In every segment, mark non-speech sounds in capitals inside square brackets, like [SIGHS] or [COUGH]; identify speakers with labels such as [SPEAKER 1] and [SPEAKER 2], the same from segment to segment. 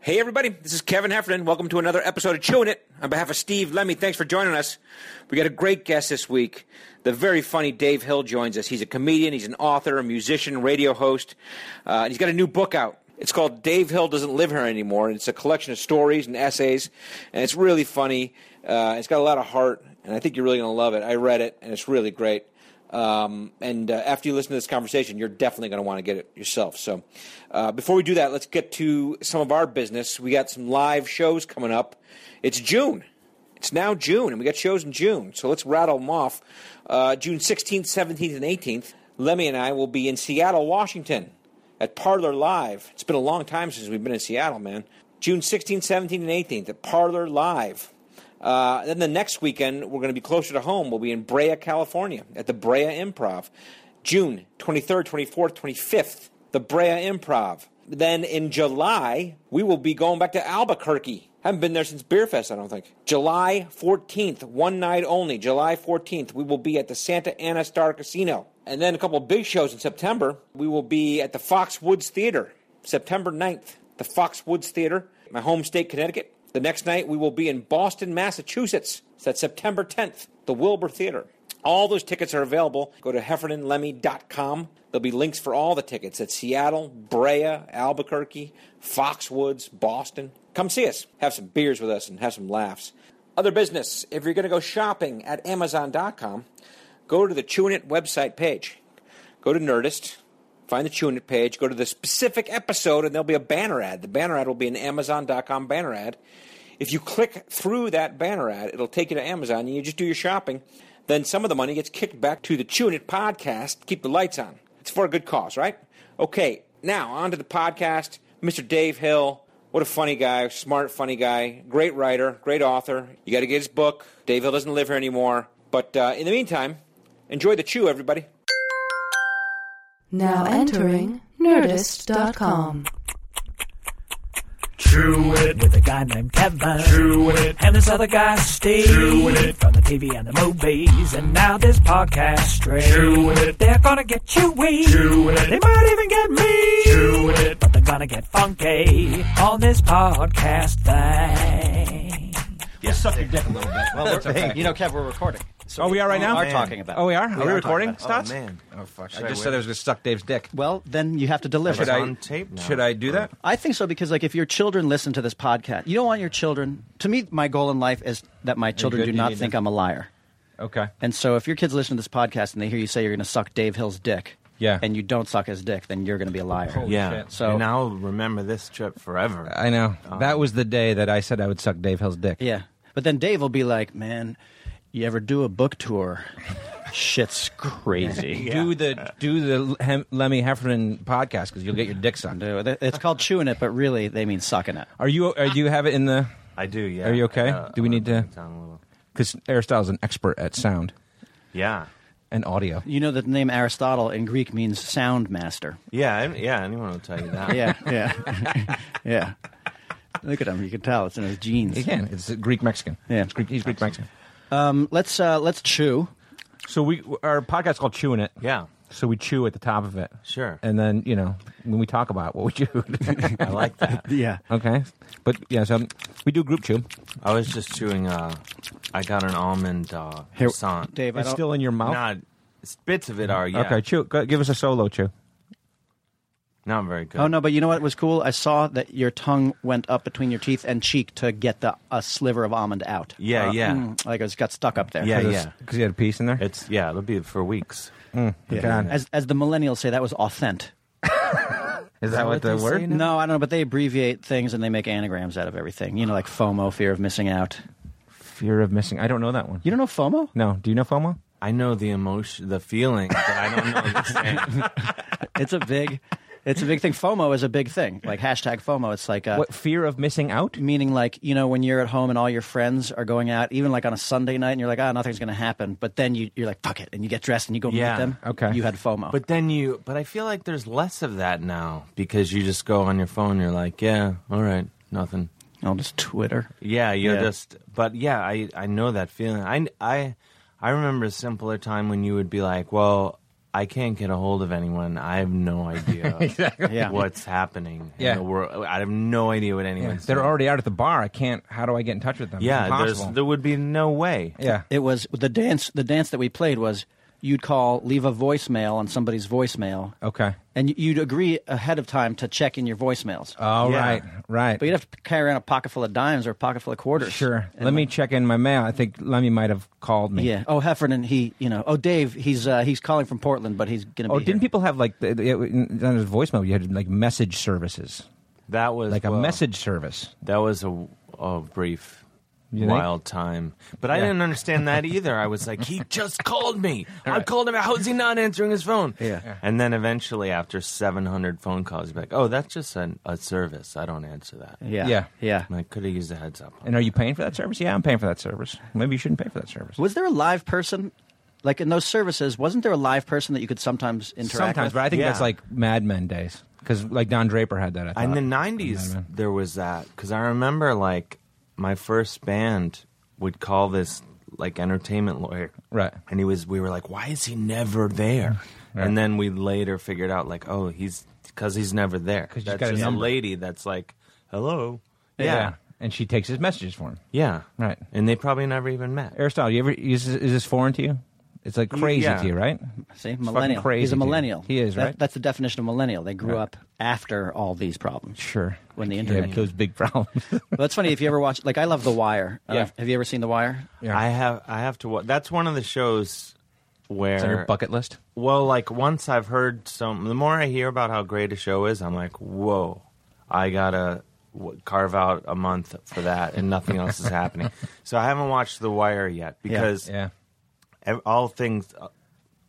[SPEAKER 1] Hey, everybody, this is Kevin Heffernan. Welcome to another episode of Chewing It. On behalf of Steve Lemmy, thanks for joining us. We got a great guest this week. The very funny Dave Hill joins us. He's a comedian, he's an author, a musician, radio host, uh, and he's got a new book out. It's called Dave Hill Doesn't Live Here Anymore, and it's a collection of stories and essays, and it's really funny. Uh, it's got a lot of heart, and I think you're really going to love it. I read it, and it's really great. Um, and uh, after you listen to this conversation, you're definitely going to want to get it yourself. So, uh, before we do that, let's get to some of our business. We got some live shows coming up. It's June. It's now June, and we got shows in June. So let's rattle them off. Uh, June 16th, 17th, and 18th, Lemmy and I will be in Seattle, Washington at Parlor Live. It's been a long time since we've been in Seattle, man. June 16th, 17th, and 18th at Parlor Live. Uh, then the next weekend, we're going to be closer to home. We'll be in Brea, California at the Brea Improv. June 23rd, 24th, 25th, the Brea Improv. Then in July, we will be going back to Albuquerque. Haven't been there since Beer Fest, I don't think. July 14th, one night only. July 14th, we will be at the Santa Ana Star Casino. And then a couple of big shows in September. We will be at the Foxwoods Theater, September 9th. The Foxwoods Theater, my home state, Connecticut. The next night, we will be in Boston, Massachusetts. So that's September 10th, the Wilbur Theater. All those tickets are available. Go to heffernanlemmy.com. There'll be links for all the tickets at Seattle, Brea, Albuquerque, Foxwoods, Boston. Come see us. Have some beers with us and have some laughs. Other business if you're going to go shopping at Amazon.com, go to the Chewing It website page. Go to Nerdist, find the Tune It page, go to the specific episode, and there'll be a banner ad. The banner ad will be an Amazon.com banner ad. If you click through that banner ad, it'll take you to Amazon, and you just do your shopping. Then some of the money gets kicked back to the Tune It podcast. Keep the lights on. It's for a good cause, right? Okay, now on to the podcast. Mr. Dave Hill, what a funny guy, smart, funny guy, great writer, great author. You got to get his book. Dave Hill doesn't live here anymore. But uh, in the meantime, enjoy the chew, everybody.
[SPEAKER 2] Now entering Nerdist.com.
[SPEAKER 3] Chew it
[SPEAKER 4] with a guy named Kevin.
[SPEAKER 3] Chew it.
[SPEAKER 4] And this other guy, Steve.
[SPEAKER 3] Chew it.
[SPEAKER 4] From the TV and the movies. And now this podcast straight.
[SPEAKER 3] Chew it.
[SPEAKER 4] They're gonna get chewy.
[SPEAKER 3] Chew it.
[SPEAKER 4] They might even get me.
[SPEAKER 3] Chew it.
[SPEAKER 4] But they're gonna get funky on this podcast thing.
[SPEAKER 5] Just suck your dick a little bit.
[SPEAKER 6] Well, it's okay. You know, Kev, we're recording. So
[SPEAKER 5] Are Oh, we all right now?
[SPEAKER 6] Are talking about. it.
[SPEAKER 5] Oh, we are. Are we,
[SPEAKER 6] talking
[SPEAKER 5] recording,
[SPEAKER 6] about it.
[SPEAKER 5] Stotts?
[SPEAKER 6] Oh, man.
[SPEAKER 5] Oh fuck! I just said I was going to suck Dave's dick.
[SPEAKER 6] Well, then you have to deliver.
[SPEAKER 5] Should I
[SPEAKER 6] I?
[SPEAKER 5] tape? Should I do that?
[SPEAKER 6] think so because, like, if your children listen to this podcast, you don't want your children. To me, my goal in life is that my children
[SPEAKER 5] good?
[SPEAKER 6] do
[SPEAKER 5] You
[SPEAKER 6] not
[SPEAKER 5] need
[SPEAKER 6] think
[SPEAKER 5] that.
[SPEAKER 6] I'm a liar.
[SPEAKER 5] Okay.
[SPEAKER 6] And so, if your kids listen to this podcast and they hear you say you're going to suck Dave Hill's dick,
[SPEAKER 5] Yeah.
[SPEAKER 6] and you don't suck his dick, then you're going to be a liar.
[SPEAKER 7] Yeah.
[SPEAKER 5] shit.
[SPEAKER 6] So-
[SPEAKER 7] and I'll remember this trip forever.
[SPEAKER 5] I know. that was the day that I said I would suck Dave Hill's dick.
[SPEAKER 6] Yeah. But then Dave will be like, "Man, you ever do a book tour? [LAUGHS] Shit's
[SPEAKER 5] [LAUGHS]
[SPEAKER 6] crazy."
[SPEAKER 5] Do the do the Hem- Lemmy Heffernan podcast because you'll get your dick sucked.
[SPEAKER 6] Dude, It's called chewing it, but really they mean sucking it.
[SPEAKER 5] Are you? Are, do you have it in the?
[SPEAKER 7] I do. Yeah.
[SPEAKER 5] Are you okay?
[SPEAKER 7] Uh,
[SPEAKER 5] do we
[SPEAKER 7] uh,
[SPEAKER 5] need to?
[SPEAKER 7] down a little.
[SPEAKER 5] Because Aristotle's an expert at sound
[SPEAKER 7] Yeah.
[SPEAKER 5] and audio.
[SPEAKER 6] You know that the name Aristotle in Greek means sound master.
[SPEAKER 7] Yeah. I- Yeah. Anyone will tell you that.
[SPEAKER 5] [LAUGHS]
[SPEAKER 6] Yeah, yeah, [LAUGHS] yeah. Look at him; you can tell it's in his genes.
[SPEAKER 5] He can. It's Greek Mexican.
[SPEAKER 6] Yeah.
[SPEAKER 5] It's Greek, he's Greek Mexican.
[SPEAKER 6] Um, let's uh, let's chew.
[SPEAKER 5] So we our podcast's called Chewing It.
[SPEAKER 7] Yeah.
[SPEAKER 5] So we chew at the top of it.
[SPEAKER 7] Sure.
[SPEAKER 5] And then you know when we talk about what we chewed.
[SPEAKER 7] I like that.
[SPEAKER 6] Yeah,
[SPEAKER 5] [LAUGHS] Okay, but yeah, so we do group chew.
[SPEAKER 7] I was just chewing. Uh, I got an almond uh,
[SPEAKER 6] Here-
[SPEAKER 7] croissant.
[SPEAKER 6] Dave. I
[SPEAKER 5] It's
[SPEAKER 6] don't-
[SPEAKER 5] still in your mouth.
[SPEAKER 7] Not bits of it are. Yeah.
[SPEAKER 5] Okay, chew. Go, give us a solo chew.
[SPEAKER 7] Not very good.
[SPEAKER 6] Oh no! But you know what was cool? I saw that your tongue went up between your teeth and cheek to get the a sliver of almond out.
[SPEAKER 7] Yeah. Yeah.
[SPEAKER 6] Mm, like it was got stuck up there.
[SPEAKER 7] Yeah,
[SPEAKER 6] It was-
[SPEAKER 7] yeah.
[SPEAKER 5] because you had a piece in there. [LAUGHS]
[SPEAKER 7] It's yeah. It'll be for weeks.
[SPEAKER 5] Mm. God.
[SPEAKER 6] As as the millennials say, that was authentic.
[SPEAKER 5] Is that what the
[SPEAKER 7] they say
[SPEAKER 5] word?
[SPEAKER 7] now?
[SPEAKER 6] No, I don't know, but they abbreviate things and they make anagrams out of everything. You know, like FOMO, fear of missing out.
[SPEAKER 5] Fear of missing. I don't know that one.
[SPEAKER 6] You Uh, don't know FOMO?
[SPEAKER 5] No. Do you know FOMO?
[SPEAKER 7] I know the emotion, the feeling, but I don't know
[SPEAKER 5] [LAUGHS]
[SPEAKER 7] the saying.
[SPEAKER 6] It's a big, it's a big thing. FOMO is a big thing. Like hashtag FOMO. It's like uh,
[SPEAKER 5] What fear of missing out?
[SPEAKER 6] meaning like you know when you're at home and all your friends are going out, even like on a Sunday night, and you're like, oh, nothing's gonna happen. But then you you're like, fuck it, and you get dressed and you go meet
[SPEAKER 7] Yeah,
[SPEAKER 6] them.
[SPEAKER 5] okay.
[SPEAKER 6] you had FOMO.
[SPEAKER 7] But then you, but I feel like there's less of that now because you just go on your phone. You're like, yeah, all right, nothing.
[SPEAKER 6] I'll just Twitter.
[SPEAKER 7] Yeah, you're
[SPEAKER 6] Yeah.
[SPEAKER 7] just. But yeah, I I know that feeling. I I I remember a simpler time when you would be like, well, I can't get a hold of anyone. I have
[SPEAKER 1] [LAUGHS]
[SPEAKER 7] no idea
[SPEAKER 6] Yeah.
[SPEAKER 7] what's happening
[SPEAKER 1] Yeah.
[SPEAKER 7] in the world. I have no idea what anyone's
[SPEAKER 1] They're
[SPEAKER 7] doing.
[SPEAKER 1] already out at the bar. I can't. How do I get in touch with them? it's
[SPEAKER 7] Yeah, there's,
[SPEAKER 1] impossible.
[SPEAKER 7] there would be no way.
[SPEAKER 1] yeah.
[SPEAKER 6] It was the dance. The dance that we played was you'd call, leave a voicemail on somebody's voicemail,
[SPEAKER 1] Okay.
[SPEAKER 6] and you'd agree ahead of time to check in your voicemails.
[SPEAKER 1] All
[SPEAKER 7] Yeah.
[SPEAKER 1] right. Right.
[SPEAKER 6] but you'd have to carry around a pocket full of dimes or a pocket full of quarters.
[SPEAKER 1] Sure.
[SPEAKER 6] And
[SPEAKER 1] Let me
[SPEAKER 6] like-
[SPEAKER 1] check in my mail. I think Lemmy might have called me.
[SPEAKER 6] Yeah. Oh, Heffernan. He, you know. Oh, Dave. He's uh, he's calling from Portland, but he's gonna.
[SPEAKER 1] Oh,
[SPEAKER 6] be
[SPEAKER 1] didn't
[SPEAKER 6] here.
[SPEAKER 1] people have like the, the, on his voicemail? You had like message services,
[SPEAKER 7] That was
[SPEAKER 1] like a
[SPEAKER 7] well,
[SPEAKER 1] message service.
[SPEAKER 7] That was a, a brief,
[SPEAKER 1] You think?
[SPEAKER 7] wild time. But I
[SPEAKER 1] Yeah.
[SPEAKER 7] didn't understand
[SPEAKER 1] [LAUGHS]
[SPEAKER 7] that either. I was like, he just called me. I called him. How is he not answering his phone?
[SPEAKER 6] Yeah. Yeah.
[SPEAKER 7] And then eventually, after 700 phone calls, you're like, oh, that's just an, a service. I don't answer that.
[SPEAKER 6] Yeah.
[SPEAKER 1] Yeah.
[SPEAKER 6] Yeah. Yeah.
[SPEAKER 7] I could have used a heads up. on
[SPEAKER 1] And are you paying for that service? Yeah, I'm paying for that service. Maybe you shouldn't pay for that service.
[SPEAKER 6] Was there a live person? Like in those services, wasn't there a live person that you could sometimes interact
[SPEAKER 1] Sometimes,
[SPEAKER 6] with?
[SPEAKER 1] but I think
[SPEAKER 7] Yeah.
[SPEAKER 1] that's like Mad Men days because like Don Draper had that. I thought.
[SPEAKER 7] In the '90s,
[SPEAKER 1] Madman.
[SPEAKER 7] there was that because I remember like my first band would call this like entertainment lawyer,
[SPEAKER 1] Right.
[SPEAKER 7] And he was, we were like, why is he never there? And then we later figured out like, oh, he's because he's never there.
[SPEAKER 1] 'Cause he's
[SPEAKER 7] that's
[SPEAKER 1] got a
[SPEAKER 7] just
[SPEAKER 1] number.
[SPEAKER 7] lady that's like, hello,
[SPEAKER 1] yeah, and she takes his messages for him.
[SPEAKER 7] yeah,
[SPEAKER 1] Right.
[SPEAKER 7] And they probably never even met.
[SPEAKER 1] Aristotle, you ever is, is this foreign to you? It's like crazy
[SPEAKER 7] yeah.
[SPEAKER 1] to you, right?
[SPEAKER 6] See, millennial.
[SPEAKER 1] crazy
[SPEAKER 6] He's a
[SPEAKER 1] dude.
[SPEAKER 6] millennial.
[SPEAKER 1] He is,
[SPEAKER 6] That-
[SPEAKER 1] right?
[SPEAKER 6] that's the definition of millennial. They grew up after all these problems.
[SPEAKER 1] [LAUGHS] Sure.
[SPEAKER 6] When the
[SPEAKER 1] Yeah,
[SPEAKER 6] internet came.
[SPEAKER 1] those big problems.
[SPEAKER 6] Well, that's funny. If you ever watch, like, I love The Wire. I don't know if- have you ever seen The Wire?
[SPEAKER 1] [LAUGHS] Yeah.
[SPEAKER 7] I have, I have to. wa- That's one of the shows where
[SPEAKER 1] it's on your bucket list.
[SPEAKER 7] Well, like once I've heard some, the more I hear about how great a show is, I'm like, whoa, I gotta w- carve out a month for that, and nothing else is
[SPEAKER 1] [LAUGHS]
[SPEAKER 7] happening. So I haven't watched The Wire yet because
[SPEAKER 1] Yeah.
[SPEAKER 7] ev- all things uh,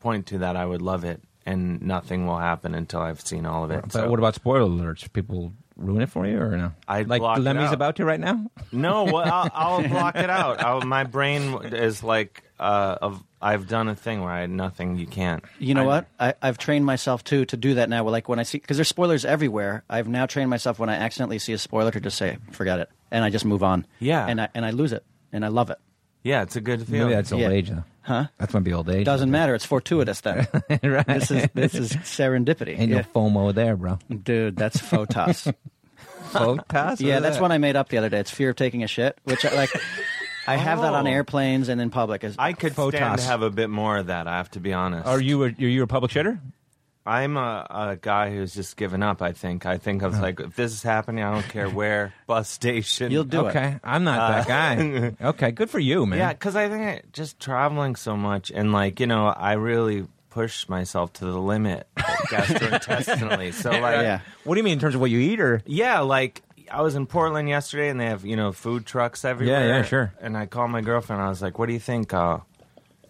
[SPEAKER 7] point to that I would love it, and nothing will happen until I've seen all of it.
[SPEAKER 1] But
[SPEAKER 7] so.
[SPEAKER 1] what about spoiler alerts? People ruin it for you or no?
[SPEAKER 7] I
[SPEAKER 1] like
[SPEAKER 7] block it
[SPEAKER 1] Lemmy's
[SPEAKER 7] out.
[SPEAKER 1] about to right now.
[SPEAKER 7] No, well,
[SPEAKER 1] [LAUGHS]
[SPEAKER 7] I'll, I'll block it out. I'll, my brain is like, uh, of, I've done a thing where I nothing you can't.
[SPEAKER 6] You know
[SPEAKER 7] I-
[SPEAKER 6] what? I, I've trained myself too to do that now. Well, Like when I see, because there's spoilers everywhere. I've now trained myself when I accidentally see a spoiler to just say, "Forget it," and I just move on.
[SPEAKER 7] Yeah.
[SPEAKER 6] And I and I lose it, and I love it.
[SPEAKER 7] Yeah, it's a good feeling.
[SPEAKER 1] Maybe that's old
[SPEAKER 6] Yeah.
[SPEAKER 1] age though. Huh? That's might be old age.
[SPEAKER 6] Doesn't matter. It's fortuitous
[SPEAKER 7] [LAUGHS]
[SPEAKER 6] then.
[SPEAKER 1] [LAUGHS] right.
[SPEAKER 6] This is this is serendipity.
[SPEAKER 1] Ain't
[SPEAKER 6] Yeah.
[SPEAKER 1] no FOMO there, bro.
[SPEAKER 6] Dude, that's
[SPEAKER 7] [LAUGHS]
[SPEAKER 6] photos.
[SPEAKER 1] Photos
[SPEAKER 6] yeah,
[SPEAKER 1] of
[SPEAKER 6] that's
[SPEAKER 1] that.
[SPEAKER 6] one I made up the other day. It's fear of taking a shit, which I like. I have that on
[SPEAKER 7] Oh.
[SPEAKER 6] airplanes and in public. As,
[SPEAKER 7] I could stand
[SPEAKER 1] Photos.
[SPEAKER 7] to have a bit more of that. I have to be honest.
[SPEAKER 1] Are you a, are you a public shitter?
[SPEAKER 7] I'm a, a guy who's just given up. I think. I think I was like, if this is happening, I don't
[SPEAKER 6] [LAUGHS]
[SPEAKER 7] care where bus station.
[SPEAKER 6] You'll do it.
[SPEAKER 1] okay, I'm not that [LAUGHS] guy. okay, good for you, man.
[SPEAKER 7] Yeah, because I think I, just traveling so much and like you know, I really push myself to the limit
[SPEAKER 6] [LAUGHS]
[SPEAKER 7] gastrointestinally. So like,
[SPEAKER 6] Yeah.
[SPEAKER 7] yeah.
[SPEAKER 1] What do you mean in terms of what you eat, or
[SPEAKER 7] like. I was in Portland yesterday, and they have you know food trucks everywhere.
[SPEAKER 1] yeah, sure.
[SPEAKER 7] And I called my girlfriend. I was like, "What do you think? Uh,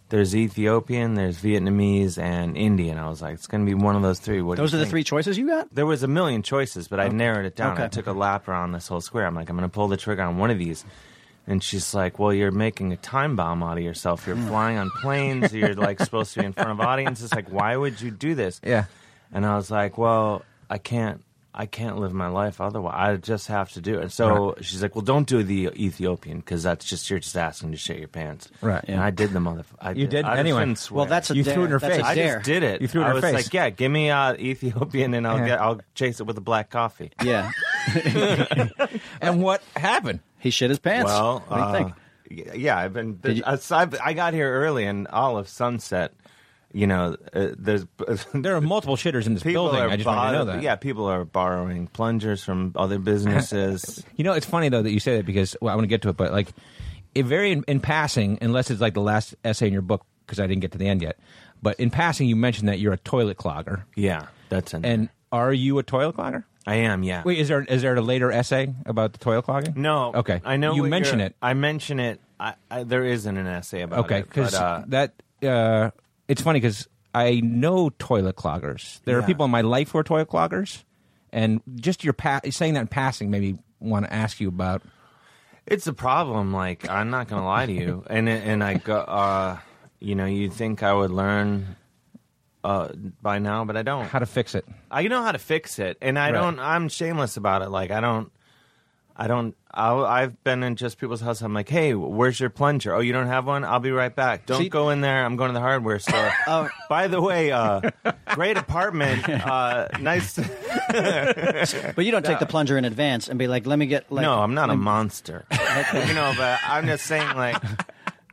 [SPEAKER 7] there's Ethiopian, there's Vietnamese, and Indian." I was like, "It's going to be one of those three. What do you
[SPEAKER 6] Those are the
[SPEAKER 7] think?"
[SPEAKER 6] three choices you got.
[SPEAKER 7] There was a million choices, but I narrowed it down. I
[SPEAKER 6] Okay.
[SPEAKER 7] took a lap around this whole square. I'm like, I'm going to pull the trigger on one of these. And she's like, Well, you're making a time bomb out of yourself. You're
[SPEAKER 1] Hmm.
[SPEAKER 7] flying on planes. You're like supposed to be in front of audiences. Like, why would you do this?
[SPEAKER 1] Yeah.
[SPEAKER 7] And I was like, Well, I can't. I can't live my life otherwise. I just have to do it. So she's like, "Well, don't do the Ethiopian because that's just you're just asking to shit your pants."
[SPEAKER 1] Right.
[SPEAKER 7] And I did the motherfucker.
[SPEAKER 1] You did?
[SPEAKER 7] I just
[SPEAKER 1] Anyway.
[SPEAKER 7] couldn't swear.
[SPEAKER 6] Well, that's a
[SPEAKER 1] You
[SPEAKER 6] dare.
[SPEAKER 1] threw it in her
[SPEAKER 6] That's a
[SPEAKER 1] face.
[SPEAKER 7] I
[SPEAKER 6] dare.
[SPEAKER 7] just did it.
[SPEAKER 1] You threw it in
[SPEAKER 7] I
[SPEAKER 1] her
[SPEAKER 7] was
[SPEAKER 1] face.
[SPEAKER 7] like, "Yeah, give me uh, Ethiopian, and I'll
[SPEAKER 1] Yeah.
[SPEAKER 7] get, I'll chase it with a
[SPEAKER 1] [LAUGHS]
[SPEAKER 7] black coffee."
[SPEAKER 6] Yeah,
[SPEAKER 1] and what happened?
[SPEAKER 6] he shit his pants.
[SPEAKER 7] Well,
[SPEAKER 6] what do you
[SPEAKER 7] uh,
[SPEAKER 6] think?
[SPEAKER 7] y- yeah, I've been.
[SPEAKER 6] Did you-
[SPEAKER 7] I, I got here early, and all of sunset. You know, uh, there's [LAUGHS]
[SPEAKER 1] There are multiple shitters in this
[SPEAKER 7] people
[SPEAKER 1] building.
[SPEAKER 7] are
[SPEAKER 1] I just want you to know
[SPEAKER 7] bor-
[SPEAKER 1] that.
[SPEAKER 7] Yeah, people are borrowing plungers from
[SPEAKER 1] [LAUGHS]
[SPEAKER 7] other businesses.
[SPEAKER 1] You know, it's funny though that you say that because well, I want to get to it, but like, it very in, in passing, unless it's like the last essay in your book because I didn't get to the end yet. But in passing, you mentioned that you're a toilet clogger,
[SPEAKER 7] yeah, that's in
[SPEAKER 1] and are you a toilet clogger?
[SPEAKER 7] I am. Yeah.
[SPEAKER 1] Wait, is there is there a later essay about the toilet clogging?
[SPEAKER 7] no.
[SPEAKER 1] Okay,
[SPEAKER 7] I know
[SPEAKER 1] you
[SPEAKER 7] what
[SPEAKER 1] mention
[SPEAKER 7] you're-
[SPEAKER 1] it.
[SPEAKER 7] I mention it. I, I, there isn't an essay about
[SPEAKER 1] Okay,
[SPEAKER 7] it. but,
[SPEAKER 1] because
[SPEAKER 7] uh,
[SPEAKER 1] that uh, it's funny because I know toilet cloggers. There are
[SPEAKER 7] Yeah.
[SPEAKER 1] people in my life who are toilet cloggers, and just your pa- saying that in passing made me want to ask you about.
[SPEAKER 7] It's a problem. Like I'm not gonna lie
[SPEAKER 1] [LAUGHS]
[SPEAKER 7] to you, and it- and I go, uh, you know, you think I would learn uh, by now, but I don't.
[SPEAKER 1] How to fix it?
[SPEAKER 7] I know how to fix it, and I
[SPEAKER 1] Right.
[SPEAKER 7] don't. I'm shameless about it. Like I don't. I don't. I'll, I've been in just people's house. I'm like, hey, where's your plunger? Oh, you don't have one? I'll be right back. Don't
[SPEAKER 6] See-
[SPEAKER 7] go in there. I'm going to the
[SPEAKER 1] [LAUGHS]
[SPEAKER 7] hardware store. oh, by the way, uh, great apartment. Uh, nice.
[SPEAKER 6] But you don't take the plunger in advance and be like, "Let me get." Like,
[SPEAKER 7] no, I'm not a [LAUGHS] monster. you know, but I'm just saying, like,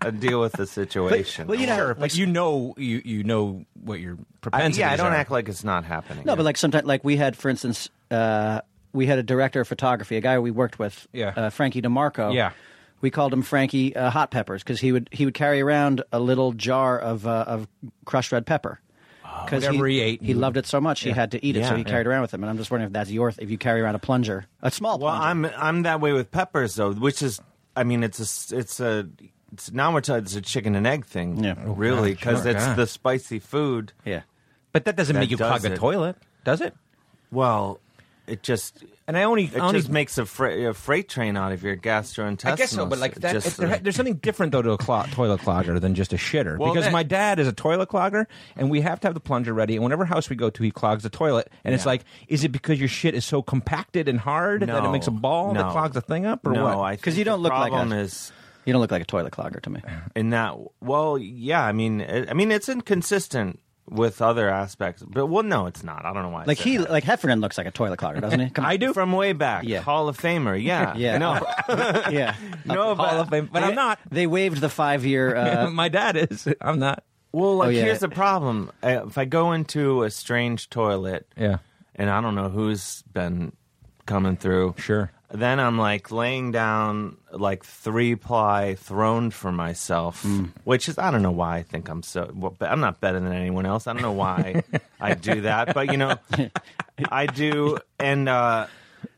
[SPEAKER 7] uh, deal with the situation.
[SPEAKER 6] well, you know,
[SPEAKER 1] Sure, but you know, you you know what your
[SPEAKER 7] I,
[SPEAKER 1] propensities
[SPEAKER 7] yeah, I don't
[SPEAKER 1] are.
[SPEAKER 7] act like it's not happening.
[SPEAKER 6] No, but like sometimes, like we had, for instance, uh, we had a director of photography, a guy we worked with,
[SPEAKER 1] Yeah.
[SPEAKER 6] uh, Frankie DeMarco.
[SPEAKER 1] Yeah.
[SPEAKER 6] we called him Frankie uh, Hot Peppers because he would he would carry around a little jar of uh, of crushed red pepper.
[SPEAKER 7] Oh,
[SPEAKER 6] Because
[SPEAKER 1] Whatever he ate,
[SPEAKER 6] he,
[SPEAKER 1] he would-
[SPEAKER 6] loved it so much he had to eat it, so
[SPEAKER 7] Yeah,
[SPEAKER 6] he
[SPEAKER 7] yeah.
[SPEAKER 6] carried it around with him. And I'm just wondering if that's your th- if you carry around a plunger, a small
[SPEAKER 7] Well,
[SPEAKER 6] plunger.
[SPEAKER 7] I'm I'm that way with peppers though, which is I mean it's a s- it's a it's now we're talking it's a chicken and egg thing,
[SPEAKER 6] Yeah. Oh,
[SPEAKER 7] really,
[SPEAKER 1] God,
[SPEAKER 7] because
[SPEAKER 1] sure,
[SPEAKER 7] it's
[SPEAKER 1] God.
[SPEAKER 7] the spicy food.
[SPEAKER 6] yeah,
[SPEAKER 1] But that doesn't
[SPEAKER 7] That
[SPEAKER 1] make you clog
[SPEAKER 7] does
[SPEAKER 1] the
[SPEAKER 7] it.
[SPEAKER 1] toilet, does it?
[SPEAKER 7] Well, it just
[SPEAKER 1] And I only,
[SPEAKER 7] it
[SPEAKER 1] I only
[SPEAKER 7] just makes a, fra- a freight train out of your gastrointestinal.
[SPEAKER 1] I guess so, but like
[SPEAKER 7] It
[SPEAKER 1] that,
[SPEAKER 7] just-
[SPEAKER 1] it's- there, there's something different though to a clo- toilet clogger than just a shitter.
[SPEAKER 7] Well,
[SPEAKER 1] because
[SPEAKER 7] that-
[SPEAKER 1] my dad is a toilet clogger, and we have to have the plunger ready. And whenever house we go to, he clogs the toilet. And it's
[SPEAKER 7] Yeah.
[SPEAKER 1] like, is it because your shit is so compacted and hard that it
[SPEAKER 7] No,
[SPEAKER 1] makes a ball that
[SPEAKER 7] no.
[SPEAKER 1] clogs the thing up, or
[SPEAKER 7] no,
[SPEAKER 1] what? [LAUGHS]
[SPEAKER 7] I think
[SPEAKER 6] 'Cause you don't
[SPEAKER 7] the
[SPEAKER 6] look like
[SPEAKER 7] problem
[SPEAKER 6] a-
[SPEAKER 7] is
[SPEAKER 6] you don't look like a toilet clogger to me.
[SPEAKER 7] in that. Well, yeah, I mean, it, I mean, it's inconsistent with other aspects, but well, no, it's not. I don't know why. I
[SPEAKER 6] Like
[SPEAKER 7] said
[SPEAKER 6] he
[SPEAKER 7] that.
[SPEAKER 6] like Heffernan looks like a toilet clogger, doesn't he? Come on.
[SPEAKER 7] I do from way back,
[SPEAKER 6] Yeah.
[SPEAKER 7] Hall of Famer, yeah,
[SPEAKER 6] [LAUGHS] Yeah.
[SPEAKER 7] no,
[SPEAKER 6] yeah.
[SPEAKER 7] no,
[SPEAKER 1] Hall of Fame, but I'm not.
[SPEAKER 6] They waived the five year.
[SPEAKER 7] [LAUGHS]
[SPEAKER 6] Uh,
[SPEAKER 1] my dad is. I'm not.
[SPEAKER 7] Well,
[SPEAKER 1] Oh,
[SPEAKER 7] like
[SPEAKER 6] yeah.
[SPEAKER 7] here's the problem: Uh, if I go into a strange toilet,
[SPEAKER 1] Yeah.
[SPEAKER 7] and I don't know who's been coming through,
[SPEAKER 1] Sure.
[SPEAKER 7] Then I'm like laying down, like three ply, throned for myself,
[SPEAKER 1] Hmm.
[SPEAKER 7] which is I don't know why I think I'm so. Well, but I'm not better than anyone else. I don't know why I do that, but
[SPEAKER 1] [LAUGHS]
[SPEAKER 7] you know, I do, and. uh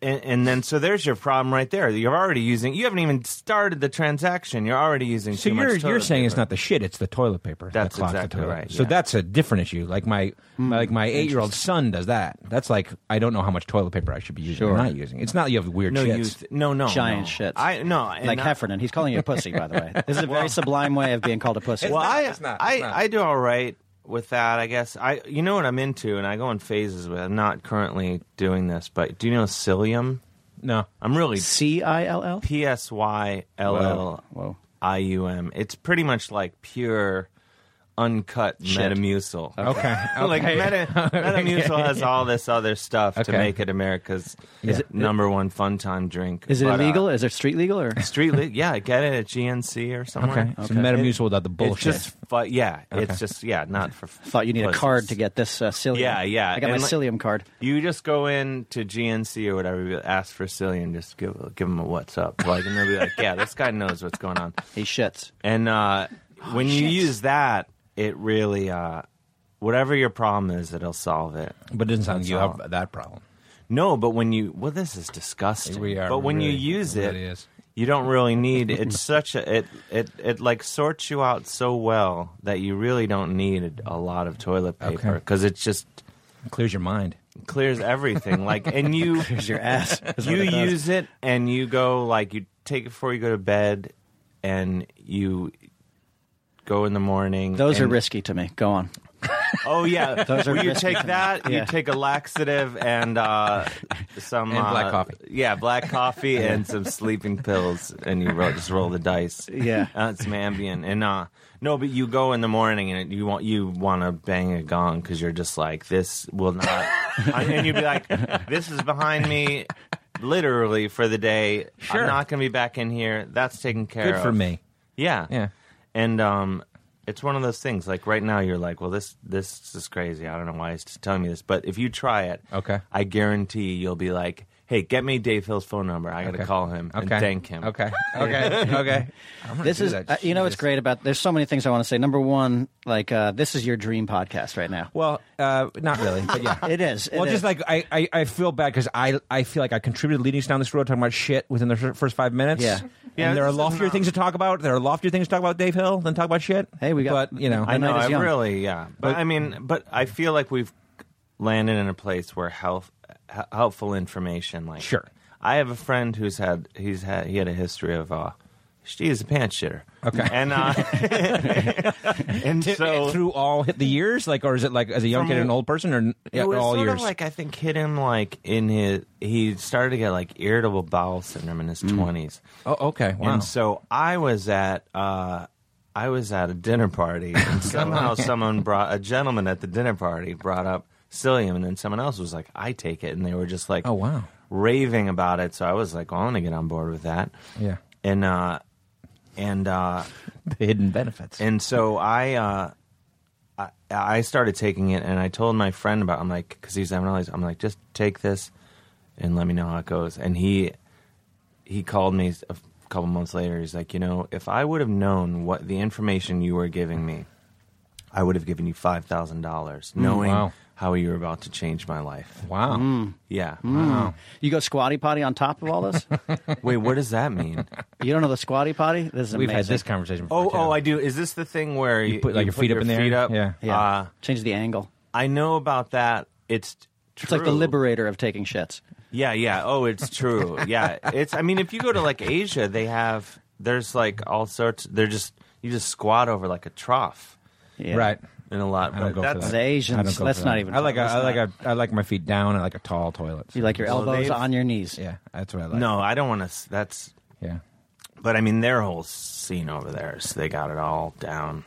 [SPEAKER 7] and, and then, so there's your problem right there. You're already using. You haven't even started the transaction. You're already using.
[SPEAKER 1] So
[SPEAKER 7] too much
[SPEAKER 1] you're you're
[SPEAKER 7] toilet
[SPEAKER 1] saying it's
[SPEAKER 7] paper.
[SPEAKER 1] not the shit, it's the toilet paper
[SPEAKER 7] That's
[SPEAKER 1] that clogs
[SPEAKER 7] exactly
[SPEAKER 1] the toilet.
[SPEAKER 7] right,
[SPEAKER 1] So
[SPEAKER 7] yeah. Hmm.
[SPEAKER 1] that's a different issue. Like my, my like my eight year old son does that. That's like I don't know how much toilet paper I should be using. or
[SPEAKER 6] Sure.
[SPEAKER 1] not using. It's not you have weird
[SPEAKER 7] No,
[SPEAKER 1] shits.
[SPEAKER 7] you th- no, no,
[SPEAKER 6] giant
[SPEAKER 7] no.
[SPEAKER 6] shits.
[SPEAKER 7] I no, and
[SPEAKER 6] like
[SPEAKER 7] I-
[SPEAKER 6] Heffernan. He's calling you a pussy, by the
[SPEAKER 7] [LAUGHS]
[SPEAKER 6] way. This is a very sublime way of being called a pussy.
[SPEAKER 7] Well, I,
[SPEAKER 1] it's not, it's
[SPEAKER 7] I,
[SPEAKER 1] not.
[SPEAKER 7] I do all right with that. I guess I, you know what I'm into, and I go in phases with. it. I'm not currently doing this, but do you know psyllium?
[SPEAKER 1] no.
[SPEAKER 7] I'm really
[SPEAKER 6] C I L L.
[SPEAKER 7] P S Y L
[SPEAKER 6] Whoa.
[SPEAKER 7] L I U M. It's pretty much like pure, uncut Metamucil.
[SPEAKER 1] Okay.
[SPEAKER 7] [LAUGHS] Like
[SPEAKER 1] Okay.
[SPEAKER 7] meta, Metamucil has all this other stuff to
[SPEAKER 1] Okay.
[SPEAKER 7] make it America's number one fun time drink.
[SPEAKER 6] Is it
[SPEAKER 7] But, uh,
[SPEAKER 6] illegal? is it street legal or? [LAUGHS]
[SPEAKER 7] Street, le- yeah, get it at GNC or somewhere.
[SPEAKER 1] Okay. So Metamucil without the bullshit.
[SPEAKER 7] It's just, fu- yeah, it's just, yeah, not for.
[SPEAKER 6] [LAUGHS] Thought you need a card to get this uh, psyllium.
[SPEAKER 7] Yeah, yeah.
[SPEAKER 6] I got
[SPEAKER 7] And
[SPEAKER 6] my
[SPEAKER 7] like-
[SPEAKER 6] psyllium card.
[SPEAKER 7] You just go in to GNC or whatever, you ask for Cillian, just give give him a what's up, like, and they'll be like, yeah, this guy knows what's going on.
[SPEAKER 6] He shits.
[SPEAKER 7] And uh,
[SPEAKER 6] Oh,
[SPEAKER 7] when you use that, it really, uh, whatever your problem is, it'll solve it.
[SPEAKER 1] but it doesn't sound like you
[SPEAKER 7] all.
[SPEAKER 1] have that problem.
[SPEAKER 7] No, but when you, well, this is disgusting.
[SPEAKER 1] We are
[SPEAKER 7] but when
[SPEAKER 1] really-
[SPEAKER 7] you use
[SPEAKER 1] it
[SPEAKER 7] it,
[SPEAKER 1] really is.
[SPEAKER 7] you don't
[SPEAKER 6] [LAUGHS]
[SPEAKER 7] really need. It's such a it it it like sorts you out so well that you really don't need a lot of toilet paper
[SPEAKER 1] Okay.
[SPEAKER 7] because it just
[SPEAKER 1] clears your mind.
[SPEAKER 7] clears everything. Like,
[SPEAKER 6] [LAUGHS]
[SPEAKER 7] and you
[SPEAKER 6] Here's your ass. is
[SPEAKER 7] you
[SPEAKER 6] what it does.
[SPEAKER 7] use it and you go like you take it before you go to bed, and you go in the morning.
[SPEAKER 6] Those are
[SPEAKER 7] and-
[SPEAKER 6] risky to me. Go
[SPEAKER 7] [LAUGHS]
[SPEAKER 6] on.
[SPEAKER 1] [LAUGHS]
[SPEAKER 7] Oh yeah,
[SPEAKER 6] Those are
[SPEAKER 7] Well, you
[SPEAKER 6] risky
[SPEAKER 7] take
[SPEAKER 6] to me.
[SPEAKER 7] that.
[SPEAKER 6] Yeah.
[SPEAKER 7] You take a laxative and
[SPEAKER 1] [LAUGHS]
[SPEAKER 7] uh, some
[SPEAKER 1] And black
[SPEAKER 7] uh,
[SPEAKER 1] coffee.
[SPEAKER 7] Yeah,
[SPEAKER 1] [LAUGHS]
[SPEAKER 7] black coffee and some sleeping pills, and you roll, just roll the dice. [LAUGHS]
[SPEAKER 6] Yeah.
[SPEAKER 7] uh, some Ambien and uh, no, but you go in the morning and you want you want to bang a gong because you're just like this will not,
[SPEAKER 1] [LAUGHS]
[SPEAKER 7] and you'd be like, this is behind me. Literally for the day,
[SPEAKER 1] Sure.
[SPEAKER 7] I'm not going to be back in here. That's taken care of.
[SPEAKER 1] Good for me.
[SPEAKER 7] Yeah.
[SPEAKER 1] Yeah.
[SPEAKER 7] And um it's one of those things like right now you're like, well this this is crazy. I don't know why he's telling me this, but if you try it,
[SPEAKER 1] Okay.
[SPEAKER 7] I guarantee you'll be like, "Hey, get me Dave Hill's phone number. I got to call him and thank him."
[SPEAKER 1] Okay.
[SPEAKER 6] [LAUGHS]
[SPEAKER 1] Okay. okay.
[SPEAKER 6] This is uh, you know what's great about. There's so many things I want to say. Number one, like uh, this is your dream podcast right now.
[SPEAKER 1] Well, uh, not really, but yeah.
[SPEAKER 6] [LAUGHS] It is. it
[SPEAKER 1] well,
[SPEAKER 6] is.
[SPEAKER 1] just like I, I, I feel bad because I, I feel like I contributed leading us down this road talking about shit within the fir- first five minutes.
[SPEAKER 6] Yeah.
[SPEAKER 7] Yeah,
[SPEAKER 1] and there are
[SPEAKER 7] this is
[SPEAKER 1] loftier
[SPEAKER 7] not-
[SPEAKER 1] things to talk about. There are loftier things to talk about Dave Hill than talk about shit.
[SPEAKER 6] Hey, we got-
[SPEAKER 1] But you know,
[SPEAKER 7] I
[SPEAKER 6] The
[SPEAKER 7] know.
[SPEAKER 6] night is
[SPEAKER 7] I
[SPEAKER 6] young.
[SPEAKER 7] really, yeah. But, I mean, but I feel like we've landed in a place where health, h- helpful information, like
[SPEAKER 1] Sure.
[SPEAKER 7] I have a friend who's had he's had he had a history of uh, She is a pants shitter.
[SPEAKER 1] Okay. [LAUGHS]
[SPEAKER 7] And uh, [LAUGHS] and so
[SPEAKER 1] through all hit the years, like, or is it like as a young
[SPEAKER 7] From-
[SPEAKER 1] kid and an old person, or yeah,
[SPEAKER 7] it was
[SPEAKER 1] all
[SPEAKER 7] sort
[SPEAKER 1] years?
[SPEAKER 7] of like I think hit him like in his he started to get like irritable bowel syndrome in his twenties.
[SPEAKER 1] oh, okay, wow.
[SPEAKER 7] And so I was at uh, I was at a dinner party,
[SPEAKER 1] [LAUGHS]
[SPEAKER 7] and somehow someone brought a gentleman at the dinner party brought up psyllium, and then someone else was like, "I take it," and they were just like,
[SPEAKER 1] Oh, wow.
[SPEAKER 7] raving about it." So I was like, well, "I want to get on board with that."
[SPEAKER 1] Yeah.
[SPEAKER 7] and uh, and uh, [LAUGHS]
[SPEAKER 1] the hidden benefits.
[SPEAKER 7] and so I, uh, I I started taking it, and I told my friend about. It. I'm like, because he's having all these. I'm like, just take this, and let me know how it goes. And he he called me a f- couple months later. He's like, you know, if I would have known what the information you were giving me, I would have given you five thousand dollars, knowing
[SPEAKER 1] Mm, wow.
[SPEAKER 7] how you were about to change my life.
[SPEAKER 1] wow.
[SPEAKER 7] Mm,
[SPEAKER 1] Mm.
[SPEAKER 7] Yeah.
[SPEAKER 6] You go squatty potty on top of all
[SPEAKER 7] [LAUGHS]
[SPEAKER 6] this?
[SPEAKER 7] Wait, what does that mean?
[SPEAKER 6] you don't know the squatty potty? This is
[SPEAKER 1] We've had
[SPEAKER 6] amazing.
[SPEAKER 1] this conversation.
[SPEAKER 7] oh,
[SPEAKER 1] Before
[SPEAKER 7] oh, I
[SPEAKER 1] too.
[SPEAKER 7] do. Is this the thing where you,
[SPEAKER 1] put, like, your feet up in the air?
[SPEAKER 7] feet up?
[SPEAKER 1] Yeah.
[SPEAKER 6] Yeah.
[SPEAKER 7] Uh,
[SPEAKER 6] Change the angle.
[SPEAKER 7] I know about that. It's
[SPEAKER 6] It's like the
[SPEAKER 7] true.
[SPEAKER 6] liberator of taking shits.
[SPEAKER 7] Yeah, yeah. Oh, it's true. yeah, it's. I mean, if you go to like Asia, they have there's like all sorts. They're just you just squat over like a trough
[SPEAKER 6] Yeah.
[SPEAKER 1] right.
[SPEAKER 7] in a lot.
[SPEAKER 1] I don't
[SPEAKER 7] but
[SPEAKER 1] go for
[SPEAKER 7] that's
[SPEAKER 1] that.
[SPEAKER 6] The Asians,
[SPEAKER 1] I don't go
[SPEAKER 6] let's
[SPEAKER 1] for
[SPEAKER 6] not
[SPEAKER 1] that.
[SPEAKER 6] even
[SPEAKER 1] I like. A,
[SPEAKER 6] talk-
[SPEAKER 1] I like.
[SPEAKER 6] let's
[SPEAKER 1] A, I like my feet down. I like a tall toilet.
[SPEAKER 6] You like your
[SPEAKER 7] Well,
[SPEAKER 6] elbows
[SPEAKER 7] they've-
[SPEAKER 6] on your knees.
[SPEAKER 1] Yeah, that's what I like.
[SPEAKER 7] No, I don't want to. That's.
[SPEAKER 1] Yeah.
[SPEAKER 7] But I mean, their whole scene over there is they got it all down.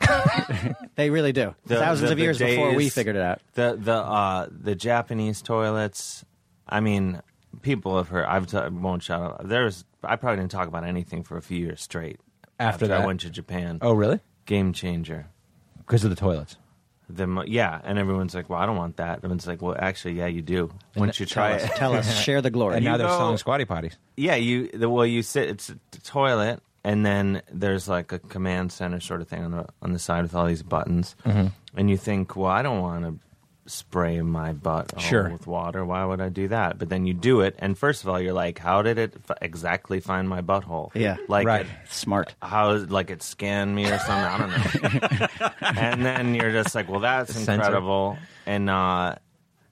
[SPEAKER 6] They really do.
[SPEAKER 7] The-
[SPEAKER 6] Thousands
[SPEAKER 7] the-
[SPEAKER 6] of
[SPEAKER 7] the
[SPEAKER 6] years before we
[SPEAKER 7] days-
[SPEAKER 6] figured it out.
[SPEAKER 7] The the uh, the Japanese toilets. I mean, people have heard. I've t- I won't shout out. There's. I probably didn't talk about anything for a few years straight
[SPEAKER 1] After
[SPEAKER 7] I
[SPEAKER 1] that?
[SPEAKER 7] went to Japan.
[SPEAKER 1] Oh, really?
[SPEAKER 7] game changer.
[SPEAKER 1] Because of the toilets.
[SPEAKER 7] the mo- yeah, and everyone's like, "Well, I don't want that." Everyone's like, "Well, actually, yeah, you do. Once you
[SPEAKER 6] Tell
[SPEAKER 7] try
[SPEAKER 6] us,
[SPEAKER 7] it,
[SPEAKER 6] tell
[SPEAKER 7] [LAUGHS]
[SPEAKER 6] us, share the glory.
[SPEAKER 1] And now they're
[SPEAKER 7] go-
[SPEAKER 1] selling squatty potties.
[SPEAKER 7] yeah, you the well, you sit. It's a t- toilet, and then there's like a command center sort of thing on the on the side with all these buttons,
[SPEAKER 1] Mm-hmm.
[SPEAKER 7] and you think, "Well, I don't want to spray my butt all
[SPEAKER 1] Sure.
[SPEAKER 7] with water. Why would I do that?" But then you do it, and first of all, you're like, "How did it f- exactly find my butthole?"
[SPEAKER 6] Yeah.
[SPEAKER 7] like
[SPEAKER 1] Right.
[SPEAKER 7] it-
[SPEAKER 6] Smart.
[SPEAKER 7] how like it scanned me or something. I don't
[SPEAKER 1] [LAUGHS]
[SPEAKER 7] know. and then you're just like, well, that's
[SPEAKER 1] The sensor.
[SPEAKER 7] incredible. And uh,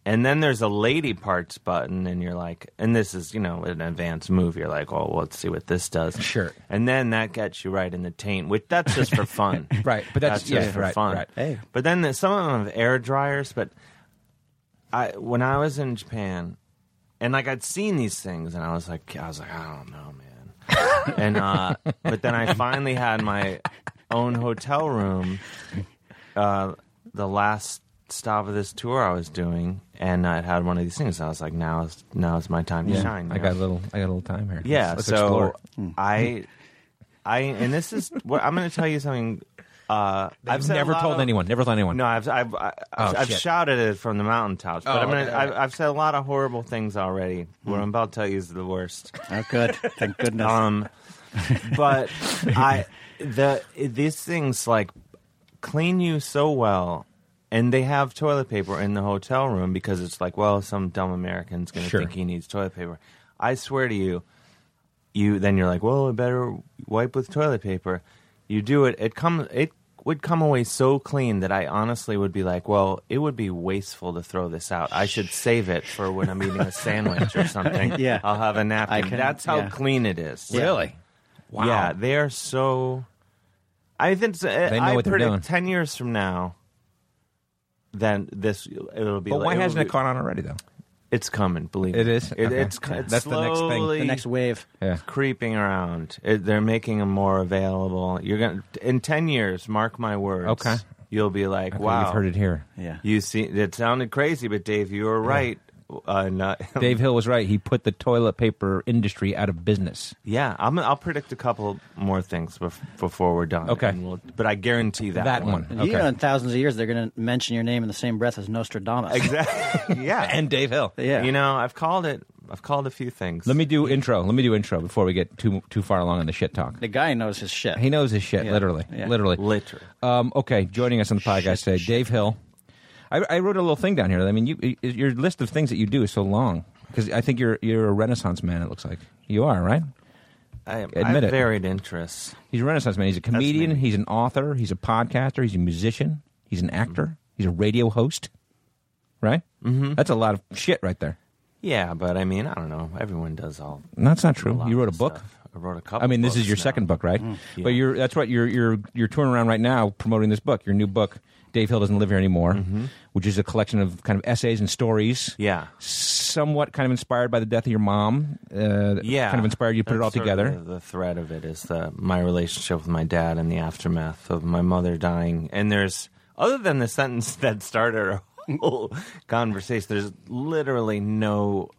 [SPEAKER 7] and then there's a lady parts button, and you're like, and this is you know an advanced move. You're like, oh, well, let's see what this does.
[SPEAKER 1] Sure.
[SPEAKER 7] And then that gets you right in the taint, which that's just for fun,
[SPEAKER 1] [LAUGHS] Right, but that's-
[SPEAKER 7] just
[SPEAKER 1] yeah,
[SPEAKER 7] for
[SPEAKER 1] right,
[SPEAKER 7] fun.
[SPEAKER 1] right.
[SPEAKER 6] Hey.
[SPEAKER 7] But then the, some of them have air dryers, but I when I was in Japan, and like I'd seen these things, and I was like, I was like, I don't know, man. and uh, but then I finally had my own hotel room. Uh, the last stop of this tour I was doing, and I had one of these things. I was like, now is now is my time to shine. you
[SPEAKER 1] I
[SPEAKER 7] know?
[SPEAKER 1] got a little. I got a little time here.
[SPEAKER 7] Yeah,
[SPEAKER 1] Let's, let's
[SPEAKER 7] so
[SPEAKER 1] explore.
[SPEAKER 7] I, I, and this is what I'm going to tell you something. Uh, I've
[SPEAKER 1] I've
[SPEAKER 7] said a
[SPEAKER 1] never
[SPEAKER 7] lot
[SPEAKER 1] told
[SPEAKER 7] of-
[SPEAKER 1] anyone. Never told anyone.
[SPEAKER 7] No, I've I've I- I've,
[SPEAKER 1] Oh,
[SPEAKER 7] I've
[SPEAKER 1] shit.
[SPEAKER 7] shouted it from the mountaintops, but
[SPEAKER 1] Oh,
[SPEAKER 7] I'm gonna,
[SPEAKER 1] okay, Hmm.
[SPEAKER 7] I've, I've said a lot of horrible things already. What I'm about to tell you is the worst.
[SPEAKER 6] Oh, good. Thank goodness.
[SPEAKER 7] Um, but I the these things like clean you so well, and they have toilet paper in the hotel room because it's like, well, some dumb American's going to
[SPEAKER 1] Sure.
[SPEAKER 7] think he needs toilet paper. I swear to you, you then you're like, well, I better wipe with toilet paper. You do it. It comes. It would come away so clean that I honestly would be like, well, it would be wasteful to throw this out. I should save it for when I'm eating a
[SPEAKER 6] [LAUGHS]
[SPEAKER 7] sandwich or something.
[SPEAKER 6] Yeah.
[SPEAKER 7] I'll have a
[SPEAKER 6] I
[SPEAKER 7] napkin.
[SPEAKER 6] can-
[SPEAKER 7] That's how
[SPEAKER 6] yeah.
[SPEAKER 7] clean it is.
[SPEAKER 1] really. Wow.
[SPEAKER 7] Yeah, they are so. I think it's-
[SPEAKER 1] They know
[SPEAKER 7] I
[SPEAKER 1] what they're
[SPEAKER 7] predict
[SPEAKER 1] doing.
[SPEAKER 7] ten years from now, then this it'll be.
[SPEAKER 1] but
[SPEAKER 7] like,
[SPEAKER 1] why
[SPEAKER 7] it'll
[SPEAKER 1] hasn't it
[SPEAKER 7] be-
[SPEAKER 1] caught on already though?
[SPEAKER 7] It's coming. Believe
[SPEAKER 1] It
[SPEAKER 7] me.
[SPEAKER 1] is?
[SPEAKER 7] It,
[SPEAKER 1] Okay.
[SPEAKER 7] It's, co-
[SPEAKER 1] Yeah.
[SPEAKER 7] it's
[SPEAKER 1] That's the next thing. The
[SPEAKER 7] slowly
[SPEAKER 6] the next wave.
[SPEAKER 1] Yeah.
[SPEAKER 7] creeping around. It, they're making them more available. You're gonna in ten years. Mark my words.
[SPEAKER 1] Okay.
[SPEAKER 7] You'll be like,
[SPEAKER 1] Okay,
[SPEAKER 7] wow,
[SPEAKER 1] You've heard it
[SPEAKER 7] [LAUGHS]
[SPEAKER 1] here.
[SPEAKER 6] Yeah.
[SPEAKER 7] You see, it sounded crazy, but Dave, you were right. Uh, not,
[SPEAKER 1] Dave Hill was right. He put the toilet paper industry out of business.
[SPEAKER 7] yeah, I'm, I'll predict a couple more things bef- before we're done.
[SPEAKER 1] Okay.
[SPEAKER 7] and we'll- but I guarantee that
[SPEAKER 1] That, one.
[SPEAKER 6] You know, in thousands of years, they're going to mention your name in the same breath as Nostradamus.
[SPEAKER 7] Exactly. yeah.
[SPEAKER 1] [LAUGHS] And Dave Hill.
[SPEAKER 6] Yeah.
[SPEAKER 7] You know, I've called it. I've called a few things.
[SPEAKER 1] Let me do intro. Let me do intro before we get too too far along in the shit talk.
[SPEAKER 6] the guy knows his shit.
[SPEAKER 1] He knows his shit,
[SPEAKER 6] Yeah.
[SPEAKER 1] literally,
[SPEAKER 6] Yeah.
[SPEAKER 1] literally,
[SPEAKER 7] Literally.
[SPEAKER 1] Um, okay, joining us on the podcast today, Dave Hill. I, I wrote a little thing down here. I mean, you, y- your list of things that you do is so long because I think you're you're a Renaissance man. It looks like you are, right?
[SPEAKER 7] I, admit
[SPEAKER 1] admit it.
[SPEAKER 7] Varied interests.
[SPEAKER 1] He's a Renaissance man. He's a comedian.
[SPEAKER 7] me.
[SPEAKER 1] He's an author. He's a podcaster. He's a musician. He's an actor. He's a radio host. Right? Mm-hmm. That's a lot of shit right there.
[SPEAKER 7] Yeah, but I mean, I don't know. Everyone does all.
[SPEAKER 1] No, that's not
[SPEAKER 7] a
[SPEAKER 1] true.
[SPEAKER 7] lot
[SPEAKER 1] You wrote a
[SPEAKER 7] of
[SPEAKER 1] book.
[SPEAKER 7] stuff. I wrote a couple.
[SPEAKER 1] I mean, this
[SPEAKER 7] books
[SPEAKER 1] is your
[SPEAKER 7] now. Mm,
[SPEAKER 1] second book, right? But you're that's right. You're you're you're touring around right now promoting this book, your new book. Dave Hill doesn't live here anymore,
[SPEAKER 7] Mm-hmm.
[SPEAKER 1] which is a collection of kind of essays and stories.
[SPEAKER 7] Yeah.
[SPEAKER 1] somewhat kind of inspired by the death of your mom. Uh,
[SPEAKER 7] Yeah,
[SPEAKER 1] kind of inspired you to put it
[SPEAKER 7] That's
[SPEAKER 1] all
[SPEAKER 7] sort of
[SPEAKER 1] together.
[SPEAKER 7] The, the thread of it is the my relationship with my dad and the aftermath of my mother dying. And there's other than the sentence that started our [LAUGHS] whole conversation, there's literally no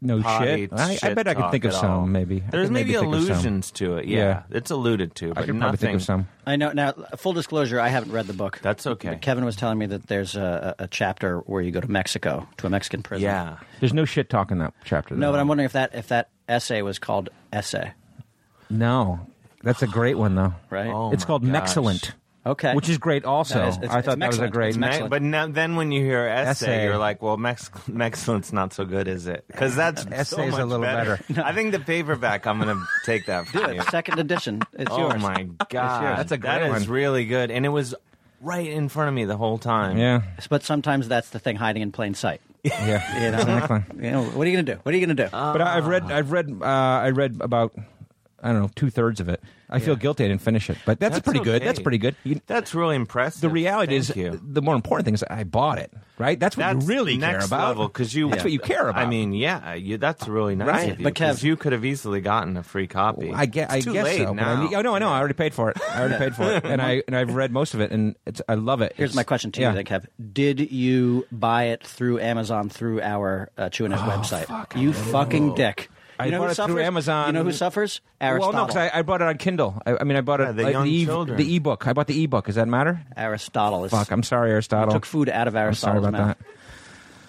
[SPEAKER 1] no
[SPEAKER 7] potty
[SPEAKER 1] shit. I, I
[SPEAKER 7] shit
[SPEAKER 1] bet I could
[SPEAKER 7] talk
[SPEAKER 1] think of
[SPEAKER 7] at
[SPEAKER 1] some.
[SPEAKER 7] all.
[SPEAKER 1] Maybe I
[SPEAKER 7] There's
[SPEAKER 1] could
[SPEAKER 7] maybe,
[SPEAKER 1] think of some.
[SPEAKER 7] allusions to it. Yeah.
[SPEAKER 1] Yeah.
[SPEAKER 7] it's alluded to, but
[SPEAKER 1] I could
[SPEAKER 7] nothing.
[SPEAKER 1] probably think of some.
[SPEAKER 6] I know. Now, full disclosure, I haven't read the book.
[SPEAKER 7] That's okay.
[SPEAKER 6] But Kevin was telling me that there's a, a a chapter where you go to Mexico to a Mexican prison.
[SPEAKER 7] Yeah,
[SPEAKER 1] There's no shit talk in that chapter.
[SPEAKER 6] No,
[SPEAKER 1] though.
[SPEAKER 6] but I'm wondering if that if that essay was called essay,
[SPEAKER 1] no. That's a great one though.
[SPEAKER 6] right?
[SPEAKER 7] Oh
[SPEAKER 1] it's
[SPEAKER 7] my
[SPEAKER 1] called
[SPEAKER 7] gosh.
[SPEAKER 1] Mexcellent.
[SPEAKER 6] Okay.
[SPEAKER 1] which is great. Also,
[SPEAKER 6] That is- it's-
[SPEAKER 1] I
[SPEAKER 6] it's
[SPEAKER 1] thought that was a
[SPEAKER 6] Mexcellent.
[SPEAKER 1] great.
[SPEAKER 6] It's
[SPEAKER 7] Me-
[SPEAKER 6] Excellent.
[SPEAKER 7] but now, then when you hear essay,
[SPEAKER 1] Essay.
[SPEAKER 7] you're like, well, Mex- [LAUGHS] Mexcellent's not so good, is it? Because
[SPEAKER 1] [LAUGHS]
[SPEAKER 7] that's so
[SPEAKER 1] Essay's a
[SPEAKER 7] much
[SPEAKER 1] little
[SPEAKER 7] [LAUGHS] I think the paperback. I'm going to
[SPEAKER 1] [LAUGHS]
[SPEAKER 7] take that
[SPEAKER 6] Do
[SPEAKER 7] from you.
[SPEAKER 6] it. Second edition. It's
[SPEAKER 7] oh
[SPEAKER 6] yours.
[SPEAKER 7] my god,
[SPEAKER 1] That's a great
[SPEAKER 7] That is
[SPEAKER 1] one.
[SPEAKER 7] really good, and it was right in front of me the whole time. [LAUGHS]
[SPEAKER 1] Yeah,
[SPEAKER 6] But sometimes that's the thing hiding in plain sight.
[SPEAKER 1] yeah.
[SPEAKER 6] You know?
[SPEAKER 1] Exactly.
[SPEAKER 6] You know, what are you going to do? What are you going to do?
[SPEAKER 1] But I- I've read,
[SPEAKER 7] Ah.
[SPEAKER 1] I've read, uh, I read about, I don't know, two thirds of it. I feel guilty I didn't finish it, but that's, pretty good.
[SPEAKER 7] okay.
[SPEAKER 1] That's pretty good. You-
[SPEAKER 7] That's really impressive.
[SPEAKER 1] the reality is,
[SPEAKER 7] Thank you.
[SPEAKER 1] the more important thing is I bought it, right? That's what you
[SPEAKER 7] that's
[SPEAKER 1] really
[SPEAKER 7] next
[SPEAKER 1] care about.
[SPEAKER 7] level because you.
[SPEAKER 1] That's what
[SPEAKER 7] [LAUGHS]
[SPEAKER 1] you care about.
[SPEAKER 7] I mean, yeah, you, that's really nice
[SPEAKER 1] Right.
[SPEAKER 7] of you.
[SPEAKER 6] But Kev-
[SPEAKER 7] 'cause you could have easily gotten a free copy.
[SPEAKER 1] I guess,
[SPEAKER 7] It's
[SPEAKER 1] I
[SPEAKER 7] too
[SPEAKER 1] guess
[SPEAKER 7] late
[SPEAKER 1] so. but I,
[SPEAKER 7] now.
[SPEAKER 1] need- oh no, I know. I already paid for it. I already paid for it, and I and I've read most of it, and it's, I love it.
[SPEAKER 6] Here's
[SPEAKER 1] It's-
[SPEAKER 6] my question to
[SPEAKER 1] yeah.
[SPEAKER 6] you, then, Kev. Did you buy it through Amazon through our uh, Chewing
[SPEAKER 1] Oh,
[SPEAKER 6] It website? you fucking dick.
[SPEAKER 1] I
[SPEAKER 6] you know
[SPEAKER 1] bought
[SPEAKER 6] who
[SPEAKER 1] it through
[SPEAKER 6] suffers?
[SPEAKER 1] Amazon.
[SPEAKER 6] You know who suffers?
[SPEAKER 1] Well,
[SPEAKER 6] Aristotle.
[SPEAKER 1] no, because I, I bought it on Kindle. I, I mean, I bought it
[SPEAKER 7] Yeah, the
[SPEAKER 1] like,
[SPEAKER 7] young
[SPEAKER 1] e-
[SPEAKER 7] children.
[SPEAKER 1] the ebook. I bought the ebook. Does that matter?
[SPEAKER 6] Aristotle. Is,
[SPEAKER 1] Fuck. I'm sorry, Aristotle.
[SPEAKER 6] took food out of Uh,
[SPEAKER 1] I'm sorry
[SPEAKER 6] Aristotle's
[SPEAKER 1] about
[SPEAKER 6] mouth.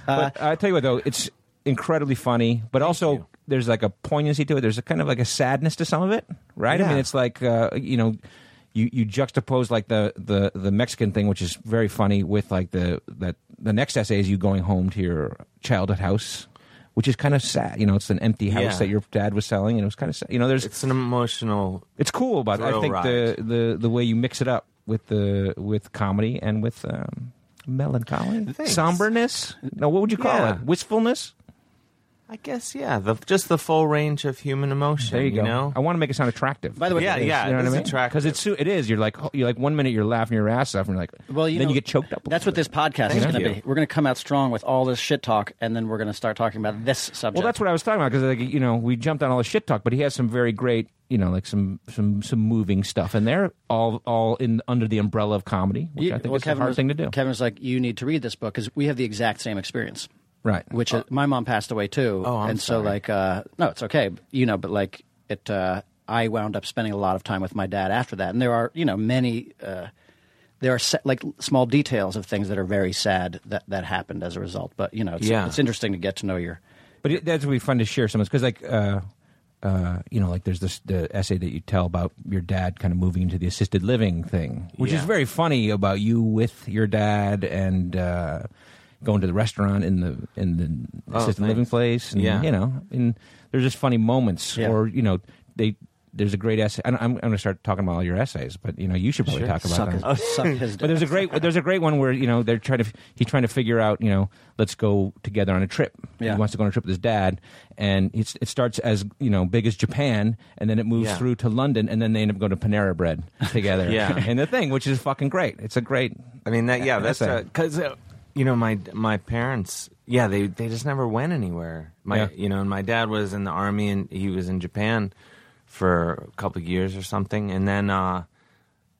[SPEAKER 1] that.
[SPEAKER 7] Uh,
[SPEAKER 1] but I tell you what, though, it's incredibly funny, but also there's like a poignancy to it. There's a kind of like a sadness to some of it, right? I mean,
[SPEAKER 7] Yeah.
[SPEAKER 1] it's like uh, you know, you you juxtapose like the, the the Mexican thing, which is very funny, with like the that the next essay is you going home to your childhood house. Which is kind of sad, you know. It's an empty house
[SPEAKER 7] Yeah.
[SPEAKER 1] that your dad was selling, and it was kind of sad. You know, there's
[SPEAKER 7] It's an emotional.
[SPEAKER 1] it's cool, but I
[SPEAKER 7] Thrill
[SPEAKER 1] think the, the the way you mix it up with the with comedy and with um, melancholy,
[SPEAKER 7] Thanks.
[SPEAKER 1] somberness. No, what would you call
[SPEAKER 7] Yeah.
[SPEAKER 1] it? Wistfulness.
[SPEAKER 7] I guess yeah, the, just the full range of human emotion.
[SPEAKER 1] There you, go.
[SPEAKER 7] know?
[SPEAKER 1] I want to make it sound attractive.
[SPEAKER 6] By the way,
[SPEAKER 7] Yeah,
[SPEAKER 6] it is.
[SPEAKER 7] yeah.
[SPEAKER 1] you know what
[SPEAKER 7] it's
[SPEAKER 1] I mean?
[SPEAKER 7] attractive.
[SPEAKER 1] Because it's so- it is. You're like you're like one minute you're laughing your ass off, and you're like,
[SPEAKER 6] Well, you
[SPEAKER 1] then you
[SPEAKER 6] know,
[SPEAKER 1] get choked up. a
[SPEAKER 6] That's
[SPEAKER 1] little
[SPEAKER 6] what this podcast is
[SPEAKER 7] Thank
[SPEAKER 6] going to
[SPEAKER 7] you.
[SPEAKER 6] be. We're going to come out strong with all this shit talk, and then we're going to start talking about this subject.
[SPEAKER 1] Well, that's what I was talking about because, like, you know, we jumped on all the shit talk, but he has some very great, you know, like some some some moving stuff, and they're all all in under the umbrella of comedy, which
[SPEAKER 6] You-
[SPEAKER 1] I think
[SPEAKER 6] well,
[SPEAKER 1] is a hard
[SPEAKER 6] was,
[SPEAKER 1] thing to do.
[SPEAKER 6] Kevin was like, "You need to read this book because we have the exact same experience."
[SPEAKER 1] Right.
[SPEAKER 6] Which is, my mom passed away too,
[SPEAKER 7] Oh, I'm
[SPEAKER 6] and so
[SPEAKER 7] sorry.
[SPEAKER 6] like, uh, no, it's okay, you know. But like, it, uh, I wound up spending a lot of time with my dad after that, and there are you know many. Uh, there are se- like small details of things that are very sad that, that happened as a result, but you know it's,
[SPEAKER 7] Yeah.
[SPEAKER 6] it's interesting to get to know your
[SPEAKER 1] But it, that's would be fun to share someone's because like uh, uh, you know like there's this the essay that you tell about your dad kind of moving into the assisted living thing, which is
[SPEAKER 7] Yeah.
[SPEAKER 1] very funny about you with your dad and uh, going to the restaurant in the in the
[SPEAKER 7] Oh,
[SPEAKER 1] assisted living
[SPEAKER 7] thanks.
[SPEAKER 1] place, and,
[SPEAKER 7] Yeah.
[SPEAKER 1] you know, and there's just funny moments
[SPEAKER 6] Yeah.
[SPEAKER 1] or you know they. There's a great essay. I don't- I'm, I'm going to start talking about all your essays, but you know you should probably talk about
[SPEAKER 6] suck
[SPEAKER 1] them.
[SPEAKER 6] his, suck his
[SPEAKER 1] [LAUGHS] But there's a great there's a great one where you know they're trying to he's trying to figure out you know let's go together on a trip.
[SPEAKER 6] Yeah.
[SPEAKER 1] He wants to go on a trip with his dad, and it's, it starts as you know big as Japan, and then it moves
[SPEAKER 7] Yeah.
[SPEAKER 1] through to London, and then they end up going to Panera Bread [LAUGHS] together.
[SPEAKER 7] Yeah.
[SPEAKER 1] and the thing which is fucking great. It's a great.
[SPEAKER 7] I mean that. Yeah,
[SPEAKER 1] That's
[SPEAKER 7] that's because uh, you know my my parents. Yeah, they they just never went anywhere. My
[SPEAKER 1] Yeah.
[SPEAKER 7] you know, and my dad was in the army and he was in Japan for a couple of years or something, and then uh,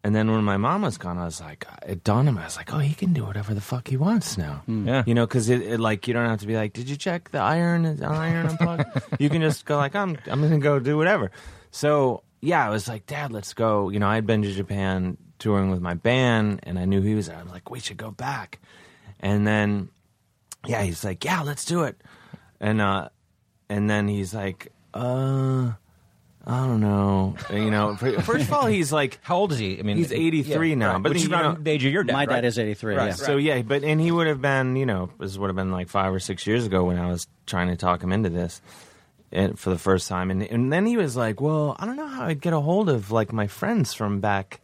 [SPEAKER 7] and then when my mom was gone, I was like, uh, it dawned on me, I was like, oh, he can do whatever the fuck he wants now.
[SPEAKER 1] Yeah.
[SPEAKER 7] you know, because it, it like you don't have to be like, did you check the iron is iron unplugged? you can just go like, I'm I'm gonna go do whatever. So yeah, I was like, Dad, let's go. You know, I had been to Japan touring with my band, and I knew he was there. I was like, we should go back. And then yeah, he's like, yeah, let's do it. And uh, and then he's like, uh, I don't know. You know, first of all, he's like,
[SPEAKER 1] How old is he? I mean,
[SPEAKER 7] He's
[SPEAKER 1] it-
[SPEAKER 7] 83 now,
[SPEAKER 1] right.
[SPEAKER 7] but
[SPEAKER 1] which is
[SPEAKER 7] you
[SPEAKER 1] around
[SPEAKER 7] know-
[SPEAKER 1] the age of your dad.
[SPEAKER 6] my dad
[SPEAKER 1] right?
[SPEAKER 6] is 83 yeah.
[SPEAKER 7] So yeah, but and he would have been, you know, this would have been like five or six years ago when I was trying to talk him into this, and for the first time, and and then he was like, well, I don't know how I'd get a hold of like my friends from back.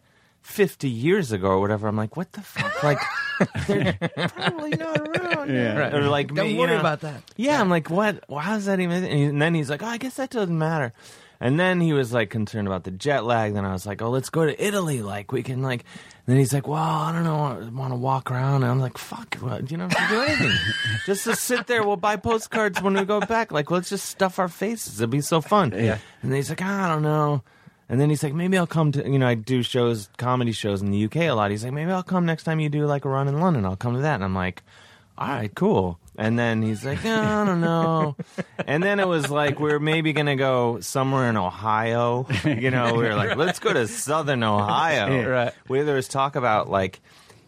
[SPEAKER 7] 50 years ago or whatever i'm like what the fuck like [LAUGHS] they're probably not around yeah or like
[SPEAKER 1] Don't
[SPEAKER 7] me, you
[SPEAKER 1] worry
[SPEAKER 7] know.
[SPEAKER 1] about that.
[SPEAKER 7] yeah, i'm like what well, how's that even and he- and then he's like oh, i guess that doesn't matter And then he was like concerned about the jet lag. Then I was like, oh, let's go to Italy. Like we can like. And then he's like, well, I don't know, I want to walk around. And I'm like, fuck, well, you know, do anything. just to sit there. We'll buy postcards when we go back. Like let's just stuff our faces. It'd be so fun. Yeah. And he's like, I don't know. And then he's like, maybe I'll come to, you know, I do shows, comedy shows in the UK a lot. He's like, maybe I'll come next time you do like a run in London. I'll come to that. And I'm like, all right, cool. And then he's like, "No, I don't
[SPEAKER 6] [LAUGHS]
[SPEAKER 7] know. and then it was like, we are maybe going to go somewhere in Ohio. You know, we were
[SPEAKER 6] [LAUGHS]
[SPEAKER 7] like, let's go to southern Ohio. Right. Where there was talk about like,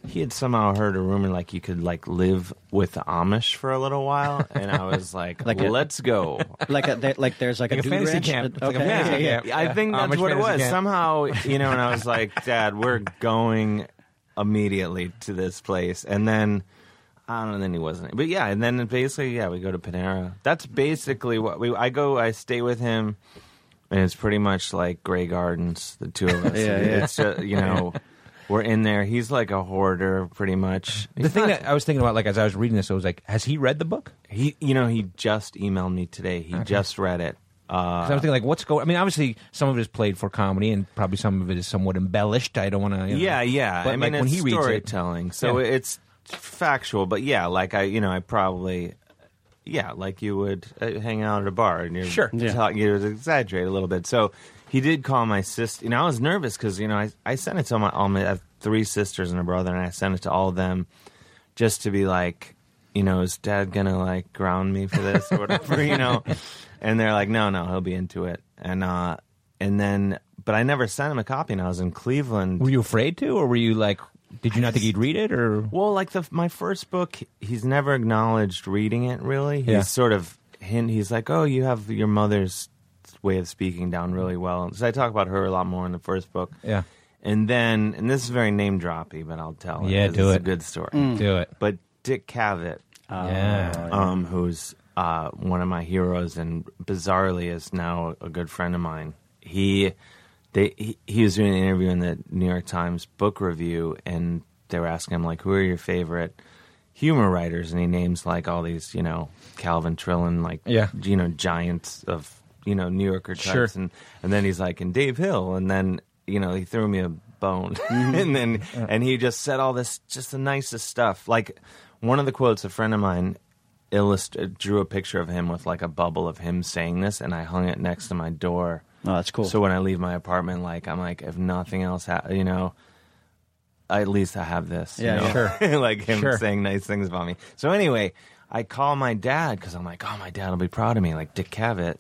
[SPEAKER 7] he had somehow heard a rumor like you could like live with the Amish for a little while. And I was
[SPEAKER 6] [LAUGHS]
[SPEAKER 7] like,
[SPEAKER 6] Like a-
[SPEAKER 7] let's go.
[SPEAKER 6] Like a there- like there's like,
[SPEAKER 1] Like a
[SPEAKER 6] do
[SPEAKER 1] fantasy
[SPEAKER 6] ranch.
[SPEAKER 1] camp. It's
[SPEAKER 6] Okay.
[SPEAKER 1] like a fantasy
[SPEAKER 6] yeah, yeah.
[SPEAKER 1] camp.
[SPEAKER 7] I think
[SPEAKER 1] Amish
[SPEAKER 7] that's what it
[SPEAKER 1] fantasy
[SPEAKER 7] was.
[SPEAKER 1] camp.
[SPEAKER 7] Somehow, you know, and I was like, [LAUGHS] Dad, we're going immediately to this place. And then, I don't know, then he wasn't. But yeah, and then basically, yeah, we go to Panera. That's basically what we, I go, I stay with him, and it's pretty much like Grey Gardens,
[SPEAKER 1] [LAUGHS]
[SPEAKER 7] the two of us.
[SPEAKER 6] Yeah, yeah.
[SPEAKER 7] It's just, you know, we're in there. He's like a hoarder, pretty much.
[SPEAKER 1] The thing that I was thinking about, like as I was reading this, I was like, has he read the book?
[SPEAKER 7] He, you know, he just emailed me today. He just read it. Uh,
[SPEAKER 1] 'Cause I was thinking, like, what's going? I mean, obviously, some of it is played for comedy, and probably some of it is somewhat embellished. I don't want to. You know.
[SPEAKER 7] Yeah, yeah.
[SPEAKER 1] But
[SPEAKER 7] I
[SPEAKER 1] like,
[SPEAKER 7] mean, it's
[SPEAKER 1] when he reads it,
[SPEAKER 7] storytelling, so
[SPEAKER 1] Yeah.
[SPEAKER 7] it's factual. But yeah, like I, you know, I probably, yeah, like you would uh, hang out at a bar and you're
[SPEAKER 1] Sure.
[SPEAKER 6] Yeah.
[SPEAKER 7] tell- you exaggerate a little bit. So he did call my sister. You know, I was nervous because you know I I sent it to my all my I have three sisters and a brother, and I sent it to all of them just to be like, you know, is dad gonna like ground me for this or whatever, [LAUGHS] you know? And they're like, no, no, he'll be into it. And uh, and then, but I never sent him a copy. And I was in Cleveland.
[SPEAKER 1] Were you afraid to, or were you like, did you not think he'd read it, or?
[SPEAKER 7] Well, like the my first book, he's never acknowledged reading it. Really, he's
[SPEAKER 1] Yeah.
[SPEAKER 7] sort of hint. He's like, "Oh, you have your mother's way of speaking down really well." So I talk about her a lot more in the first book.
[SPEAKER 1] Yeah.
[SPEAKER 7] and then and this is very name droppy, but I'll tell. it
[SPEAKER 1] Yeah,
[SPEAKER 7] 'cause
[SPEAKER 1] do
[SPEAKER 7] it's
[SPEAKER 1] it.
[SPEAKER 7] A good story.
[SPEAKER 1] Do it.
[SPEAKER 7] But Dick Cavett,
[SPEAKER 1] yeah.
[SPEAKER 7] um, who's uh, one of my heroes and bizarrely is now a good friend of mine. He they he, he was doing an interview in the New York Times book review, and they were asking him like, "Who are your favorite humor writers?" And he names like all these, you know, Calvin Trillin, like
[SPEAKER 1] Yeah.
[SPEAKER 7] you know, giants of you know New Yorker types,
[SPEAKER 1] Sure.
[SPEAKER 7] and and then he's like, "And Dave Hill," and then you know he threw me a bone, [LAUGHS] and then and he just said all this just the nicest stuff. Like one of the quotes, a friend of mine illustrated drew a picture of him with like a bubble of him saying this, and I hung it next to my door.
[SPEAKER 6] Oh, that's cool.
[SPEAKER 7] So when I leave my apartment, like I'm like, if nothing else, ha- you know, at least I have this. you
[SPEAKER 6] Yeah,
[SPEAKER 7] know? [LAUGHS] like him
[SPEAKER 1] Sure.
[SPEAKER 7] saying nice things about me. So anyway, I call my dad because I'm like, oh, my dad will be proud of me. Like Dick Cavett,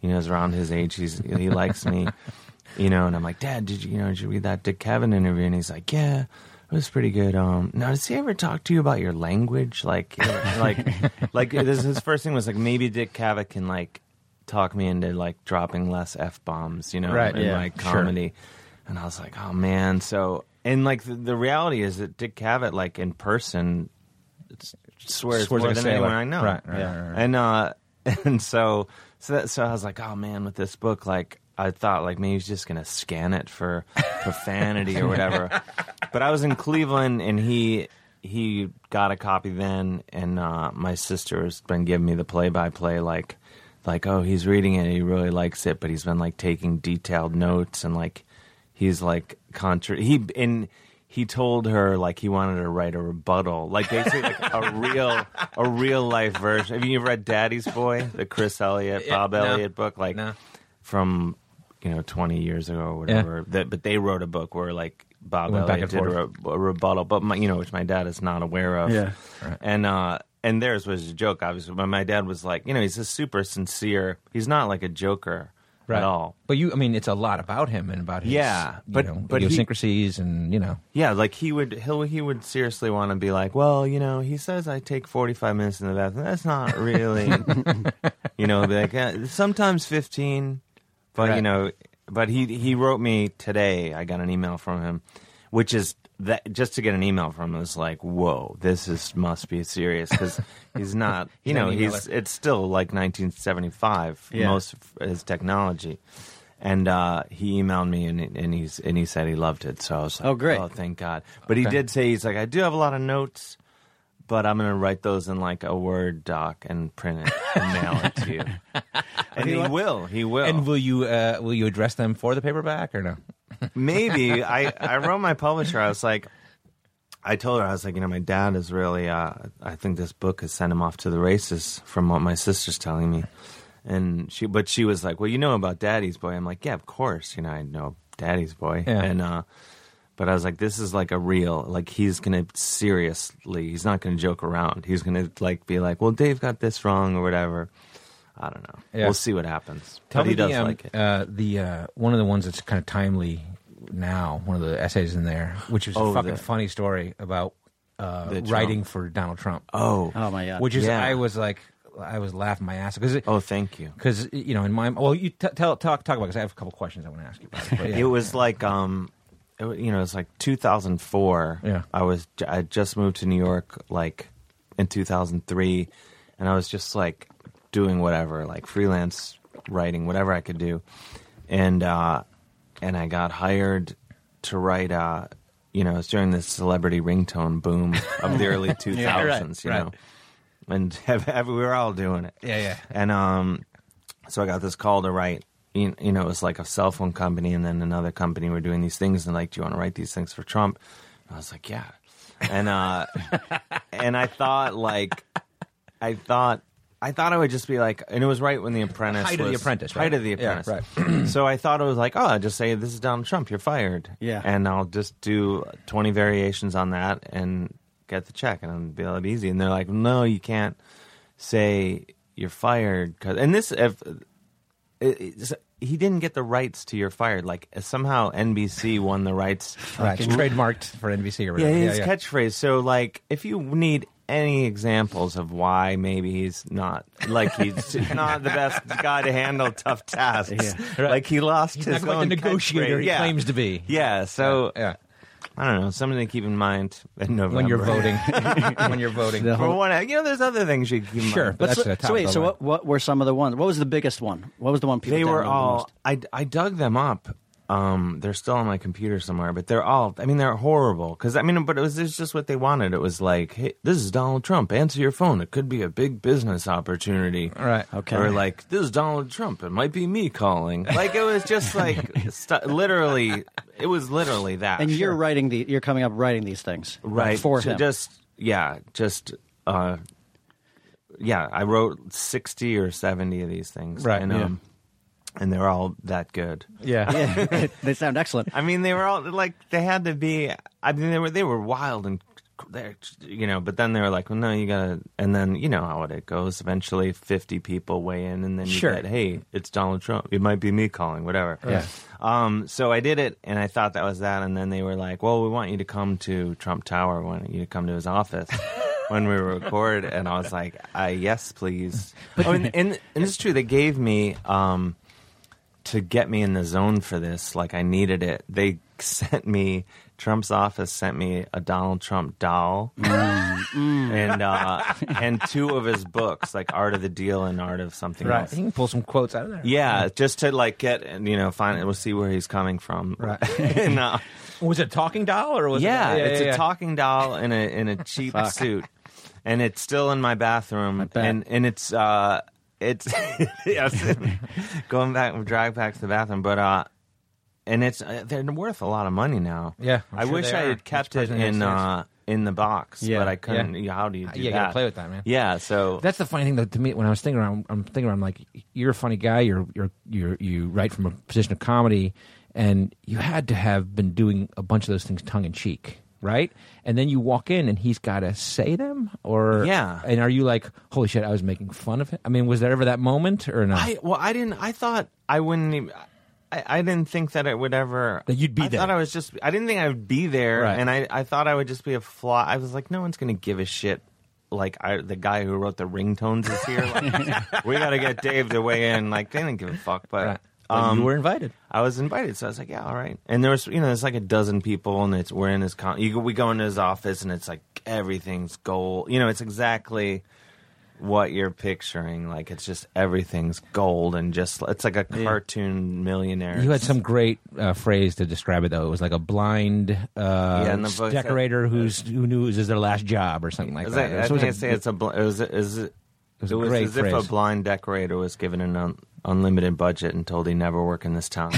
[SPEAKER 7] you know, is around his age. He's he likes me, [LAUGHS] you know. And I'm like, Dad, did you you know did you read that Dick Cavett interview? And he's like, Yeah, it was pretty good. Um, now does he ever talk to you about your language? Like, you know, [LAUGHS] like, like this, his first thing was like, maybe Dick Cavett can like talk me into like dropping less f bombs, you know,
[SPEAKER 1] Right,
[SPEAKER 7] in
[SPEAKER 1] yeah,
[SPEAKER 7] my
[SPEAKER 1] sure.
[SPEAKER 7] comedy. And I was like, oh man. So and like the, the reality is that Dick Cavett, like in person, s- swears,
[SPEAKER 1] Swears like
[SPEAKER 7] more
[SPEAKER 1] a
[SPEAKER 7] than
[SPEAKER 1] sailor.
[SPEAKER 7] anyone I know.
[SPEAKER 1] Right, right, Yeah. right, right.
[SPEAKER 7] And uh, [LAUGHS] and so so that, so I was like, oh man, with this book, like I thought, like maybe he's just gonna scan
[SPEAKER 1] [LAUGHS]
[SPEAKER 7] it for profanity or whatever. But I was in Cleveland, and he he got a copy then, and uh, my sister has been giving me the play by play, like like oh he's reading it, he really likes it, but he's been like taking detailed notes and like he's like contra he and he told her like he wanted to write a rebuttal like basically like a real a real life version have you ever read daddy's boy the chris elliott bob
[SPEAKER 1] no.
[SPEAKER 7] elliott book like
[SPEAKER 1] No.
[SPEAKER 7] from you know 20 years ago or whatever that, but they wrote a book where like bob
[SPEAKER 1] Went back
[SPEAKER 7] elliott did
[SPEAKER 1] and
[SPEAKER 7] a, re- a rebuttal but my, you know which my dad is not aware of
[SPEAKER 6] Yeah.
[SPEAKER 7] and uh and theirs was a joke obviously but my dad was like you know he's a super sincere he's not like a joker at all
[SPEAKER 1] But you, I mean, it's a lot about him and about his,
[SPEAKER 7] Yeah,
[SPEAKER 1] you
[SPEAKER 7] but-
[SPEAKER 1] know,
[SPEAKER 7] but he-
[SPEAKER 1] idiosyncrasies and you know,
[SPEAKER 7] Yeah, like he would he'll, he would seriously want to be like, well, you know, he says I take 45 minutes in the bathroom. That's
[SPEAKER 1] [LAUGHS]
[SPEAKER 7] not really you know, be like "Eh, sometimes 15, but you
[SPEAKER 6] Right.
[SPEAKER 7] know, but he he wrote me today. I got an email from him which is that just to get an email from him is like, whoa, this is must be serious cuz he's not, you know,
[SPEAKER 1] not an
[SPEAKER 7] he's it's still like 1975
[SPEAKER 6] Yeah.
[SPEAKER 7] most of his technology. And uh, he emailed me and and he's and he said he loved it. So I was like,
[SPEAKER 6] Oh, great.
[SPEAKER 7] thank God. But he did say he's like, I do have a lot of notes, but I'm gonna write those in like a Word doc and print it and mail it to you. and he will. He will.
[SPEAKER 1] And will you uh, will you address them for the paperback or no?
[SPEAKER 7] maybe I, I wrote my publisher i was like i told her i was like you know my dad is really uh, i think this book has sent him off to the races from what my sister's telling me and she but she was like well you know about daddy's boy i'm like yeah of course you know i know daddy's boy
[SPEAKER 1] Yeah.
[SPEAKER 7] and uh but I was like, this is like a real, like he's gonna seriously, he's not gonna joke around. He's gonna like be like, well, Dave got this wrong or whatever. I don't know.
[SPEAKER 1] Yeah.
[SPEAKER 7] We'll see what happens.
[SPEAKER 1] Tell
[SPEAKER 7] but
[SPEAKER 1] me
[SPEAKER 7] he does
[SPEAKER 1] the, um,
[SPEAKER 7] like it.
[SPEAKER 1] Uh, the uh, one of the ones that's kind of timely now. One of the essays in there, which is
[SPEAKER 7] Oh,
[SPEAKER 1] a fucking
[SPEAKER 7] the-
[SPEAKER 1] funny story about uh,
[SPEAKER 7] The Trump.
[SPEAKER 1] writing for Donald Trump.
[SPEAKER 7] oh,
[SPEAKER 6] Oh my god.
[SPEAKER 1] which is
[SPEAKER 7] yeah.
[SPEAKER 1] I was like I was laughing my ass because
[SPEAKER 7] oh, thank you.
[SPEAKER 1] because you know in my well you t- tell talk talk about because I have a couple questions I want to ask you. About it, but yeah.
[SPEAKER 7] [LAUGHS] It was like um, it, wa- you know, it's like 2004.
[SPEAKER 1] Yeah.
[SPEAKER 7] I was j- I just moved to New York like in 2003, and I was just like doing whatever, like freelance writing, whatever I could do, and uh, and I got hired to write uh. You know, it's during this celebrity ringtone boom of
[SPEAKER 1] [LAUGHS]
[SPEAKER 7] the early 2000s, you
[SPEAKER 1] right.
[SPEAKER 7] know. And [LAUGHS] we were all doing it.
[SPEAKER 1] Yeah, yeah.
[SPEAKER 7] [LAUGHS] And um, so I got this call to write. You, you know, it was like a cell phone company and then another company were doing these things and like, do you want to write these things for Trump? And I was like, yeah. And
[SPEAKER 1] [LAUGHS]
[SPEAKER 7] uh, and I thought like, I thought. I thought I would just be like, and it was right when The Apprentice
[SPEAKER 1] Height of The
[SPEAKER 7] was-
[SPEAKER 1] Apprentice, right?
[SPEAKER 7] height of The
[SPEAKER 1] Yeah,
[SPEAKER 7] Apprentice. right. [CLEARS THROAT] so I thought it was like, oh, I'll just say this is Donald Trump, you're fired,
[SPEAKER 6] Yeah.
[SPEAKER 7] and I'll just do twenty variations on that and get the check, and it'll be a lot easy. And they're like, no, you can't say you're fired 'cause-" and this if it- it's- he didn't get the rights to you're fired like somehow NBC won the rights
[SPEAKER 1] Right, it's trademarked for NBC or
[SPEAKER 7] yeah
[SPEAKER 1] whatever.
[SPEAKER 7] his catchphrase so like if you need any examples of why maybe he's not like he's
[SPEAKER 1] [LAUGHS]
[SPEAKER 7] not the best guy to handle tough tasks
[SPEAKER 1] Right.
[SPEAKER 7] like he lost
[SPEAKER 1] He's
[SPEAKER 7] his
[SPEAKER 1] not quite the
[SPEAKER 7] own
[SPEAKER 1] negotiator
[SPEAKER 7] catchphrase.
[SPEAKER 1] he
[SPEAKER 7] yeah.
[SPEAKER 1] claims to be.
[SPEAKER 7] yeah so
[SPEAKER 1] yeah.
[SPEAKER 7] I don't know something to keep in mind in November
[SPEAKER 1] When you're
[SPEAKER 7] [LAUGHS]
[SPEAKER 1] voting, when you're voting,
[SPEAKER 7] for one you know there's other things you can keep in
[SPEAKER 1] Sure,
[SPEAKER 7] mind.
[SPEAKER 1] but that's
[SPEAKER 6] so,
[SPEAKER 1] at the
[SPEAKER 6] so
[SPEAKER 1] top
[SPEAKER 6] wait,
[SPEAKER 1] of
[SPEAKER 6] so
[SPEAKER 1] the
[SPEAKER 6] what, what were some of the ones? What was the biggest one? What was the one people
[SPEAKER 7] they were
[SPEAKER 6] downloaded the
[SPEAKER 7] all
[SPEAKER 6] most?
[SPEAKER 7] I, I dug them up um they're still on my computer somewhere but they're all i mean they're horrible because i mean but it was, it's just what they wanted it was like hey this is donald trump answer your phone it could be a big business opportunity
[SPEAKER 1] All right.
[SPEAKER 6] Okay.
[SPEAKER 7] or like this is donald trump it might be me calling like it was just
[SPEAKER 6] [LAUGHS]
[SPEAKER 7] like st- literally it was literally that
[SPEAKER 6] and you're writing the you're coming up writing these things uh,
[SPEAKER 7] right
[SPEAKER 6] for
[SPEAKER 7] to
[SPEAKER 6] him.
[SPEAKER 7] just yeah just uh yeah i wrote 60 or 70 of these things
[SPEAKER 1] Right,
[SPEAKER 7] and
[SPEAKER 1] yeah.
[SPEAKER 7] um and they're all that good
[SPEAKER 1] Yeah.
[SPEAKER 6] yeah, [LAUGHS] they sound excellent.
[SPEAKER 7] I mean, they were all like they had to be. I mean, they were they were wild and they're you know. But then they were like, well, no, you gotta. And then you know how it goes. Eventually, fifty people weigh in, and then you
[SPEAKER 1] Sure.
[SPEAKER 7] get, hey, it's Donald Trump. It might be me calling, whatever.
[SPEAKER 1] Yeah.
[SPEAKER 7] Um. So I did it, and I thought that was that. And then they were like, well, we want you to come to Trump Tower. We want you to come to
[SPEAKER 1] [LAUGHS]
[SPEAKER 7] his office. When we record, and I was like, uh, "Yes, please." oh, and, and, and it's true. They gave me um, to get me in the zone for this, like I needed it, they [LAUGHS] sent me Trump's office sent me a Donald Trump doll and uh, and two of his books, like Art of the Deal and Art of Something
[SPEAKER 1] Right.
[SPEAKER 7] Else.
[SPEAKER 1] He can pull some quotes out of there.
[SPEAKER 7] Yeah, just to like get and you know find we'll see where he's coming from. Right. [LAUGHS] and, uh,
[SPEAKER 1] Was it a talking doll or was
[SPEAKER 7] yeah,
[SPEAKER 1] it?
[SPEAKER 7] it's a talking doll in a
[SPEAKER 1] [LAUGHS]
[SPEAKER 7] in a cheap suit, and it's still in my bathroom,
[SPEAKER 6] bet.
[SPEAKER 7] and and it's uh, it's [LAUGHS]
[SPEAKER 1] [LAUGHS]
[SPEAKER 7] yes, going back drag back to the bathroom, but uh, and it's uh, they're worth a lot of money now.
[SPEAKER 1] Yeah, I'm
[SPEAKER 7] i
[SPEAKER 1] sure
[SPEAKER 7] wish
[SPEAKER 1] they
[SPEAKER 7] I
[SPEAKER 1] are.
[SPEAKER 7] had kept
[SPEAKER 1] Each
[SPEAKER 7] it
[SPEAKER 1] person in
[SPEAKER 7] in
[SPEAKER 1] their
[SPEAKER 7] uh in the box,
[SPEAKER 6] Yeah,
[SPEAKER 7] but I couldn't. Yeah. How do you
[SPEAKER 1] Uh,
[SPEAKER 7] do
[SPEAKER 1] yeah, you
[SPEAKER 7] that?
[SPEAKER 1] gotta play with that, man.
[SPEAKER 7] Yeah, so
[SPEAKER 1] That's the funny thing, though. To me, when I was thinking around, I'm thinking around like you're a funny guy. You're you're you you write from a position of comedy, and you had to have been doing a bunch of those things tongue in cheek, right? And then you walk in, and he's got to say them, or
[SPEAKER 7] Yeah.
[SPEAKER 1] And are you like, holy shit, I was making fun of him? I mean, was there ever that moment or not?
[SPEAKER 7] I well, I didn't. I thought I wouldn't. Even, I, I didn't think that it would ever.
[SPEAKER 1] That you'd be
[SPEAKER 7] I
[SPEAKER 1] there.
[SPEAKER 7] thought I was just. I didn't think I would be there,
[SPEAKER 1] Right.
[SPEAKER 7] and I, I thought I would just be a flaw. I was like, no one's gonna give a shit. Like I, the guy who wrote the ringtones is here.
[SPEAKER 1] [LAUGHS]
[SPEAKER 7] Like, we got to get Dave to weigh in. Like they didn't give a fuck, but.
[SPEAKER 1] Right. But
[SPEAKER 7] Um,
[SPEAKER 1] you were invited.
[SPEAKER 7] I was invited, so I was like, "Yeah, all right." And there was, you know, there's like a dozen people, and it's we're in his con. You, go- we go into his office, and it's like everything's gold. You know, it's exactly what you're picturing. Like it's just everything's gold and just it's like a cartoon millionaire.
[SPEAKER 1] You had some great uh, phrase to describe it though. It was like a blind uh,
[SPEAKER 7] Yeah, in the book,
[SPEAKER 1] decorator
[SPEAKER 7] uh,
[SPEAKER 1] who's who knew it was their last job or something like
[SPEAKER 7] Is
[SPEAKER 1] that.
[SPEAKER 7] that, I
[SPEAKER 1] So it was
[SPEAKER 7] think
[SPEAKER 1] a-
[SPEAKER 7] say it's a. Bl- it was, it was, it
[SPEAKER 1] was
[SPEAKER 7] was,
[SPEAKER 1] a great
[SPEAKER 7] as if
[SPEAKER 1] phrase.
[SPEAKER 7] a blind decorator was given an un- unlimited budget and told he never work in this town.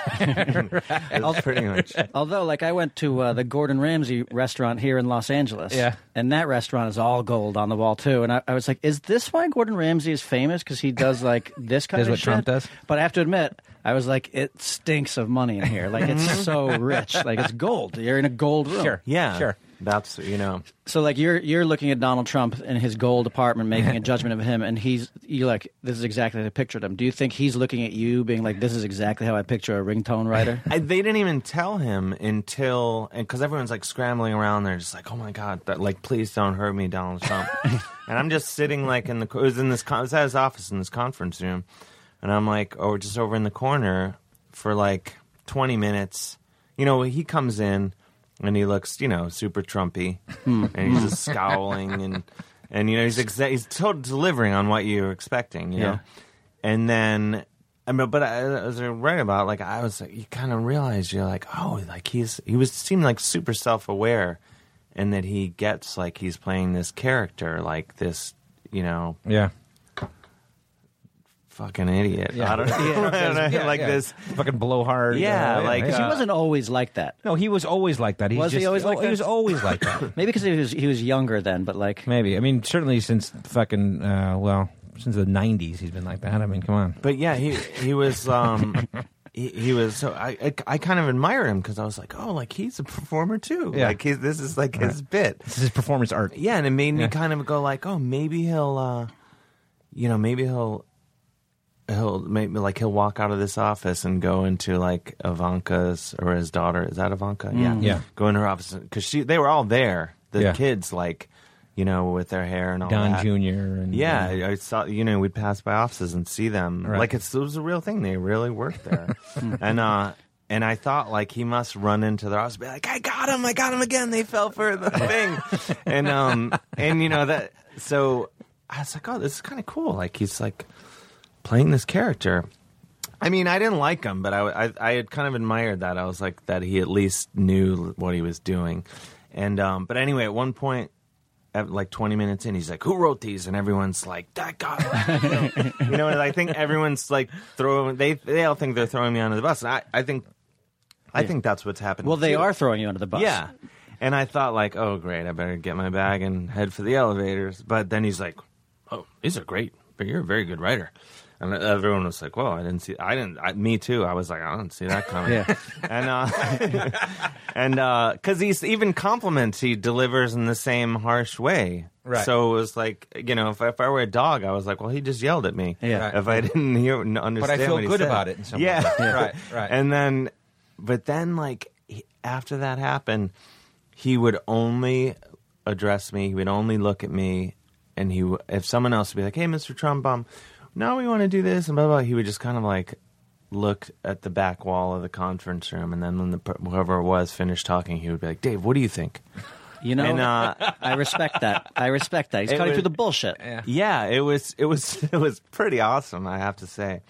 [SPEAKER 1] [LAUGHS]
[SPEAKER 7] [LAUGHS] That's pretty much.
[SPEAKER 6] Although, like, I went to uh, the Gordon Ramsay restaurant here in Los Angeles.
[SPEAKER 1] Yeah.
[SPEAKER 6] And that restaurant is all gold on the wall, too. And I, I was like, is this why Gordon Ramsay is famous? Because he
[SPEAKER 1] [LAUGHS]
[SPEAKER 6] does, like, this kind
[SPEAKER 1] Does
[SPEAKER 6] of
[SPEAKER 1] what
[SPEAKER 6] shit.
[SPEAKER 1] Trump does?
[SPEAKER 6] But I have to admit, I was like, it stinks of money in here.
[SPEAKER 1] [LAUGHS]
[SPEAKER 6] Like, it's so rich. Like, it's gold. You're in a gold room.
[SPEAKER 1] Sure.
[SPEAKER 7] Yeah,
[SPEAKER 1] Sure.
[SPEAKER 7] That's you know.
[SPEAKER 6] So, like, you're you're looking at Donald Trump in his gold apartment,
[SPEAKER 7] [LAUGHS]
[SPEAKER 6] making a judgment of him, and he's you're like, this is exactly how I pictured him. Do you think he's looking at you, being like, this is exactly how I picture a ringtone
[SPEAKER 7] [LAUGHS]
[SPEAKER 6] writer?
[SPEAKER 7] I, they didn't even tell him until because everyone's like scrambling around. They're just like, "Oh my god!" That, like, please don't hurt me, Donald Trump. and I'm just sitting like in the it was in this con- it was at his office in this conference room, and I'm like, oh, just over in the corner for like 20 minutes. You know, he comes in and he looks, you know, super Trumpy, and he's just scowling and and you know he's exa- he's tot- delivering on what you're expecting. You know and then I mean, but I, as I read about, it, like I was, like, you kind of realize you're like, oh, like he's he was seemed like super self aware, and that he gets like he's playing this character, like this, you know,
[SPEAKER 1] yeah.
[SPEAKER 7] fucking idiot. [LAUGHS] I don't know,
[SPEAKER 6] [LAUGHS]
[SPEAKER 7] I don't know,
[SPEAKER 1] [LAUGHS]
[SPEAKER 7] like
[SPEAKER 1] yeah.
[SPEAKER 7] this.
[SPEAKER 1] fucking blowhard.
[SPEAKER 7] Yeah, like, uh,
[SPEAKER 6] Because he wasn't always like that.
[SPEAKER 1] no, he was always like that. He's
[SPEAKER 6] uh, Was he
[SPEAKER 1] just-
[SPEAKER 6] always like
[SPEAKER 1] oh,
[SPEAKER 6] that?
[SPEAKER 1] He was always like
[SPEAKER 6] [LAUGHS]
[SPEAKER 1] that.
[SPEAKER 6] Maybe because he was he was younger then, but like
[SPEAKER 1] Maybe. I mean, certainly since fucking uh, well, since the '90s, he's been like that. I mean, come on.
[SPEAKER 7] But yeah, he he was. um He, he was so I I, I kind of admired him because I was like oh like he's a performer too
[SPEAKER 1] Yeah.
[SPEAKER 7] like he's, this is like his bit
[SPEAKER 1] This is performance art.
[SPEAKER 7] yeah, and it made me kind of go like, oh, maybe he'll, uh, you know, maybe he'll, he'll maybe like he'll walk out of this office and go into like Ivanka's or his daughter. Is that Ivanka? Yeah,
[SPEAKER 1] Mm. Yeah.
[SPEAKER 7] Go in her office because she they were all there. The
[SPEAKER 1] Yeah.
[SPEAKER 7] kids like, you know, with their hair and all
[SPEAKER 1] Don
[SPEAKER 7] that.
[SPEAKER 1] Jr. and uh,
[SPEAKER 7] Yeah, I- I saw. You know, we'd pass by offices and see them.
[SPEAKER 1] Right. Hmm.
[SPEAKER 7] Like it's, it was a real thing. They really
[SPEAKER 1] [LAUGHS]
[SPEAKER 7] worked there, and uh, and I thought like he must run into their office, and be like, "I got him! I got him again! They fell
[SPEAKER 1] [LAUGHS]
[SPEAKER 7] for the thing," and um, and you know that. So I was like, "Oh, this is kind of cool." Like he's like playing this character. I mean, I didn't like him, but I, I, I had kind of admired that. I was like that he at least knew what he was doing, and um, but anyway, at one point, at like twenty minutes in, he's like, "Who wrote these?" And everyone's like, "That guy," [LAUGHS] you know. You know, and I think everyone's like throwing. They they all think they're throwing me under the bus, and I I think I think that's what's happening.
[SPEAKER 6] well, they
[SPEAKER 7] too.
[SPEAKER 6] are throwing you under the bus.
[SPEAKER 7] Yeah. And I thought like, oh great, I better get my bag and head for the elevators. But then he's like, oh, these are great. But you're a very good writer. And everyone was like, whoa, I didn't see. I didn't. I, me too. I was like, I didn't see that coming.
[SPEAKER 6] Yeah.
[SPEAKER 7] [LAUGHS] And uh, [LAUGHS] and because he's even compliments he delivers in the same harsh way.
[SPEAKER 1] Right.
[SPEAKER 7] So it was like, you know, if, if I were a dog, I was like, well, he just yelled at me.
[SPEAKER 6] Yeah. Right.
[SPEAKER 7] If I didn't hear, n- understand,
[SPEAKER 1] feel
[SPEAKER 7] what he
[SPEAKER 1] good
[SPEAKER 7] said.
[SPEAKER 1] about it in some way.
[SPEAKER 7] [LAUGHS] yeah.
[SPEAKER 1] Right, right.
[SPEAKER 7] And then, but then, like he- after that happened, he would only address me. He would only look at me, and he, w- if someone else would be like, "Hey, Mr. Trump, um, now we want to do this," and blah blah, he would just kind of like look at the back wall of the conference room, and then when the per- whoever it was finished talking, he would be like, "Dave, what do you think?"
[SPEAKER 6] you know,
[SPEAKER 7] And uh,
[SPEAKER 6] I respect that. I respect that. He's
[SPEAKER 7] It
[SPEAKER 6] cutting
[SPEAKER 7] was-
[SPEAKER 6] through the bullshit.
[SPEAKER 7] yeah, it was it was [LAUGHS] it was pretty awesome. I have to say.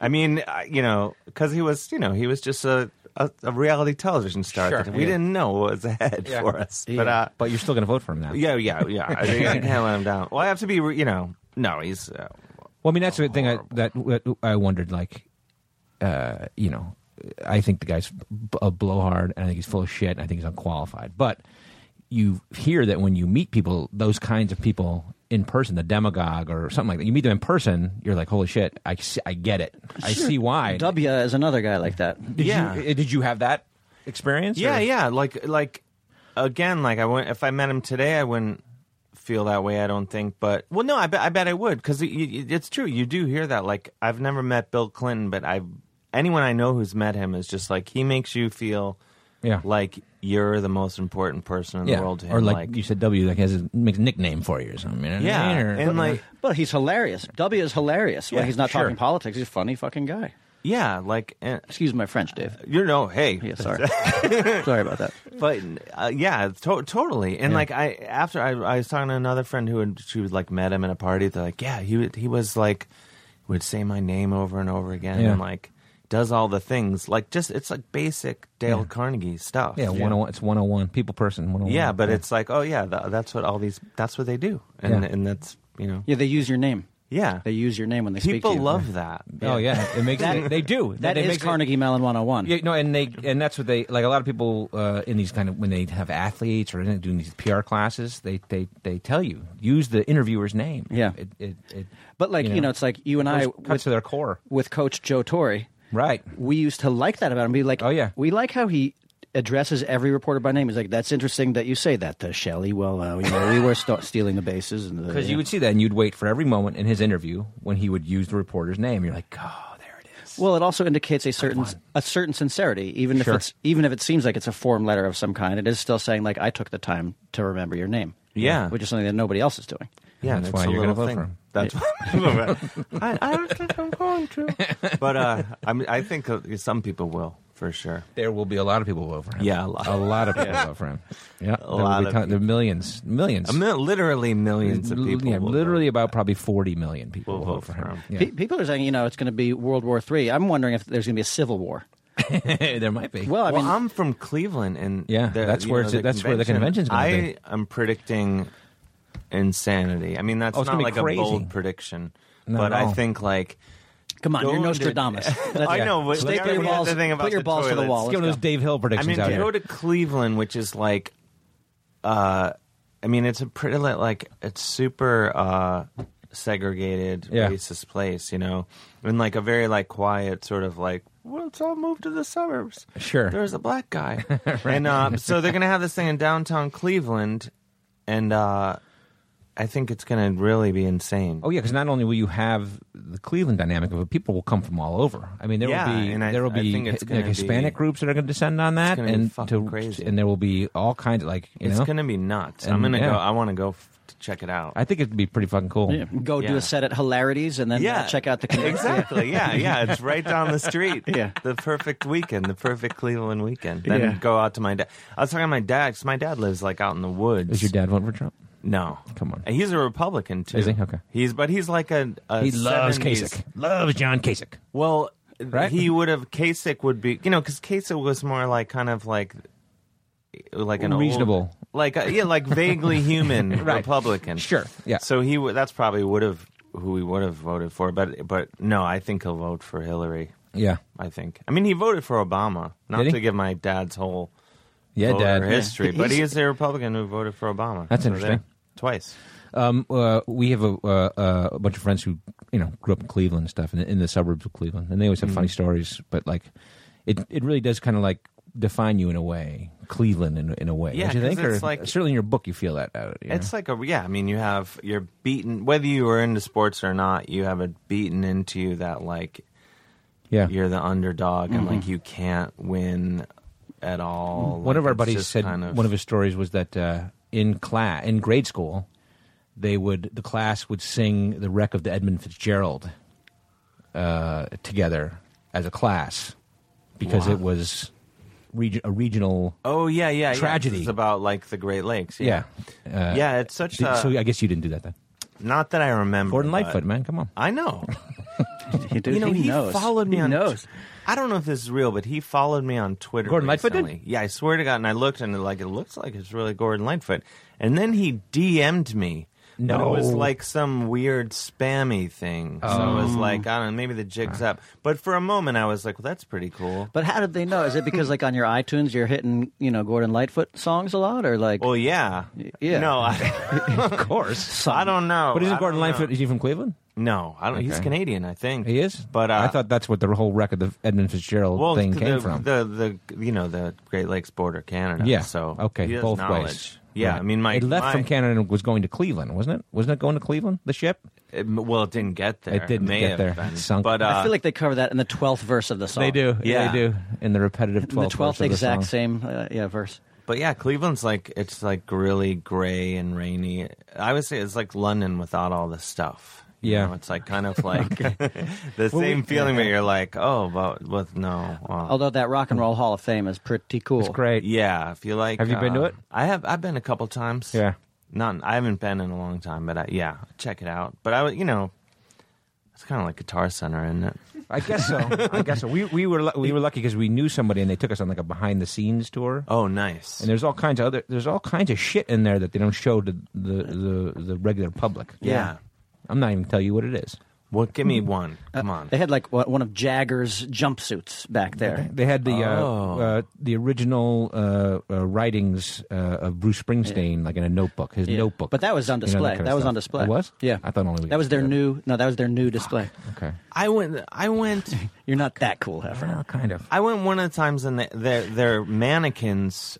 [SPEAKER 7] I mean, I- you know, because he was, you know, he was just a a, a reality television star.
[SPEAKER 1] Sure,
[SPEAKER 7] we
[SPEAKER 1] yeah.
[SPEAKER 7] didn't know what was ahead
[SPEAKER 1] Yeah.
[SPEAKER 7] for us, but uh,
[SPEAKER 1] But you're still going to vote for him now.
[SPEAKER 7] yeah, yeah, yeah. I,
[SPEAKER 1] [LAUGHS]
[SPEAKER 7] think I can't let him down. Well, I have to be, re- you know, no, he's. Uh,
[SPEAKER 1] Well, I mean, that's the thing I, that what I wondered. Like, uh, you know, I think the guy's b- a blowhard, and I think he's full of shit, and I think he's unqualified. But you hear that when you meet people, those kinds of people in person, the demagogue or something like that, you meet them in person, you're like, holy shit, I, see- I get it, I see why.
[SPEAKER 6] W is another guy like that.
[SPEAKER 1] did
[SPEAKER 7] Yeah.
[SPEAKER 1] you, eh, did you have that experience? or-
[SPEAKER 7] yeah, yeah. Like, like again, like I wouldn't. If I met him today, I wouldn't feel that way. I don't think. But well, no, I bet. I bet I would because it's true. You do hear that. Like, I've never met Bill Clinton, but I've anyone I know who's met him is just like he makes you feel
[SPEAKER 1] yeah,
[SPEAKER 7] like you're the most important person in
[SPEAKER 1] yeah.
[SPEAKER 7] the world to him.
[SPEAKER 1] or like, you said, W like has a makes a nickname for you or something. you know what I
[SPEAKER 7] yeah,
[SPEAKER 1] mean? Or-
[SPEAKER 7] and like
[SPEAKER 6] But he's hilarious. W is hilarious when
[SPEAKER 1] Yeah,
[SPEAKER 6] he's not
[SPEAKER 1] sure.
[SPEAKER 6] talking politics. He's a funny fucking guy.
[SPEAKER 7] yeah, like eh,
[SPEAKER 6] Excuse my French, Dave.
[SPEAKER 7] you know, hey,
[SPEAKER 6] Yeah,
[SPEAKER 7] [LAUGHS]
[SPEAKER 6] sorry. sorry about that.
[SPEAKER 7] but uh, yeah, to- totally. And like I after I, I was talking to another friend who had, she was like met him in a party. They're like, yeah, he would- he was like would say my name over and over again,
[SPEAKER 1] Yeah.
[SPEAKER 7] and like does all the things like just it's like basic Dale Carnegie stuff.
[SPEAKER 1] Yeah, 101. It's 101. People person. 101.
[SPEAKER 7] Yeah, but it's like oh yeah, th- that's what all these that's what they do, and
[SPEAKER 1] Yeah.
[SPEAKER 7] and that's you know
[SPEAKER 6] Yeah, they use your name.
[SPEAKER 7] yeah.
[SPEAKER 6] They use your name when they speak to
[SPEAKER 7] People
[SPEAKER 6] you.
[SPEAKER 7] love that.
[SPEAKER 1] Oh yeah, it makes they, they do.
[SPEAKER 6] That
[SPEAKER 1] they
[SPEAKER 6] is
[SPEAKER 1] makes it-
[SPEAKER 6] Carnegie Mellon 101.
[SPEAKER 1] Yeah, no, and they and that's what they like. A lot of people uh, in these kind of when they have athletes or in, doing these PR classes, they, they they tell you use the interviewer's name.
[SPEAKER 6] Yeah.
[SPEAKER 1] it, it, it
[SPEAKER 6] But like, you know, it's like you and I
[SPEAKER 1] cuts
[SPEAKER 6] with-
[SPEAKER 1] to their core,
[SPEAKER 6] With Coach Joe Torre,
[SPEAKER 1] right?
[SPEAKER 6] we used to like that about him. Be like,
[SPEAKER 1] Oh, yeah.
[SPEAKER 6] we like how he addresses every reporter by name. He's like, that's interesting that you say that to Shelley. Well, uh, you know, we were st- stealing the bases, and
[SPEAKER 1] Because you would see that, and you'd wait for every moment in his interview when he would use the reporter's name. You're like, oh, there it is.
[SPEAKER 6] Well, it also indicates a certain a certain sincerity, even
[SPEAKER 1] Sure.
[SPEAKER 6] if it's even if it seems like it's a form letter of some kind. It is still saying like, I took the time to remember your name.
[SPEAKER 7] Yeah.
[SPEAKER 6] which is something that nobody else is doing.
[SPEAKER 7] Yeah,
[SPEAKER 1] That's
[SPEAKER 7] it's
[SPEAKER 1] why
[SPEAKER 7] a
[SPEAKER 1] you're gonna
[SPEAKER 7] little
[SPEAKER 1] vote
[SPEAKER 7] thing.
[SPEAKER 1] for him.
[SPEAKER 7] That's why I, I don't think I'm going
[SPEAKER 1] [LAUGHS]
[SPEAKER 7] to. But uh, I mean, I think uh, some people will for sure.
[SPEAKER 1] there will be a lot of people over him.
[SPEAKER 7] Yeah, a lot.
[SPEAKER 1] a lot of people over him. Yeah, a
[SPEAKER 7] lot of
[SPEAKER 1] there are millions, millions. [LAUGHS]
[SPEAKER 7] I mean, literally millions of
[SPEAKER 1] L-
[SPEAKER 7] people.
[SPEAKER 1] yeah,
[SPEAKER 7] will
[SPEAKER 1] literally about
[SPEAKER 7] vote.
[SPEAKER 1] probably 40 million people
[SPEAKER 7] Will
[SPEAKER 1] will vote
[SPEAKER 7] vote
[SPEAKER 1] for
[SPEAKER 7] for
[SPEAKER 1] him.
[SPEAKER 7] him.
[SPEAKER 1] Yeah.
[SPEAKER 6] Pe- people are saying, you know, it's going to be World War Three. I'm wondering if there's going to be a civil war.
[SPEAKER 1] [LAUGHS] there might be.
[SPEAKER 6] Well, I
[SPEAKER 7] well,
[SPEAKER 6] mean,
[SPEAKER 7] I'm from Cleveland, and
[SPEAKER 1] Yeah,
[SPEAKER 7] the-
[SPEAKER 1] that's
[SPEAKER 7] you
[SPEAKER 1] where
[SPEAKER 7] know,
[SPEAKER 1] it's- that's where the convention's gonna
[SPEAKER 7] I
[SPEAKER 1] be.
[SPEAKER 7] am predicting insanity. I mean, that's
[SPEAKER 1] Oh, it's gonna
[SPEAKER 7] not
[SPEAKER 1] be
[SPEAKER 7] like
[SPEAKER 1] crazy.
[SPEAKER 7] a bold prediction,
[SPEAKER 1] No,
[SPEAKER 7] but I
[SPEAKER 1] no.
[SPEAKER 7] think like
[SPEAKER 6] come on, you're
[SPEAKER 7] Go to- [LAUGHS]
[SPEAKER 6] Nostradamus. That's-
[SPEAKER 7] I know. But
[SPEAKER 6] Stay- put
[SPEAKER 7] we
[SPEAKER 6] your
[SPEAKER 7] already had
[SPEAKER 6] balls-
[SPEAKER 7] the thing
[SPEAKER 6] put
[SPEAKER 7] about
[SPEAKER 6] your
[SPEAKER 7] the
[SPEAKER 6] balls to the
[SPEAKER 7] toilets.
[SPEAKER 6] wall.
[SPEAKER 1] Let's give those Dave Hill
[SPEAKER 7] I
[SPEAKER 1] predictions
[SPEAKER 7] mean,
[SPEAKER 1] out
[SPEAKER 7] to
[SPEAKER 1] here.
[SPEAKER 7] go to Cleveland, which is like, uh, I mean, it's a pretty li- like it's super uh, segregated,
[SPEAKER 1] Yeah.
[SPEAKER 7] racist place, you know, and like a very like quiet sort of like. Well, let's all move to the suburbs.
[SPEAKER 1] Sure.
[SPEAKER 7] there's a
[SPEAKER 1] [LAUGHS]
[SPEAKER 7] black guy, and uh, so they're gonna have this thing in downtown Cleveland, and uh, I think it's gonna really be insane.
[SPEAKER 1] Oh yeah, because not only will you have the Cleveland dynamic, but people will come from all over. I mean, there
[SPEAKER 7] Yeah,
[SPEAKER 1] will be
[SPEAKER 7] and I-
[SPEAKER 1] there will
[SPEAKER 7] I
[SPEAKER 1] be
[SPEAKER 7] think it's
[SPEAKER 1] like
[SPEAKER 7] gonna
[SPEAKER 1] Hispanic
[SPEAKER 7] be-
[SPEAKER 1] groups that are going to descend on that,
[SPEAKER 7] gonna be
[SPEAKER 1] and
[SPEAKER 7] fucking
[SPEAKER 1] to-
[SPEAKER 7] crazy.
[SPEAKER 1] and there will be all kinds of like you
[SPEAKER 7] it's
[SPEAKER 1] know.
[SPEAKER 7] gonna be nuts. I'm
[SPEAKER 1] And,
[SPEAKER 7] gonna
[SPEAKER 1] yeah.
[SPEAKER 7] go. I want to go f- to check it out.
[SPEAKER 1] I think it'd be pretty fucking cool.
[SPEAKER 6] [LAUGHS] Yeah. Go do
[SPEAKER 7] Yeah.
[SPEAKER 6] a set at Hilarities and then uh, check out the
[SPEAKER 7] [LAUGHS]
[SPEAKER 6] convention.
[SPEAKER 7] exactly. Yeah, yeah. It's
[SPEAKER 1] [LAUGHS]
[SPEAKER 7] right down the street.
[SPEAKER 6] Yeah.
[SPEAKER 7] the perfect weekend, the perfect Cleveland weekend. Then
[SPEAKER 6] Yeah.
[SPEAKER 7] go out to my dad. I was talking to my dad because my dad lives like out in the woods.
[SPEAKER 1] Does your dad vote for Trump?
[SPEAKER 7] No,
[SPEAKER 1] Come on.
[SPEAKER 7] And he's a Republican too.
[SPEAKER 1] Is he? Okay.
[SPEAKER 7] He's but he's like a, a
[SPEAKER 1] He loves
[SPEAKER 7] 70s
[SPEAKER 1] Kasich. Loves John Kasich.
[SPEAKER 7] Well,
[SPEAKER 1] Right?
[SPEAKER 7] he would have Kasich would be you know because Kasich was more like kind of like like an old-
[SPEAKER 1] Reasonable.
[SPEAKER 7] like uh, yeah like vaguely
[SPEAKER 1] [LAUGHS]
[SPEAKER 7] human
[SPEAKER 1] Right.
[SPEAKER 7] Republican
[SPEAKER 1] Sure, yeah.
[SPEAKER 7] so he would that's probably would have who he would have voted for but but no I think he'll vote for Hillary
[SPEAKER 1] Yeah.
[SPEAKER 7] I think I mean he voted for Obama not
[SPEAKER 1] Did he?
[SPEAKER 7] to give my dad's whole
[SPEAKER 1] Yeah,
[SPEAKER 7] voter
[SPEAKER 1] Dad.
[SPEAKER 7] history but he is a Republican who voted for Obama
[SPEAKER 1] That's
[SPEAKER 7] So there,
[SPEAKER 1] interesting.
[SPEAKER 7] twice
[SPEAKER 1] Um, uh, we have a, uh, uh, a bunch of friends who you know grew up in Cleveland and stuff, in, in the suburbs of Cleveland, and they always have funny
[SPEAKER 7] Mm-hmm.
[SPEAKER 1] stories. But like, it it really does kind of like define you in a way, Cleveland in, in a way.
[SPEAKER 7] Yeah,
[SPEAKER 1] don't you
[SPEAKER 7] 'cause
[SPEAKER 1] think?
[SPEAKER 7] it's
[SPEAKER 1] Or-
[SPEAKER 7] like-
[SPEAKER 1] certainly in your book you feel that out. you know?
[SPEAKER 7] It's like a yeah. I mean, you have you're beaten whether you were into sports or not. You have it beaten into you that like
[SPEAKER 1] yeah. Mm-hmm.
[SPEAKER 7] you're the underdog and like you can't win at all.
[SPEAKER 1] one
[SPEAKER 7] Like,
[SPEAKER 1] of our
[SPEAKER 7] it's
[SPEAKER 1] buddies
[SPEAKER 7] just
[SPEAKER 1] said
[SPEAKER 7] kind of,
[SPEAKER 1] one of his stories was that uh, in class in grade school they would the class would sing the wreck of the edmund fitzgerald uh, together as a class because it was reg- a regional
[SPEAKER 7] oh yeah yeah yeah.
[SPEAKER 1] Tragedy.
[SPEAKER 7] It's about like the Great Lakes.
[SPEAKER 1] yeah
[SPEAKER 7] Yeah, Uh, yeah. it's such
[SPEAKER 1] so,
[SPEAKER 7] a
[SPEAKER 1] so i guess you didn't do that then
[SPEAKER 7] not that I remember.
[SPEAKER 1] gordon
[SPEAKER 7] but-
[SPEAKER 1] lightfoot man come on [LAUGHS]
[SPEAKER 7] I know.
[SPEAKER 6] He,
[SPEAKER 7] you know,
[SPEAKER 6] he,
[SPEAKER 7] he
[SPEAKER 6] knows.
[SPEAKER 7] followed me
[SPEAKER 6] he
[SPEAKER 7] on.
[SPEAKER 6] knows.
[SPEAKER 7] I don't know if this is real, but he followed me on Twitter.
[SPEAKER 1] Gordon Lightfoot did?
[SPEAKER 7] recently. Yeah, I swear to God. And I looked, and like it looks like it's really Gordon Lightfoot. And then he DM'd me. but
[SPEAKER 1] No.
[SPEAKER 7] it was like some weird spammy thing. So I
[SPEAKER 1] Oh.
[SPEAKER 7] was like, I don't know, maybe the jig's up. But for a moment, I was like, well, that's pretty cool.
[SPEAKER 6] But how did they know? Is it because like on your iTunes you're hitting you know Gordon Lightfoot songs a lot or like
[SPEAKER 7] Well, yeah,
[SPEAKER 6] yeah.
[SPEAKER 1] [LAUGHS]
[SPEAKER 7] No, I,
[SPEAKER 1] of course
[SPEAKER 7] I don't know.
[SPEAKER 1] but isn't
[SPEAKER 7] Oh, I
[SPEAKER 1] gordon
[SPEAKER 7] don't know.
[SPEAKER 1] lightfoot is he from cleveland
[SPEAKER 7] No, I don't. He's
[SPEAKER 1] Okay.
[SPEAKER 7] Canadian, I think.
[SPEAKER 1] he is
[SPEAKER 7] But uh,
[SPEAKER 1] i thought that's what the whole wreck of the edmund fitzgerald
[SPEAKER 7] well,
[SPEAKER 1] thing
[SPEAKER 7] the,
[SPEAKER 1] came from
[SPEAKER 7] The, the you know the Great Lakes border Canada.
[SPEAKER 1] Yeah.
[SPEAKER 7] So
[SPEAKER 1] okay,
[SPEAKER 7] he has
[SPEAKER 1] both
[SPEAKER 7] knowledge.
[SPEAKER 1] ways.
[SPEAKER 7] Yeah,
[SPEAKER 1] Right.
[SPEAKER 7] I mean, my
[SPEAKER 1] it left
[SPEAKER 7] my-
[SPEAKER 1] from Canada and was going to Cleveland, wasn't it? Wasn't it going to Cleveland? The ship?
[SPEAKER 7] it- well, it didn't get there.
[SPEAKER 1] It didn't
[SPEAKER 7] may
[SPEAKER 1] get
[SPEAKER 7] have
[SPEAKER 1] there.
[SPEAKER 7] been.
[SPEAKER 1] It sunk.
[SPEAKER 7] But uh,
[SPEAKER 6] I feel like they cover that in the twelfth verse of the song.
[SPEAKER 7] Oh, Yeah.
[SPEAKER 1] they do. In the repetitive
[SPEAKER 6] In the
[SPEAKER 1] twelfth,
[SPEAKER 6] twelfth exact same uh, yeah verse.
[SPEAKER 7] but yeah, Cleveland's like it's like really gray and rainy. I would say it's like London without all the stuff. You
[SPEAKER 1] Yeah.
[SPEAKER 7] know, it's like kind
[SPEAKER 1] [LAUGHS]
[SPEAKER 7] of like [LAUGHS] the same feeling where you're like, oh, but with no. well,
[SPEAKER 6] Although that Rock and Roll Hall of Fame is pretty cool.
[SPEAKER 1] It's great.
[SPEAKER 7] yeah, if you like.
[SPEAKER 1] Have you been to
[SPEAKER 7] uh,
[SPEAKER 1] it?
[SPEAKER 7] I have. I've been a couple times.
[SPEAKER 1] Yeah.
[SPEAKER 7] Not. I haven't been in a long time, but I, yeah, check it out. But I, would- you know, it's kind of like Guitar Center, isn't it?
[SPEAKER 1] I guess so. I guess so. We we were lu- we were lucky because we knew somebody and they took us on like a behind the scenes tour.
[SPEAKER 7] Oh, nice.
[SPEAKER 1] And there's all kinds of other there's all kinds of shit in there that they don't show to the the, the regular public.
[SPEAKER 7] yeah.
[SPEAKER 1] I'm not even tell you what it is.
[SPEAKER 7] Well, give me one. Come on.
[SPEAKER 6] They had like what, one of Jagger's jumpsuits back there.
[SPEAKER 1] They had the
[SPEAKER 7] Oh.
[SPEAKER 1] uh, uh, the original uh, uh, writings uh, of Bruce Springsteen, like in a notebook, his
[SPEAKER 6] Yeah.
[SPEAKER 1] notebook.
[SPEAKER 6] But that was on
[SPEAKER 1] You know,
[SPEAKER 6] display.
[SPEAKER 1] kind of
[SPEAKER 6] that was
[SPEAKER 1] stuff.
[SPEAKER 6] on display.
[SPEAKER 1] It was?
[SPEAKER 6] Yeah.
[SPEAKER 1] I thought only we uh,
[SPEAKER 6] That was their new. No, that was their new display.
[SPEAKER 1] Okay.
[SPEAKER 7] I went. I went.
[SPEAKER 6] You're not that cool, Heifer.
[SPEAKER 1] Well, kind of.
[SPEAKER 7] I went one of the times, and the, their their mannequins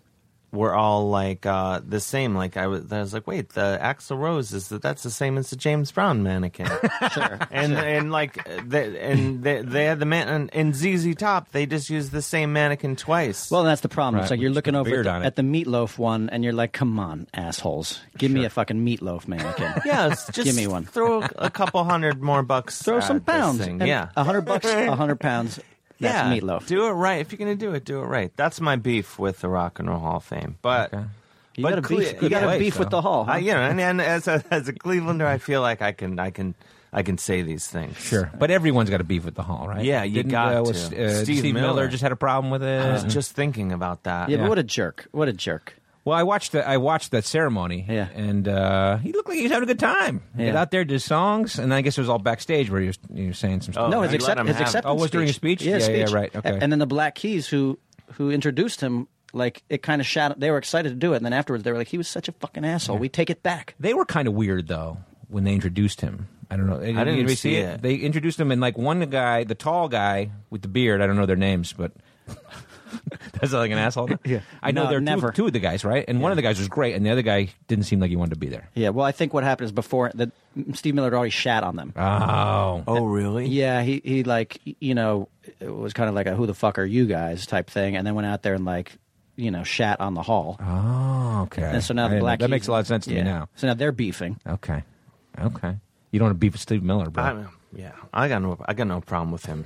[SPEAKER 7] were all like uh, the same. Like I was, I was like, wait, the Axl Rose is that? That's the same as the James
[SPEAKER 1] [LAUGHS]
[SPEAKER 7] Brown mannequin.
[SPEAKER 6] Sure.
[SPEAKER 7] [LAUGHS] and and like uh, they, and they, they had the man and, and ZZ Top. They just used the same mannequin twice.
[SPEAKER 6] Well, that's the problem.
[SPEAKER 1] Right,
[SPEAKER 6] it's like you're
[SPEAKER 1] which
[SPEAKER 6] looking
[SPEAKER 1] is
[SPEAKER 6] over at
[SPEAKER 1] weird
[SPEAKER 6] the,
[SPEAKER 1] on it.
[SPEAKER 6] at the meatloaf one, and you're like, "Come on, assholes! Give me a fucking meatloaf mannequin.
[SPEAKER 7] yeah, it's [LAUGHS] just
[SPEAKER 6] Give me one.
[SPEAKER 7] Throw a couple hundred more bucks.
[SPEAKER 6] Throw
[SPEAKER 7] at
[SPEAKER 6] some
[SPEAKER 7] this
[SPEAKER 6] pounds.
[SPEAKER 7] thing.
[SPEAKER 6] and
[SPEAKER 7] Yeah.
[SPEAKER 6] a hundred bucks, a hundred pounds. That's
[SPEAKER 7] yeah,
[SPEAKER 6] meatloaf.
[SPEAKER 7] Do it right. If you're gonna do it, do it right. That's my beef with the Rock and Roll Hall of Fame. But
[SPEAKER 6] you
[SPEAKER 7] but
[SPEAKER 6] got a
[SPEAKER 7] cle-
[SPEAKER 6] beef. You
[SPEAKER 7] yeah,
[SPEAKER 6] got a
[SPEAKER 1] place,
[SPEAKER 6] beef with
[SPEAKER 1] though.
[SPEAKER 6] the hall. huh?
[SPEAKER 7] I, you know, and, and as a, as a Clevelander, I feel like I can I can I can say these things.
[SPEAKER 1] Sure, but everyone's got a beef with the hall, right?
[SPEAKER 7] Yeah, you
[SPEAKER 1] Didn't,
[SPEAKER 7] got
[SPEAKER 1] uh,
[SPEAKER 7] to.
[SPEAKER 1] was, Uh,
[SPEAKER 7] Steve
[SPEAKER 1] Steve, Miller.
[SPEAKER 7] Miller.
[SPEAKER 1] just had a problem with it.
[SPEAKER 7] I was just thinking about that.
[SPEAKER 6] yeah, but what a jerk! What a jerk!
[SPEAKER 1] well, I watched the, I watched that ceremony,
[SPEAKER 6] Yeah.
[SPEAKER 1] and uh, he looked like he was having a good time. He got
[SPEAKER 6] Yeah.
[SPEAKER 1] out there, did his songs, and I guess it was all backstage where he was, he was saying some stuff.
[SPEAKER 7] Oh,
[SPEAKER 6] no,
[SPEAKER 7] you
[SPEAKER 6] his,
[SPEAKER 7] let
[SPEAKER 6] accept,
[SPEAKER 7] him
[SPEAKER 6] his
[SPEAKER 7] have it.
[SPEAKER 6] acceptance.
[SPEAKER 1] Oh, was during his speech?
[SPEAKER 6] Yeah,
[SPEAKER 1] Yeah, yeah,
[SPEAKER 6] speech.
[SPEAKER 1] right, okay.
[SPEAKER 6] A- And then the Black Keys, who who introduced him, like it kind of shot. They were excited to do it, and then afterwards they were like, "He was such a fucking asshole. We take it back."
[SPEAKER 1] They were kind of weird though when they introduced him. I don't know. I
[SPEAKER 7] didn't even see it.
[SPEAKER 1] They introduced him, and like one guy, the tall guy with the beard. I don't know their names, but [LAUGHS] that's like an
[SPEAKER 6] [LAUGHS]
[SPEAKER 1] asshole. yeah, I know
[SPEAKER 6] No,
[SPEAKER 1] there are two,
[SPEAKER 6] never.
[SPEAKER 1] two of the guys, right? And one of the guys was great, and the other guy didn't seem like he wanted to be there.
[SPEAKER 6] Yeah, well, I think what happened is before that Steve Miller had already shat on them.
[SPEAKER 1] Oh,
[SPEAKER 7] Oh, really?
[SPEAKER 6] Yeah, he he like y- you know it was kind of like a who the fuck are you guys type thing, and then went out there and like you know shat on the hall,
[SPEAKER 1] oh, okay.
[SPEAKER 6] and so now
[SPEAKER 1] I
[SPEAKER 6] the
[SPEAKER 1] didn't know.
[SPEAKER 6] black
[SPEAKER 1] that
[SPEAKER 6] Keys-
[SPEAKER 1] makes a lot of sense to me
[SPEAKER 6] yeah.
[SPEAKER 1] now.
[SPEAKER 6] So now they're [LAUGHS] beefing.
[SPEAKER 1] Okay, okay. You don't want to beef with Steve Miller, bro.
[SPEAKER 7] I, yeah, I got no I got no problem with him.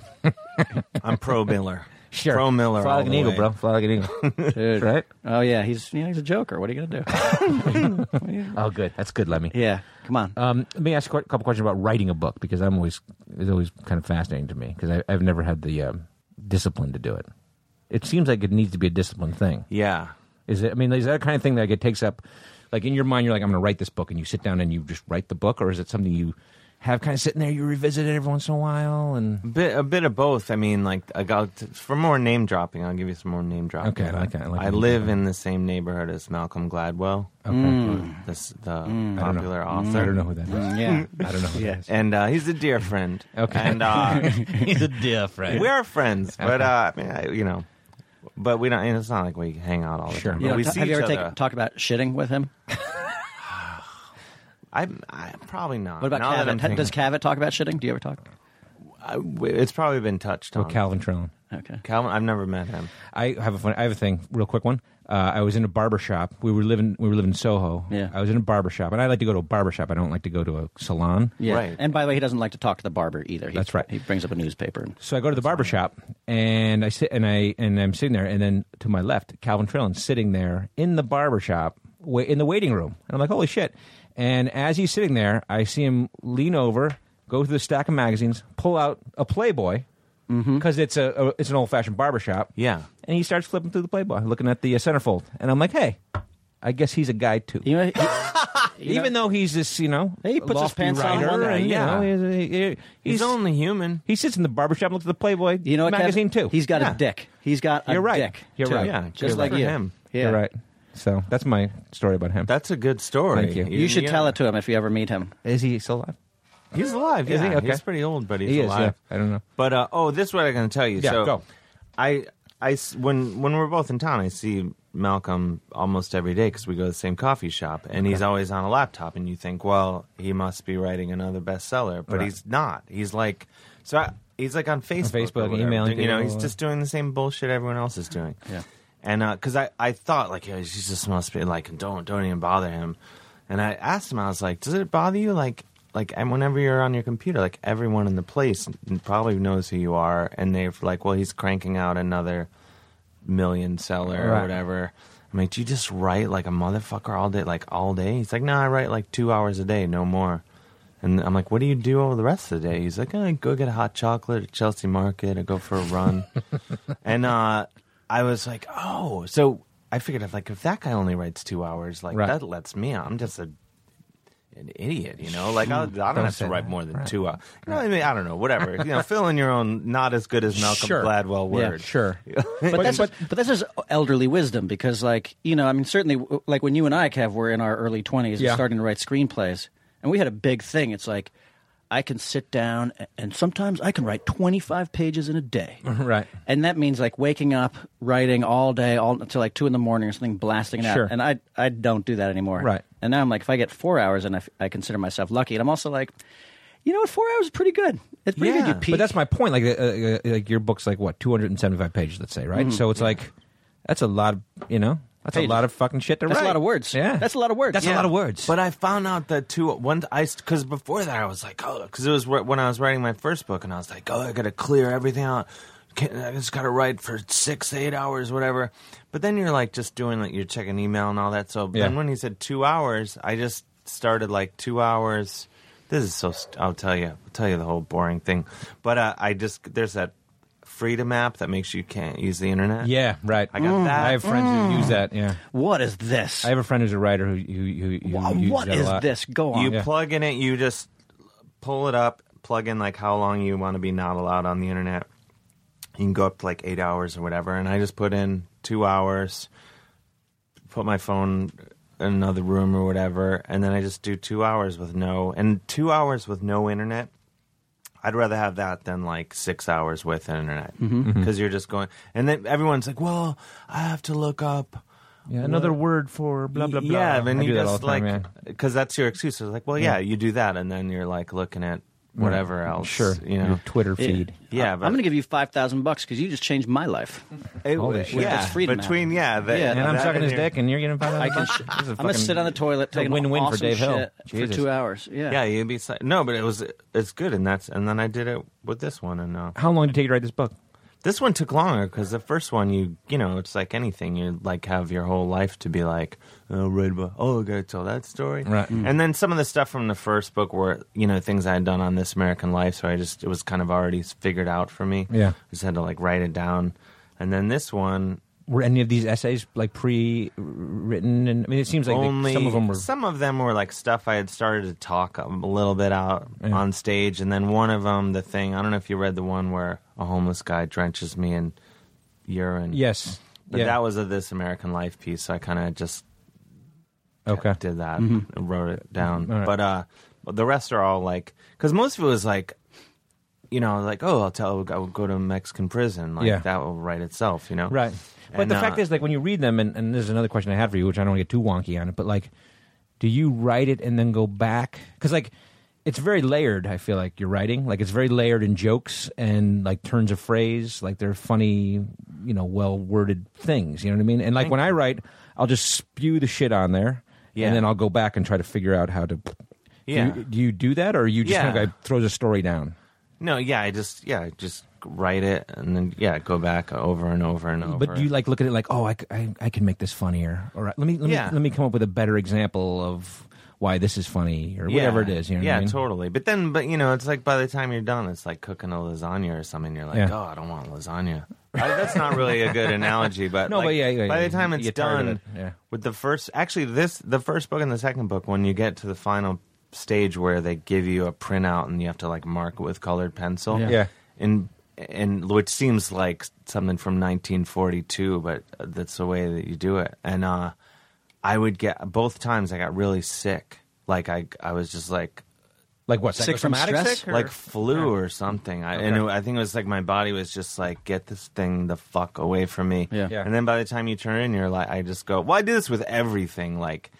[SPEAKER 7] I'm pro Miller.
[SPEAKER 1] [LAUGHS] sure,
[SPEAKER 7] Pro Miller.
[SPEAKER 1] fly
[SPEAKER 7] all
[SPEAKER 1] like an
[SPEAKER 7] the
[SPEAKER 1] eagle,
[SPEAKER 7] way.
[SPEAKER 1] bro. Fly like an
[SPEAKER 7] [LAUGHS]
[SPEAKER 1] eagle. right?
[SPEAKER 6] Oh yeah, he's you know, he's a joker. What are you gonna do? [LAUGHS]
[SPEAKER 1] Oh, good. That's good, Lemmy.
[SPEAKER 6] yeah, come on.
[SPEAKER 1] Um, let me ask you a couple questions about writing a book because I'm always it's always kind of fascinating to me because I've never had the um, discipline to do it. It seems like it needs to be a disciplined thing.
[SPEAKER 7] Yeah.
[SPEAKER 1] Is it? I mean, is that a kind of thing that like, it takes up? Like in your mind, you're like, I'm going to write this book, and you sit down and you just write the book, or is it something you have kind of sitting there, you revisit it every once in a while, and
[SPEAKER 7] Bit, a bit of both. I mean, like, I got, for more name dropping, I'll give you some more name dropping.
[SPEAKER 1] Okay, I like that. I like name
[SPEAKER 7] live
[SPEAKER 1] dropping.
[SPEAKER 7] in the same neighborhood as Malcolm Gladwell,
[SPEAKER 1] okay,
[SPEAKER 7] this, the
[SPEAKER 6] Mm.
[SPEAKER 1] I don't know.
[SPEAKER 7] Mm. popular author.
[SPEAKER 1] Mm, I
[SPEAKER 7] Mm,
[SPEAKER 1] don't know who that is.
[SPEAKER 6] yeah,
[SPEAKER 1] I don't know who that
[SPEAKER 6] Yeah.
[SPEAKER 1] is.
[SPEAKER 7] And uh, he's a dear friend.
[SPEAKER 1] [LAUGHS] Okay. [LAUGHS]
[SPEAKER 7] And uh,
[SPEAKER 1] He's a different.
[SPEAKER 7] we are friends, but uh, I mean, I, you know, but we don't. And it's not like we hang out all the
[SPEAKER 1] Sure.
[SPEAKER 7] time.
[SPEAKER 1] You
[SPEAKER 7] But
[SPEAKER 6] You know,
[SPEAKER 7] we
[SPEAKER 6] t-
[SPEAKER 7] see
[SPEAKER 6] have you
[SPEAKER 7] each
[SPEAKER 6] ever
[SPEAKER 7] other.
[SPEAKER 6] take, talk about shitting with
[SPEAKER 7] [LAUGHS]
[SPEAKER 6] him?
[SPEAKER 7] I, I probably not.
[SPEAKER 6] What about
[SPEAKER 7] now that I'm
[SPEAKER 6] Cavett? Ha-
[SPEAKER 7] thinking-
[SPEAKER 6] Does Cavett talk about shitting? Do you ever talk?
[SPEAKER 7] I- it's probably been touched on.
[SPEAKER 1] With Calvin Trellin.
[SPEAKER 6] Okay.
[SPEAKER 7] Calvin, I've never met him.
[SPEAKER 1] I have a funny, I have a thing, real quick one. Uh, I was in a barber shop. We were living we were living in Soho.
[SPEAKER 6] Yeah.
[SPEAKER 1] I was in a barber shop, and I like to go to a barber shop. I don't like to go to a salon.
[SPEAKER 6] Yeah.
[SPEAKER 7] Right.
[SPEAKER 6] And by the way, he doesn't like to talk to the barber either. He,
[SPEAKER 1] That's right.
[SPEAKER 6] He brings up a newspaper. And,
[SPEAKER 1] So I go to the barber shop, and I sit and I and I'm sitting there, and then to my left, Calvin Trillin's sitting there in the barber shop, wa- in the waiting room, and I'm like, holy shit! And as he's sitting there, I see him lean over, go through the stack of magazines, pull out a Playboy. Because it's a, a it's an old fashioned barber shop,
[SPEAKER 7] Yeah.
[SPEAKER 1] and he starts flipping through the Playboy, looking at the uh, centerfold, and I'm like, "Hey, I guess he's a guy too."
[SPEAKER 6] you know, he-
[SPEAKER 1] Even though he's this, you know,
[SPEAKER 6] He puts his
[SPEAKER 1] lofty
[SPEAKER 6] pants on
[SPEAKER 1] writer,
[SPEAKER 6] one
[SPEAKER 7] day,
[SPEAKER 1] and, you
[SPEAKER 7] yeah.
[SPEAKER 1] know, he's, he- he-
[SPEAKER 7] He's,
[SPEAKER 1] he's-
[SPEAKER 7] only human.
[SPEAKER 1] he sits in the barbershop, looks at the Playboy
[SPEAKER 6] You know what, Kev?
[SPEAKER 1] magazine too.
[SPEAKER 6] He's got
[SPEAKER 7] Yeah.
[SPEAKER 6] a dick. He's got a
[SPEAKER 1] You're right.
[SPEAKER 6] dick.
[SPEAKER 1] You're
[SPEAKER 6] too.
[SPEAKER 1] right.
[SPEAKER 7] Yeah,
[SPEAKER 6] just
[SPEAKER 7] good
[SPEAKER 6] like
[SPEAKER 7] for
[SPEAKER 6] you.
[SPEAKER 7] him.
[SPEAKER 6] Yeah.
[SPEAKER 1] You're right. So that's my story about him.
[SPEAKER 7] That's a good story.
[SPEAKER 1] Thank you.
[SPEAKER 6] You, should tell it to him if you ever meet him.
[SPEAKER 1] is he still alive?
[SPEAKER 7] He's alive.
[SPEAKER 1] Is
[SPEAKER 7] Yeah.
[SPEAKER 1] he? Okay.
[SPEAKER 7] He's pretty old, but he's
[SPEAKER 1] He is,
[SPEAKER 7] alive.
[SPEAKER 1] yeah. I don't know.
[SPEAKER 7] But uh, oh, this is what I'm going to tell you.
[SPEAKER 1] Yeah,
[SPEAKER 7] so
[SPEAKER 1] go.
[SPEAKER 7] I, I s- when when we're both in town, I see Malcolm almost every day because we go to the same coffee shop, and he's always on a laptop. And you think, well, he must be writing another bestseller, but
[SPEAKER 1] Right.
[SPEAKER 7] he's not. He's like, so I, he's like on Facebook,
[SPEAKER 1] Facebook,
[SPEAKER 7] or whatever,
[SPEAKER 1] emailing
[SPEAKER 7] doing- You know,
[SPEAKER 1] people.
[SPEAKER 7] he's just doing the same bullshit everyone else is doing.
[SPEAKER 6] Yeah.
[SPEAKER 7] And because I, I thought like yeah, Jesus must be like don't don't even bother him, and I asked him I was like does it bother you like like and whenever you're on your computer, like everyone in the place probably knows who you are, and they're like, well, he's cranking out another million seller
[SPEAKER 1] Right.
[SPEAKER 7] or whatever. I'm like, do you just write like a motherfucker all day, like all day? He's like, no, I write like two hours a day, no more. And I'm like, what do you do over the rest of the day? He's like, I go get a hot chocolate at Chelsea Market, I go for
[SPEAKER 1] [LAUGHS]
[SPEAKER 7] a run. and uh, I was like, oh, so I figured out like if that guy only writes two hours, like
[SPEAKER 1] Right.
[SPEAKER 7] that lets me. out. I'm just a an idiot, you know. Like I'll, I don't,
[SPEAKER 1] Don't
[SPEAKER 7] have
[SPEAKER 1] say
[SPEAKER 7] to write
[SPEAKER 1] that.
[SPEAKER 7] more than two hours. You know what I mean? I don't know. Whatever. you
[SPEAKER 1] [LAUGHS]
[SPEAKER 7] know, fill in your own not as good as Malcolm
[SPEAKER 1] Sure.
[SPEAKER 7] Gladwell
[SPEAKER 6] Yeah,
[SPEAKER 1] [LAUGHS]
[SPEAKER 7] word.
[SPEAKER 1] Sure.
[SPEAKER 6] but, that's but, this is elderly wisdom because like you know i mean certainly w- like when you and i kev were in our early 20s
[SPEAKER 1] Yeah.
[SPEAKER 6] and starting to write screenplays and we had a big thing it's like i can sit down a- and sometimes i can write 25 pages in a day
[SPEAKER 1] [LAUGHS] Right.
[SPEAKER 6] and that means like waking up writing all day all until like 2 in the morning or something blasting it
[SPEAKER 1] Sure.
[SPEAKER 6] out and i i don't do that anymore
[SPEAKER 1] Right.
[SPEAKER 6] and now i'm like if i get four hours and i, f- I consider myself lucky and i'm also like you know what four hours is pretty good it's pretty
[SPEAKER 7] Yeah,
[SPEAKER 6] good you peak.
[SPEAKER 1] But that's my point. Like, uh, uh, like your book's like what two hundred and seventy-five pages, let's say, right? So it's like that's a lot. Of, you know, that's a
[SPEAKER 6] Mm-hmm. Pages.
[SPEAKER 1] lot of fucking shit to
[SPEAKER 6] That's a
[SPEAKER 1] write.
[SPEAKER 6] lot of words.
[SPEAKER 1] Yeah,
[SPEAKER 6] That's a lot of words.
[SPEAKER 1] That's a
[SPEAKER 6] Yeah.
[SPEAKER 1] lot of words.
[SPEAKER 7] But I found out that too. One, I because before that I was like, oh, because it was wh- when I was writing my first book, and I was like, oh, I gotta clear everything out. Can, I just gotta write for six, eight hours, whatever. But then you're like just doing like you're checking email and all that. So
[SPEAKER 1] Yeah.
[SPEAKER 7] then when he said two hours, I just started like two hours. This is so. St- I'll tell you. I'll tell you the whole boring thing. But uh, I just there's that freedom app that makes you can't use the internet.
[SPEAKER 1] yeah, right. Mm.
[SPEAKER 7] I got Mm. that.
[SPEAKER 1] I have friends who use that. Yeah,
[SPEAKER 6] what is this
[SPEAKER 1] I have a friend who's a writer who who, who, who
[SPEAKER 6] Wow,
[SPEAKER 1] uses
[SPEAKER 6] what
[SPEAKER 1] that
[SPEAKER 6] is
[SPEAKER 1] a lot.
[SPEAKER 6] this go on
[SPEAKER 7] You
[SPEAKER 1] Yeah.
[SPEAKER 7] plug in it. You just pull it up. Plug in like how long you want to be not allowed on the internet. You can go up to like eight hours or whatever. And I just put in two hours. Put my phone in another room or whatever, and then I just do two hours with no and two hours with no internet. I'd rather have that than like six hours with internet because
[SPEAKER 6] Mm-hmm.
[SPEAKER 7] you're just going. And then everyone's like, "Well, I have to look up."
[SPEAKER 1] Yeah, another word for blah blah blah.
[SPEAKER 7] Yeah, then
[SPEAKER 1] I
[SPEAKER 7] you
[SPEAKER 1] do that all
[SPEAKER 7] just
[SPEAKER 1] the time,
[SPEAKER 7] like
[SPEAKER 1] yeah.
[SPEAKER 7] because that's your excuse. It's like, well, yeah, you do that, and then you're like looking at whatever else.
[SPEAKER 1] sure,
[SPEAKER 7] you know.
[SPEAKER 1] your Twitter feed.
[SPEAKER 7] yeah,
[SPEAKER 6] I'm
[SPEAKER 7] but
[SPEAKER 6] going to give you five thousand bucks because you just changed my life.
[SPEAKER 7] it,
[SPEAKER 1] Holy
[SPEAKER 7] it-
[SPEAKER 1] shit.
[SPEAKER 7] yeah,
[SPEAKER 6] It's freedom
[SPEAKER 7] between
[SPEAKER 6] app.
[SPEAKER 7] yeah, that,
[SPEAKER 6] Yeah.
[SPEAKER 1] And I'm
[SPEAKER 7] that
[SPEAKER 1] sucking his
[SPEAKER 7] your-
[SPEAKER 1] dick, and you're getting five. I can. I'm
[SPEAKER 6] I'm going to sit on the toilet, take
[SPEAKER 1] win-win
[SPEAKER 6] an
[SPEAKER 1] for
[SPEAKER 6] awesome
[SPEAKER 1] Dave Hill.
[SPEAKER 6] shit for
[SPEAKER 1] Jesus.
[SPEAKER 6] two hours. Yeah,
[SPEAKER 7] Yeah, you'd be si- no, but it was it's good, and that's and then I did it with this one, and uh,
[SPEAKER 1] How long did it take you to write this book?
[SPEAKER 7] this one took longer because the first one you you know it's like anything you like have your whole life to be like oh read about oh I gotta tell that story
[SPEAKER 1] Right. Mm.
[SPEAKER 7] and then some of the stuff from the first book were you know things I had done on This American Life so I just it was kind of already figured out for me
[SPEAKER 1] Yeah.
[SPEAKER 7] I just had to like write it down and then this one
[SPEAKER 1] Were any of these essays like pre-written? And I mean, it seems like they-
[SPEAKER 7] only
[SPEAKER 1] some of them were.
[SPEAKER 7] some of them were like stuff I had started to talk a little bit out
[SPEAKER 1] Yeah.
[SPEAKER 7] on stage, and then one of them, the thing I don't know if you read the one where a homeless guy drenches me in urine.
[SPEAKER 1] yes.
[SPEAKER 7] but
[SPEAKER 1] yeah.
[SPEAKER 7] that was a This American Life piece, so I kind of just
[SPEAKER 1] okay. Mm-hmm.
[SPEAKER 7] did that, and wrote it down.
[SPEAKER 1] All right.
[SPEAKER 7] But uh, the rest are all like because most of it was like. You know, like oh, I'll tell. I'll go to Mexican prison. Like
[SPEAKER 1] Yeah.
[SPEAKER 7] that will write itself. You know,
[SPEAKER 1] Right. But
[SPEAKER 7] And,
[SPEAKER 1] the
[SPEAKER 7] uh,
[SPEAKER 1] fact is, like, when you read them, and, and this is another question I had for you, which I don't want to get too wonky on it, but like, do you write it and then go back? Because, like, it's very layered, I feel like, your writing. Like, it's very layered in jokes and, like, turns of phrase. Like, they're funny, you know, well worded things. You know what I mean? And, like, when I write, I'll just spew the shit on there.
[SPEAKER 7] Yeah.
[SPEAKER 1] And then I'll go back and try to figure out how to.
[SPEAKER 7] Yeah.
[SPEAKER 1] Do you, do, you do that, or you just
[SPEAKER 7] Yeah.
[SPEAKER 1] kind of like, throws a story down?
[SPEAKER 7] No, yeah, I just yeah, I just write it and then yeah, go back over and over and over.
[SPEAKER 1] But do you like look at it like, oh, I, c- I- I can make this funnier. All right, let me let me
[SPEAKER 7] Yeah.
[SPEAKER 1] let me come up with a better example of why this is funny or
[SPEAKER 7] Yeah.
[SPEAKER 1] whatever it is. You know what
[SPEAKER 7] yeah,
[SPEAKER 1] I mean?
[SPEAKER 7] totally. But then, but you know, it's like by the time you're done, it's like cooking a lasagna or something. You're like,
[SPEAKER 1] Yeah.
[SPEAKER 7] oh, I don't want lasagna. I- that's not really a good analogy,
[SPEAKER 1] [LAUGHS]
[SPEAKER 7] but
[SPEAKER 1] No,
[SPEAKER 7] like,
[SPEAKER 1] but yeah, yeah,
[SPEAKER 7] by
[SPEAKER 1] yeah,
[SPEAKER 7] the time
[SPEAKER 1] you
[SPEAKER 7] it's
[SPEAKER 1] get tired of
[SPEAKER 7] done,
[SPEAKER 1] it, yeah.
[SPEAKER 7] with the first, actually, this the first book and the second book. When you get to the final stage where they give you a printout and you have to like mark it with colored pencil,
[SPEAKER 1] Yeah. Yeah.
[SPEAKER 7] and and which seems like something from 1942, but uh, that's the way that you do it. And uh, I would get both times I got really sick. Like I, I was just like
[SPEAKER 1] Like what?
[SPEAKER 6] Sick from
[SPEAKER 1] psychosomatic
[SPEAKER 6] stress?
[SPEAKER 1] sick, or-
[SPEAKER 7] like flu or something. I and it, I think it was like my body was just like, get this thing the fuck away from me.
[SPEAKER 6] Yeah.
[SPEAKER 1] Yeah.
[SPEAKER 7] And then by the time you turn in, you're like, I just go. Well, I do this with everything. Like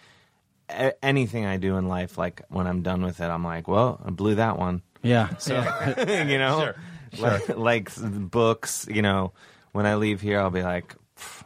[SPEAKER 7] a- anything I do in life, like when I'm done with it, I'm like, well, I blew that one. [LAUGHS]
[SPEAKER 6] yeah. So
[SPEAKER 7] you know, like, like s- books. You know, when I leave here, I'll be like,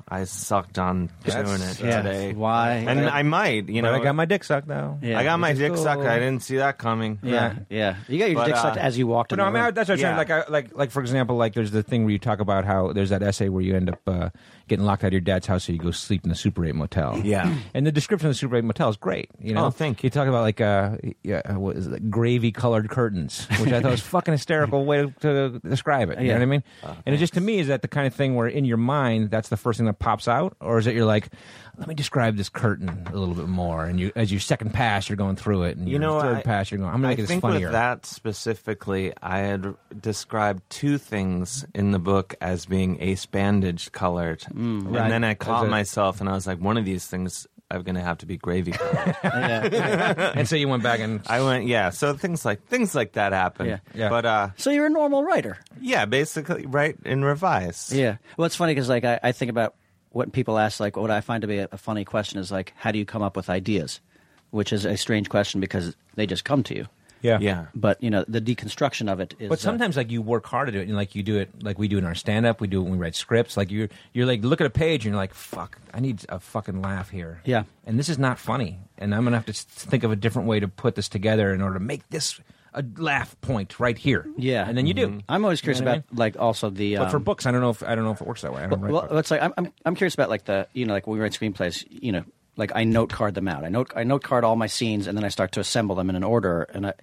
[SPEAKER 7] I sucked on doing
[SPEAKER 6] [LAUGHS]
[SPEAKER 7] it
[SPEAKER 6] yeah,
[SPEAKER 7] today.
[SPEAKER 6] why-
[SPEAKER 7] And I might, you know.
[SPEAKER 1] But I got my dick sucked though.
[SPEAKER 6] Yeah.
[SPEAKER 7] I got my
[SPEAKER 1] Which is
[SPEAKER 7] dick
[SPEAKER 1] cool.
[SPEAKER 7] sucked. I didn't see that coming.
[SPEAKER 6] Yeah, yeah. You got your
[SPEAKER 7] But,
[SPEAKER 6] dick
[SPEAKER 7] uh,
[SPEAKER 6] sucked as you walked
[SPEAKER 1] But no,
[SPEAKER 6] in.
[SPEAKER 1] I
[SPEAKER 6] the
[SPEAKER 1] mean, I-
[SPEAKER 6] room.
[SPEAKER 1] that's what I'm saying.
[SPEAKER 7] Yeah.
[SPEAKER 1] Like, I, like, like for example, like there's the thing where you talk about how there's that essay where you end up uh, getting locked out of your dad's house, so you go sleep in the Super Eight motel.
[SPEAKER 7] Yeah.
[SPEAKER 1] and the description of the Super Eight motel is great. You know,
[SPEAKER 7] Oh, thank you.
[SPEAKER 1] You talk about like, uh, yeah, what is it, gravy colored curtains, which I thought
[SPEAKER 7] [LAUGHS]
[SPEAKER 1] was a fucking hysterical way to, to describe it. You
[SPEAKER 6] Yeah.
[SPEAKER 1] know what I mean?
[SPEAKER 7] Oh,
[SPEAKER 1] and it just to me is that the kind of thing where in your mind that's the first thing that pops out, or is it you're like, let me describe this curtain a little bit more, and you as your second pass you're going through it, and
[SPEAKER 7] You
[SPEAKER 1] your
[SPEAKER 7] know,
[SPEAKER 1] third
[SPEAKER 7] I-
[SPEAKER 1] pass you're going, I'm gonna
[SPEAKER 7] I
[SPEAKER 1] make this
[SPEAKER 7] think
[SPEAKER 1] funnier.
[SPEAKER 7] with that specifically, I had described two things in the book as being ace bandage colored, and
[SPEAKER 1] Mm. Right.
[SPEAKER 7] then I caught
[SPEAKER 1] As a-
[SPEAKER 7] myself and I was like, one of these things I'm going to have to be
[SPEAKER 1] [LAUGHS]
[SPEAKER 7] gravy colored.
[SPEAKER 6] yeah.
[SPEAKER 1] [LAUGHS] and so you went back and
[SPEAKER 7] [LAUGHS] I went, yeah. So things like things like that happen.
[SPEAKER 6] Yeah.
[SPEAKER 1] Yeah.
[SPEAKER 7] But uh,
[SPEAKER 6] So you're a normal writer.
[SPEAKER 7] yeah, basically, right in revise.
[SPEAKER 6] Yeah. Well, it's funny because like I, I think about what people ask, like what I find to be a, a funny question is like, how do you come up with ideas? Which is a strange question because they just come to you.
[SPEAKER 1] yeah,
[SPEAKER 7] yeah.
[SPEAKER 6] But you know, the deconstruction of it is.
[SPEAKER 1] But
[SPEAKER 6] uh,
[SPEAKER 1] sometimes, like you work hard to do it, and like you do it, like we do in our stand-up, we do it when we write scripts. Like you're, you're like look at a page, and you're like, "Fuck, I need a fucking laugh here."
[SPEAKER 6] Yeah.
[SPEAKER 1] and this is not funny, and I'm gonna have to s- think of a different way to put this together in order to make this a laugh point right here.
[SPEAKER 6] yeah, Mm-hmm.
[SPEAKER 1] and then you do.
[SPEAKER 6] I'm always curious
[SPEAKER 1] You know what I
[SPEAKER 6] about like also the.
[SPEAKER 1] But for
[SPEAKER 6] um,
[SPEAKER 1] books, I don't know if I don't know if it works that way. I don't write
[SPEAKER 6] well,
[SPEAKER 1] books.
[SPEAKER 6] it's like I'm, I'm I'm curious about like the you know like when we write screenplays, you know, like I note card them out. I note I note card all my scenes, and then I start to assemble them in an order. And I,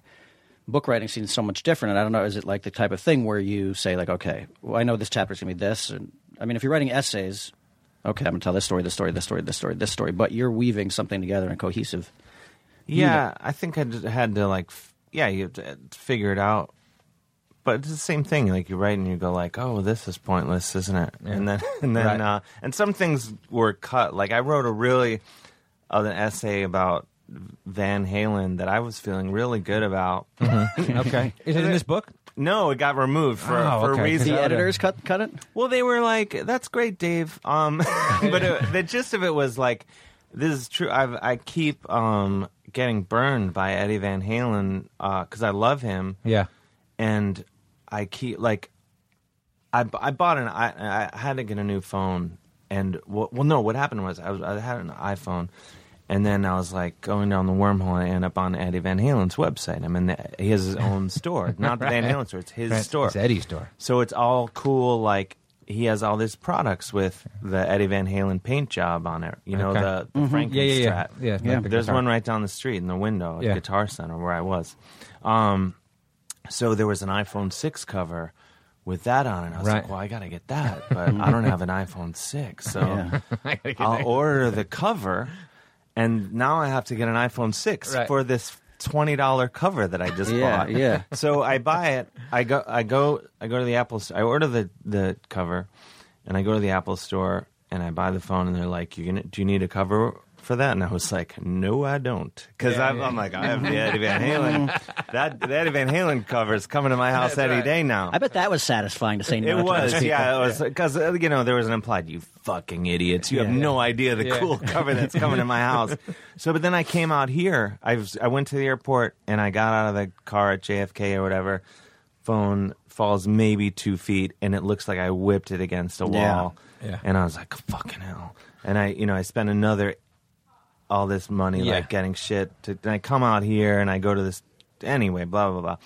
[SPEAKER 6] book writing seems so much different. And I don't know, is it like the type of thing where you say like, okay, well, I know this chapter's gonna be this, and I mean, if you're writing essays, okay, I'm gonna tell this story, this story, this story, this story, this story, but you're weaving something together and cohesive.
[SPEAKER 7] Yeah, I think I just had to like, f- yeah, you have to uh, figure it out. But it's the same thing. Like you write and you go like, oh, this is pointless, isn't it? And then [LAUGHS] and then
[SPEAKER 1] Right.
[SPEAKER 7] uh, and some things were cut. Like I wrote a really of an essay about Van Halen that I was feeling really good about.
[SPEAKER 1] Mm-hmm.
[SPEAKER 6] [LAUGHS]
[SPEAKER 1] okay, is it in this book?
[SPEAKER 7] no, it got removed for
[SPEAKER 1] Oh,
[SPEAKER 7] for
[SPEAKER 1] okay, 'cause
[SPEAKER 7] reasons.
[SPEAKER 6] The
[SPEAKER 1] Yeah.
[SPEAKER 6] editors cut cut it.
[SPEAKER 7] Well, they were like, "That's great, Dave." Um, [LAUGHS] but it, the gist of it was like, "This is true." I've, I keep um, getting burned by Eddie Van Halen because I love him,
[SPEAKER 1] Yeah,
[SPEAKER 7] and I keep like, I, b- I bought an I, I had to get a new phone, and wh- well, no, what happened was I was I had an iPhone. And then I was like going down the wormhole and I end up on Eddie Van Halen's website. I mean, the- he has his
[SPEAKER 1] [LAUGHS]
[SPEAKER 7] own store, not the Van Halen store; it's his
[SPEAKER 1] Right.
[SPEAKER 7] store.
[SPEAKER 1] It's Eddie's store. [LAUGHS]
[SPEAKER 7] So it's all cool. Like he has all these products with the Eddie Van Halen paint job on it. You know
[SPEAKER 1] Okay.
[SPEAKER 7] the, the
[SPEAKER 1] Mm-hmm. Yeah, yeah, yeah,
[SPEAKER 7] Frankenstrat.
[SPEAKER 1] yeah. like
[SPEAKER 6] Yeah.
[SPEAKER 1] the
[SPEAKER 7] There's
[SPEAKER 1] guitar.
[SPEAKER 7] one right down the street in the window at
[SPEAKER 1] Yeah.
[SPEAKER 7] Guitar Center where I was. Um, so there was an iPhone six cover with that on it. I was
[SPEAKER 1] Right.
[SPEAKER 7] like, well, I gotta get that,
[SPEAKER 6] [LAUGHS]
[SPEAKER 7] but I don't have an iPhone six, so
[SPEAKER 6] Yeah.
[SPEAKER 1] [LAUGHS]
[SPEAKER 7] I'll order the cover. And now I have to get an iPhone six
[SPEAKER 1] Right.
[SPEAKER 7] for this twenty dollar cover that I just
[SPEAKER 6] Yeah,
[SPEAKER 7] bought
[SPEAKER 6] yeah.
[SPEAKER 7] [LAUGHS] so I buy it. I go. I go. I go to the Apple. Store. I order the the cover, and I go to the Apple store and I buy the phone. And they're like, "You gonna? Do you need a cover for that?" And I was like, "No, I don't," because I'm, I'm like, "I have the Eddie Van Halen. that the Eddie Van Halen cover is coming to my house every day now."
[SPEAKER 6] I bet that was satisfying to say no.
[SPEAKER 7] it
[SPEAKER 6] to those
[SPEAKER 7] was,
[SPEAKER 6] people.
[SPEAKER 7] yeah, it was because you know there was an implied. You fucking idiots! You have
[SPEAKER 1] Yeah.
[SPEAKER 7] no idea the
[SPEAKER 1] Yeah. [LAUGHS]
[SPEAKER 7] cool cover that's coming to my house. So, but then I came out here. I was, I went to the airport and I got out of the car at JFK or whatever. Phone falls maybe two feet, and it looks like I whipped it against a
[SPEAKER 6] Yeah.
[SPEAKER 7] wall.
[SPEAKER 1] Yeah.
[SPEAKER 7] And I was like, fucking hell. And I, you know, I spent another all this money
[SPEAKER 1] Yeah.
[SPEAKER 7] like getting shit to and I come out here and I go to this anyway, blah blah blah.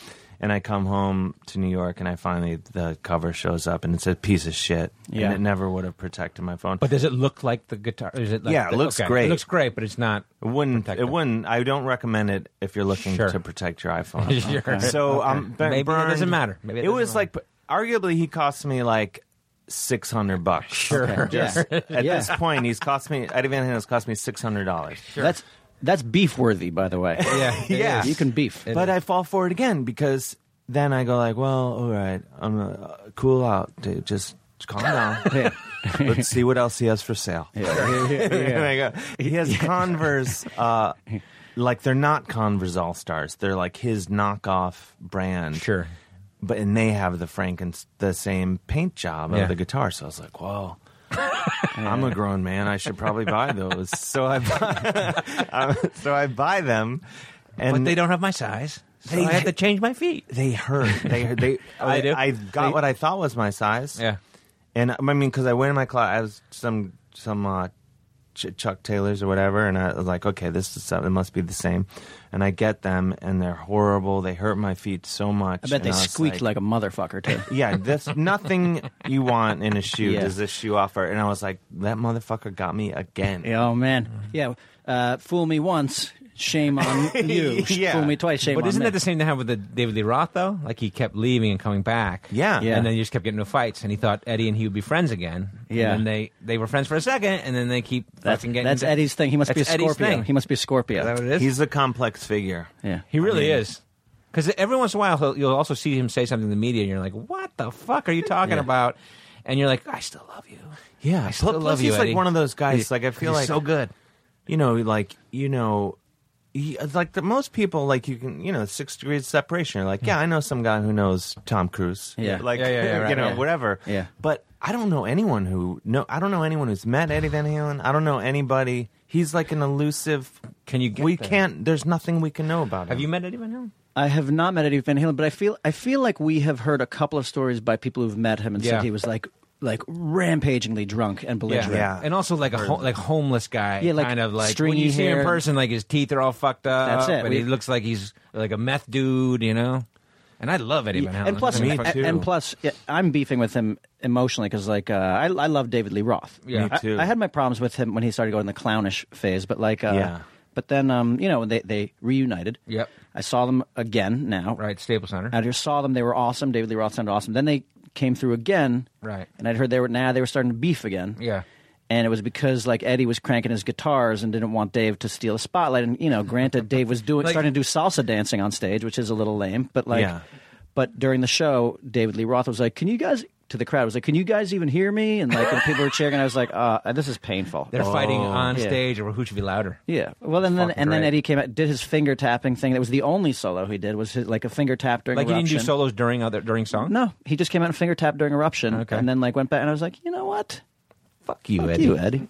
[SPEAKER 7] And I come home to New York and I finally the cover shows up and it's a piece of shit.
[SPEAKER 6] Yeah.
[SPEAKER 7] And it never would have protected my phone.
[SPEAKER 1] But does it look like the guitar? Is it like
[SPEAKER 7] Yeah, it
[SPEAKER 1] the-
[SPEAKER 7] looks
[SPEAKER 1] okay.
[SPEAKER 7] great.
[SPEAKER 1] It looks great, but it's not. [LAUGHS]
[SPEAKER 7] it wouldn't
[SPEAKER 1] protect
[SPEAKER 7] it
[SPEAKER 1] it.
[SPEAKER 7] wouldn't I don't recommend it if you're looking
[SPEAKER 1] Sure.
[SPEAKER 7] to protect your
[SPEAKER 1] [LAUGHS]
[SPEAKER 7] iPhone.
[SPEAKER 1] Sure.
[SPEAKER 7] So um but
[SPEAKER 1] Maybe it
[SPEAKER 7] burned-
[SPEAKER 1] doesn't matter. Maybe it
[SPEAKER 7] it
[SPEAKER 1] doesn't
[SPEAKER 7] was like arguably he cost me like six hundred bucks. Sure.
[SPEAKER 6] yeah.
[SPEAKER 1] [LAUGHS]
[SPEAKER 7] At
[SPEAKER 6] Yeah.
[SPEAKER 7] this point he's cost me Eddie Van Halen has cost me six hundred dollars.
[SPEAKER 6] That's that's beef worthy, by the way.
[SPEAKER 1] [LAUGHS] Yeah, it
[SPEAKER 7] [LAUGHS] Yeah.
[SPEAKER 1] is.
[SPEAKER 6] you can beef.
[SPEAKER 7] but I fall for it again because then I go like, well, all right, I'm gonna uh, cool out, dude. Just
[SPEAKER 1] [LAUGHS]
[SPEAKER 7] calm down. [LAUGHS] Let's see what else he has for sale. [LAUGHS] and I go, he has Converse.
[SPEAKER 1] [LAUGHS]
[SPEAKER 7] Uh, like they're not Converse All Stars. They're like his knockoff brand.
[SPEAKER 1] Sure.
[SPEAKER 7] But and they have the Franken the same paint job
[SPEAKER 1] Yeah.
[SPEAKER 7] of the guitar. So I was
[SPEAKER 1] [LAUGHS]
[SPEAKER 7] like, whoa. I'm a grown man. I should probably buy those. So I buy, [LAUGHS] so I buy them, and
[SPEAKER 1] but they don't have my size. So
[SPEAKER 7] They-
[SPEAKER 1] I have to change my feet. [LAUGHS]
[SPEAKER 7] they hurt. They hurt. They,
[SPEAKER 1] Oh, they
[SPEAKER 7] I,
[SPEAKER 1] do?
[SPEAKER 7] I got what I thought was my size. And I mean, because I went in my class, I was some some uh, Ch- Chuck Taylors or whatever, and I was like, okay, this is something. It must be the same. And I get them, and they're horrible. They hurt my feet so much.
[SPEAKER 6] I bet
[SPEAKER 7] and
[SPEAKER 6] they
[SPEAKER 7] was
[SPEAKER 6] squeaked like, a motherfucker too.
[SPEAKER 7] yeah,
[SPEAKER 1] [LAUGHS]
[SPEAKER 7] that's nothing you want in a shoe.
[SPEAKER 6] Yeah.
[SPEAKER 7] Does this shoe offer? And I was like, that motherfucker got me again.
[SPEAKER 6] [LAUGHS] Yeah, oh
[SPEAKER 1] Mm.
[SPEAKER 6] man, yeah. Uh, fool me once, shame
[SPEAKER 1] [LAUGHS]
[SPEAKER 6] on you.
[SPEAKER 7] Yeah.
[SPEAKER 6] Fool me twice, shame
[SPEAKER 1] But
[SPEAKER 6] on
[SPEAKER 1] isn't
[SPEAKER 6] me.
[SPEAKER 1] that the same thing happened with the David Lee Roth though? Like he kept leaving and coming back.
[SPEAKER 7] Yeah. Yeah.
[SPEAKER 1] And then you just kept getting into fights, and he thought Eddie and he would be friends again.
[SPEAKER 6] Yeah.
[SPEAKER 1] And then they they were friends for a second, and then they keep
[SPEAKER 6] that's,
[SPEAKER 1] fucking getting.
[SPEAKER 6] that's Eddie's thing. He must
[SPEAKER 1] That's
[SPEAKER 6] be a
[SPEAKER 1] Eddie's
[SPEAKER 6] Scorpio.
[SPEAKER 1] thing.
[SPEAKER 6] He must be a Scorpio.
[SPEAKER 1] Is that what it is?
[SPEAKER 7] He's a complex figure.
[SPEAKER 6] yeah.
[SPEAKER 1] he really is. Because every once in a while he'll, you'll also see him say something in the media, and you're like, "What the fuck are you talking about?" And you're like, "I still love you."
[SPEAKER 7] Yeah,
[SPEAKER 1] I still
[SPEAKER 7] plus
[SPEAKER 1] love you.
[SPEAKER 7] he's like
[SPEAKER 1] Eddie.
[SPEAKER 7] one of those guys,
[SPEAKER 1] He's-
[SPEAKER 7] like, I feel
[SPEAKER 1] he's
[SPEAKER 7] like-
[SPEAKER 1] so good.
[SPEAKER 7] you know, like you know, he, it's like the most people, like you can, you know, six degrees of separation. You're like, yeah, I know some guy who knows Tom Cruise,
[SPEAKER 6] Yeah.
[SPEAKER 7] like
[SPEAKER 1] Mm. Yeah,
[SPEAKER 7] [LAUGHS]
[SPEAKER 1] yeah, yeah,
[SPEAKER 7] you
[SPEAKER 1] right,
[SPEAKER 7] know,
[SPEAKER 1] yeah.
[SPEAKER 7] whatever,
[SPEAKER 6] Yeah.
[SPEAKER 7] But I don't know anyone who no, I don't know anyone who's met Eddie Van Halen. I don't know anybody. He's like an elusive.
[SPEAKER 1] Can you get
[SPEAKER 7] we
[SPEAKER 1] there?
[SPEAKER 7] can't. There's nothing we can know about him.
[SPEAKER 1] Have you met Eddie Van Halen?
[SPEAKER 6] I have not met Eddie Van Halen, but I feel I feel like we have heard a couple of stories by people who've met him and
[SPEAKER 1] Yeah.
[SPEAKER 6] said he was like like rampagingly drunk and belligerent.
[SPEAKER 7] Yeah.
[SPEAKER 1] and also like a ho- like homeless guy.
[SPEAKER 6] Yeah, like
[SPEAKER 1] kind of like when
[SPEAKER 6] stringy
[SPEAKER 1] you see him in
[SPEAKER 6] hair.
[SPEAKER 1] person, like his teeth are all fucked up.
[SPEAKER 6] That's it.
[SPEAKER 1] And
[SPEAKER 6] We-
[SPEAKER 1] he looks like he's like a meth dude, you know. And I love Eddie Van Halen.
[SPEAKER 6] And plus,
[SPEAKER 1] I mean,
[SPEAKER 6] and,
[SPEAKER 1] fuck-
[SPEAKER 7] too.
[SPEAKER 6] and plus, yeah, I'm beefing with him emotionally because, like, uh, I, I love David Lee Roth.
[SPEAKER 1] Yeah. Me
[SPEAKER 6] I-
[SPEAKER 7] too.
[SPEAKER 6] I, had my problems with him when he started going the clownish phase, but like, uh,
[SPEAKER 7] Yeah.
[SPEAKER 6] But then, um, you know, they they reunited.
[SPEAKER 1] Yep.
[SPEAKER 6] I saw them again now.
[SPEAKER 1] right, Staples Center.
[SPEAKER 6] I just saw them; they were awesome. David Lee Roth sounded awesome. Then they came through again.
[SPEAKER 1] Right.
[SPEAKER 6] And I'd heard they were now they were starting to beef again.
[SPEAKER 1] Yeah.
[SPEAKER 6] And it was because like Eddie was cranking his guitars and didn't want Dave to steal the spotlight. And you know, granted, Dave was
[SPEAKER 1] [LAUGHS]
[SPEAKER 6] doing
[SPEAKER 1] Like-
[SPEAKER 6] starting to do salsa dancing on stage, which is a little lame. But like,
[SPEAKER 7] Yeah.
[SPEAKER 6] but during the show, David Lee Roth was like, "Can you guys?" To the crowd, was like, "Can you guys even hear me?" And like, and people were cheering, and I was like, uh, "This is painful."
[SPEAKER 1] They're fighting on
[SPEAKER 6] yeah.
[SPEAKER 1] stage over who should be louder.
[SPEAKER 6] [LAUGHS] Yeah. Well, and then
[SPEAKER 1] fucking
[SPEAKER 6] and then
[SPEAKER 1] great.
[SPEAKER 6] Eddie came out, did his finger tapping thing. That was the only solo he did was his, like a finger tap during.
[SPEAKER 1] Like you didn't do
[SPEAKER 6] Eruption.
[SPEAKER 1] solos during other during songs.
[SPEAKER 6] No, he just came out and finger tapped during eruption,
[SPEAKER 1] Okay.
[SPEAKER 6] and then like went back, and I was like, you know what?
[SPEAKER 1] fuck you,
[SPEAKER 6] Fuck
[SPEAKER 1] Eddie.
[SPEAKER 6] you, Eddie.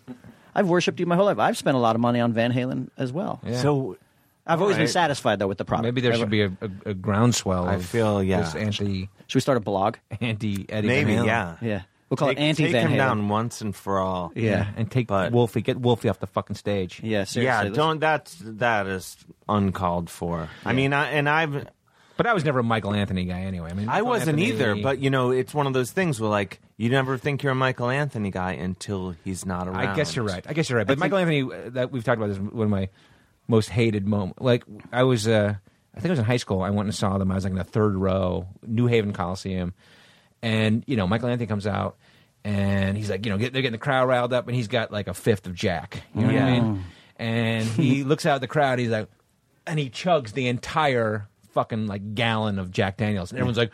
[SPEAKER 6] I've worshipped you my whole life. I've spent a lot of money on Van Halen as well.
[SPEAKER 1] Yeah.
[SPEAKER 7] So
[SPEAKER 6] I've always been
[SPEAKER 7] Alright.
[SPEAKER 6] satisfied though with the product.
[SPEAKER 1] Maybe there should be a, a, a groundswell.
[SPEAKER 7] I
[SPEAKER 1] of
[SPEAKER 7] feel, yeah.
[SPEAKER 1] this anti
[SPEAKER 6] Should we start a blog?
[SPEAKER 1] anti Eddie.
[SPEAKER 7] maybe,
[SPEAKER 1] Van Halen.
[SPEAKER 7] yeah,
[SPEAKER 6] Yeah, we'll call
[SPEAKER 7] take,
[SPEAKER 6] it anti
[SPEAKER 7] Take
[SPEAKER 6] Van
[SPEAKER 7] him
[SPEAKER 6] Halen.
[SPEAKER 7] down once and for all.
[SPEAKER 6] Yeah.
[SPEAKER 1] and take
[SPEAKER 7] But-
[SPEAKER 1] Wolfie, get Wolfie off the fucking stage.
[SPEAKER 6] Yeah, seriously.
[SPEAKER 7] yeah,
[SPEAKER 6] let's-
[SPEAKER 7] don't. That's that is uncalled for. I mean, I, and I've
[SPEAKER 1] but I was never a Michael Anthony guy anyway. I mean,
[SPEAKER 7] I
[SPEAKER 1] Michael
[SPEAKER 7] wasn't
[SPEAKER 1] Anthony-
[SPEAKER 7] either, but you know, it's one of those things where like you never think you're a Michael Anthony guy until he's not around.
[SPEAKER 1] I guess you're right. I guess you're right. But Michael Anthony, uh, that we've talked about this, one of my most hated moment. Like I was, uh, I think I was in high school. I went and saw them. I was like in the third row, New Haven Coliseum, and you know Michael Anthony comes out, and he's like, you know, get, they're getting the crowd riled up, and he's got like a fifth of Jack. You know what I mean? And he looks out at the crowd. He's like, and he chugs the entire fucking like gallon of Jack Daniels, and everyone's like,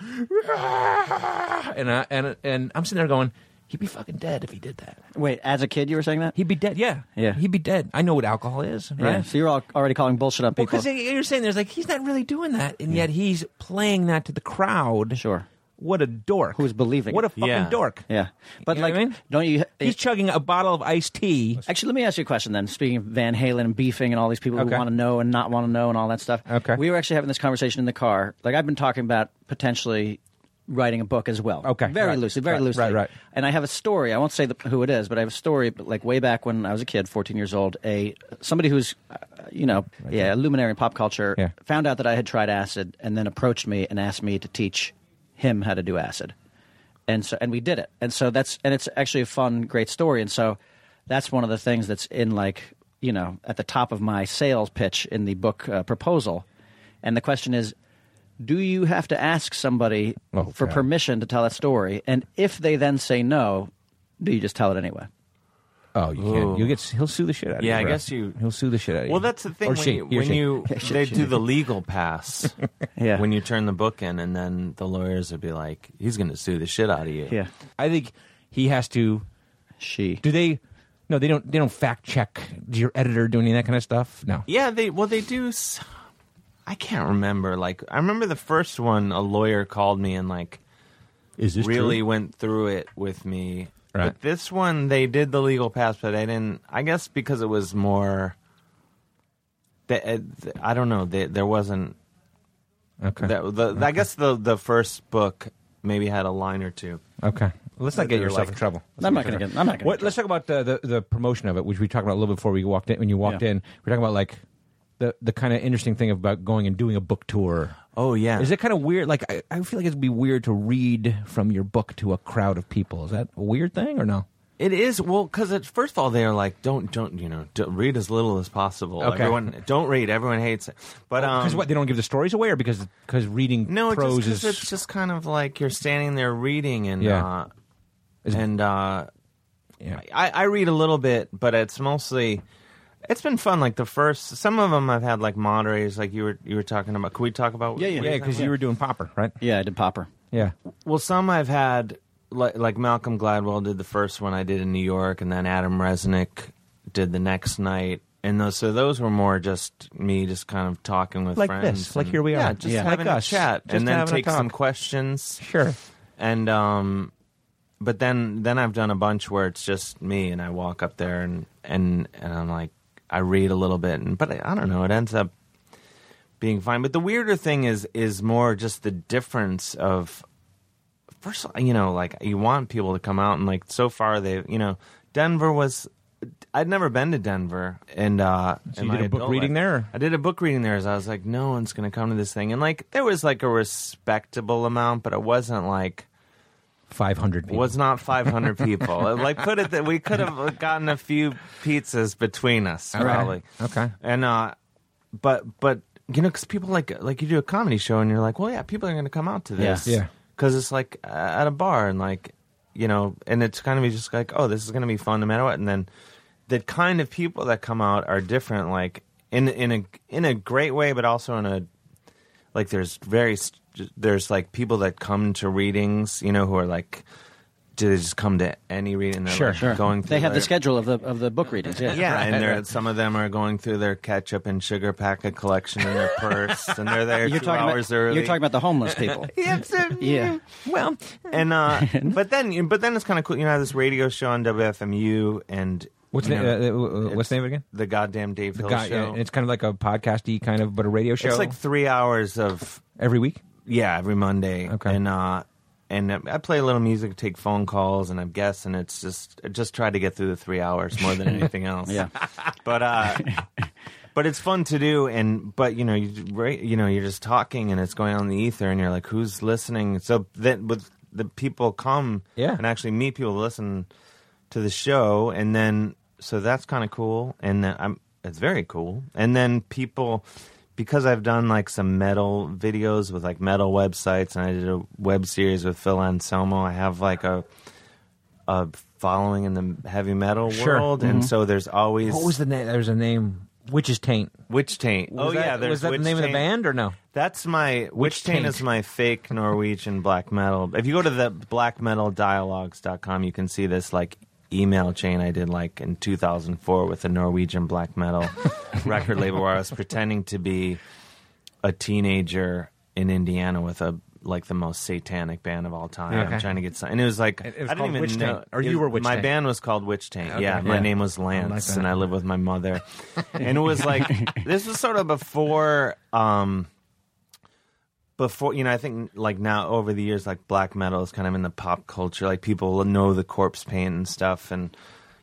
[SPEAKER 1] "Ah!" and I, and and I'm sitting there going, he'd be fucking dead if he did that.
[SPEAKER 6] Wait, as a kid, you were saying that?
[SPEAKER 1] He'd be dead. Yeah,
[SPEAKER 6] Yeah.
[SPEAKER 1] He'd be dead. I know what alcohol is,
[SPEAKER 6] Yeah.
[SPEAKER 1] right?
[SPEAKER 6] So you're all already calling bullshit on people.
[SPEAKER 1] because you're saying there's like he's not really doing that, and yet he's playing that to the crowd.
[SPEAKER 6] Sure.
[SPEAKER 1] What a dork.
[SPEAKER 6] Who's believing
[SPEAKER 1] What a
[SPEAKER 6] it.
[SPEAKER 1] fucking
[SPEAKER 7] Yeah.
[SPEAKER 1] dork.
[SPEAKER 6] yeah, but
[SPEAKER 1] You know
[SPEAKER 6] like,
[SPEAKER 1] what I mean?
[SPEAKER 6] don't you?
[SPEAKER 1] He's chugging a bottle of iced tea.
[SPEAKER 6] Actually, let me ask you a question then. Speaking of Van Halen and beefing and all these people
[SPEAKER 1] Okay.
[SPEAKER 6] who want to know and not want to know and all that stuff.
[SPEAKER 1] Okay.
[SPEAKER 6] We were actually having this conversation in the car. Like I've been talking about potentially writing a book as well.
[SPEAKER 1] Okay,
[SPEAKER 6] Very
[SPEAKER 1] right,
[SPEAKER 6] loosely, very
[SPEAKER 1] right,
[SPEAKER 6] loosely.
[SPEAKER 1] right, right.
[SPEAKER 6] And I have a story. I won't say the, who it is, but I have a story. But like way back when I was a kid, fourteen years old, a somebody who's, uh, you know, yeah, a luminary in pop culture,
[SPEAKER 1] Yeah.
[SPEAKER 6] found out that I had tried acid and then approached me and asked me to teach him how to do acid. And so and we did it. And so that's and it's actually a fun great story and so that's one of the things that's in like, you know, at the top of my sales pitch in the book uh, proposal. And the question is do you have to ask somebody
[SPEAKER 1] Oh,
[SPEAKER 6] for
[SPEAKER 1] God.
[SPEAKER 6] permission to tell that story? And if they then say no, do you just tell it anyway?
[SPEAKER 1] Oh, you can't. You get. He'll sue the shit out of you.
[SPEAKER 7] Yeah, I
[SPEAKER 1] bro.
[SPEAKER 7] guess you-
[SPEAKER 1] He'll sue the shit out of you.
[SPEAKER 7] Well, that's the thing
[SPEAKER 1] Or
[SPEAKER 7] when
[SPEAKER 1] she,
[SPEAKER 7] you,
[SPEAKER 1] he or
[SPEAKER 7] when
[SPEAKER 1] [LAUGHS] she.
[SPEAKER 7] you they do the
[SPEAKER 1] [LAUGHS]
[SPEAKER 7] legal pass.
[SPEAKER 6] Yeah.
[SPEAKER 7] When you turn the book in, and then the lawyers would be like, "He's going to sue the shit out of you."
[SPEAKER 6] Yeah.
[SPEAKER 1] I think he has to.
[SPEAKER 6] She.
[SPEAKER 1] Do they? No, they don't. They don't fact check. Do your editor do any of that kind of stuff? No.
[SPEAKER 7] Yeah, they well they do. s- I can't remember. Like I remember the first one, a lawyer called me and like
[SPEAKER 1] Is
[SPEAKER 7] really went through it with me.
[SPEAKER 1] Right.
[SPEAKER 7] But this one, they did the legal pass, but I didn't. I guess because it was more. the- uh, th- I don't know. There there wasn't.
[SPEAKER 1] Okay.
[SPEAKER 7] that- the- I guess the the first book maybe had a line or two.
[SPEAKER 1] okay. Let's not get
[SPEAKER 7] They're
[SPEAKER 1] yourself
[SPEAKER 7] like-
[SPEAKER 1] in trouble. Let's
[SPEAKER 6] I'm
[SPEAKER 1] get
[SPEAKER 6] not gonna
[SPEAKER 1] yourself-
[SPEAKER 6] get- I'm not gonna
[SPEAKER 1] What-
[SPEAKER 6] get in
[SPEAKER 1] Let's talk about uh, the the promotion of it, which we talked about a little before we walked in. When you walked
[SPEAKER 6] Yeah.
[SPEAKER 1] in, we're talking about like the the kind of interesting thing about going and doing a book tour.
[SPEAKER 7] Oh, yeah.
[SPEAKER 1] is it kind of weird? Like I, I feel like it'd be weird to read from your book to a crowd of people. Is that a weird thing or no?
[SPEAKER 7] It is well because first of all they are like don't don't you know don't, read as little as possible.
[SPEAKER 1] Okay.
[SPEAKER 7] Everyone don't read. Everyone hates it. But um,
[SPEAKER 1] Because what they don't give the stories away, or because because reading
[SPEAKER 7] no, it
[SPEAKER 1] prose
[SPEAKER 7] just, 'cause
[SPEAKER 1] is
[SPEAKER 7] it's just kind of like you're standing there reading and
[SPEAKER 1] Yeah.
[SPEAKER 7] uh,
[SPEAKER 1] Is-
[SPEAKER 7] and uh,
[SPEAKER 1] yeah.
[SPEAKER 7] I, I read a little bit, but it's mostly it's been fun. Like the first some of them I've had like moderators like you were you were talking about. Could we talk about
[SPEAKER 6] Yeah, yeah.
[SPEAKER 1] yeah, because you were doing popper, right?
[SPEAKER 6] Yeah, I did Popper.
[SPEAKER 1] Yeah,
[SPEAKER 7] Well, some I've had like, like Malcolm Gladwell did the first one I did in New York, and then Adam Resnick did the next night. And those, so those were more just me, just kind of talking with
[SPEAKER 1] Like
[SPEAKER 7] friends.
[SPEAKER 1] this, like
[SPEAKER 7] and-
[SPEAKER 1] here we are.
[SPEAKER 7] yeah, just
[SPEAKER 1] Yeah.
[SPEAKER 7] having
[SPEAKER 1] Like
[SPEAKER 7] a
[SPEAKER 1] us,
[SPEAKER 7] chat,
[SPEAKER 1] just
[SPEAKER 7] and then
[SPEAKER 1] having a
[SPEAKER 7] take some
[SPEAKER 1] talk.
[SPEAKER 7] questions.
[SPEAKER 1] sure.
[SPEAKER 7] And um, but then then I've done a bunch where it's just me, and I walk up there and and and I'm like, I read a little bit, and but I, I don't know, it ends up being fine. But the weirder thing is is more just the difference of first of all, you know like you want people to come out and like so far they you know denver was i'd never been to denver and uh
[SPEAKER 1] So
[SPEAKER 7] in
[SPEAKER 1] you did
[SPEAKER 7] my
[SPEAKER 1] a book
[SPEAKER 7] adult
[SPEAKER 1] reading
[SPEAKER 7] life.
[SPEAKER 1] there, or-
[SPEAKER 7] i did a book reading there as i was like no one's gonna come to this thing and like there was like a respectable amount but it wasn't like
[SPEAKER 1] Five hundred people.
[SPEAKER 7] was not 500
[SPEAKER 1] [LAUGHS]
[SPEAKER 7] people like put it that we could have gotten a few pizzas between us probably
[SPEAKER 1] Okay.
[SPEAKER 7] and uh but but you know because people like like you do a comedy show and you're like well yeah people are gonna come out to this
[SPEAKER 1] Yeah. Yeah.
[SPEAKER 7] because it's like uh, at a bar and like you know and it's kind of just like oh this is gonna be fun no matter what and then the kind of people that come out are different like in in a in a great way but also in a like there's very st- there's like people that come to readings you know who are like do they just come to any reading they're
[SPEAKER 1] Sure,
[SPEAKER 7] like
[SPEAKER 1] sure.
[SPEAKER 7] going through
[SPEAKER 6] They have the
[SPEAKER 7] their-
[SPEAKER 6] schedule of the of the book readings. Yeah,
[SPEAKER 7] yeah,
[SPEAKER 6] Right,
[SPEAKER 7] and they're,
[SPEAKER 6] right.
[SPEAKER 7] some of them are going through their ketchup and sugar packet collection in their
[SPEAKER 6] [LAUGHS]
[SPEAKER 7] purse, and they're there
[SPEAKER 6] you're
[SPEAKER 7] two
[SPEAKER 6] talking
[SPEAKER 7] hours
[SPEAKER 6] about
[SPEAKER 7] early.
[SPEAKER 6] you're
[SPEAKER 7] [LAUGHS]
[SPEAKER 6] talking about the homeless people.
[SPEAKER 7] Yeah, so-
[SPEAKER 6] Yeah.
[SPEAKER 7] Well,
[SPEAKER 6] [LAUGHS]
[SPEAKER 7] and uh, but then but then it's kind of cool. You know, I have this radio show on WFMU, and
[SPEAKER 1] What's
[SPEAKER 7] you
[SPEAKER 1] na-
[SPEAKER 7] know,
[SPEAKER 1] uh, uh, what's
[SPEAKER 7] it's
[SPEAKER 1] name again?
[SPEAKER 7] The goddamn Dave Hill
[SPEAKER 1] Guy-
[SPEAKER 7] show.
[SPEAKER 1] yeah, it's kind of like a podcasty kind of, but a radio show.
[SPEAKER 7] it's like three hours of
[SPEAKER 1] every week.
[SPEAKER 7] Yeah, every Monday.
[SPEAKER 1] Okay.
[SPEAKER 7] And uh, and I play a little music, take phone calls, and I guess, and it's just I just try to get through the three hours more
[SPEAKER 1] [LAUGHS]
[SPEAKER 7] than anything else.
[SPEAKER 6] Yeah.
[SPEAKER 7] [LAUGHS] but uh, but it's fun to do, and but you know you right, you know you're just talking, and it's going on in the ether, and you're like, who's listening? So that with the people come,
[SPEAKER 1] Yeah.
[SPEAKER 7] and actually meet people who listen to the show, and then so that's kind of cool, and then I'm it's very cool, and then people because I've done like some metal videos with like metal websites, and I did a web series with Phil Anselmo. I have like a a following in the heavy metal
[SPEAKER 1] Sure.
[SPEAKER 7] world, and so there's always
[SPEAKER 1] What was the name? There was a name. Witch's Taint.
[SPEAKER 7] Witch Taint.
[SPEAKER 1] Was
[SPEAKER 7] oh
[SPEAKER 1] that,
[SPEAKER 7] yeah, there's
[SPEAKER 1] was that
[SPEAKER 7] Witch
[SPEAKER 1] the name of the
[SPEAKER 7] Taint.
[SPEAKER 1] band or no?
[SPEAKER 7] That's my Witch Taint
[SPEAKER 1] Taint.
[SPEAKER 7] is my fake Norwegian black metal. If you go to the blackmetaldialogues.com, you can see this like email chain I did like in 2004 with a Norwegian black
[SPEAKER 1] [LAUGHS]
[SPEAKER 7] metal record label where I was pretending to be a teenager in Indiana with a like the most satanic band of all time.
[SPEAKER 1] Okay.
[SPEAKER 7] I'm trying to get some, and it was like
[SPEAKER 1] It- it was
[SPEAKER 7] I didn't
[SPEAKER 1] called
[SPEAKER 7] even
[SPEAKER 1] Witch
[SPEAKER 7] know.
[SPEAKER 1] Taint, or
[SPEAKER 7] it
[SPEAKER 1] you
[SPEAKER 7] was-
[SPEAKER 1] were Witch
[SPEAKER 7] My
[SPEAKER 1] Taint.
[SPEAKER 7] band was called Witch Taint.
[SPEAKER 1] Okay.
[SPEAKER 7] yeah, my
[SPEAKER 1] Yeah. Oh,
[SPEAKER 7] name was Lance,
[SPEAKER 1] that.
[SPEAKER 7] and I lived with
[SPEAKER 1] [LAUGHS]
[SPEAKER 7] my mother. and it was like this was sort of before. um before you know, I think like now over the years, like black metal is kind of in the pop culture. Like people know the corpse paint and stuff, and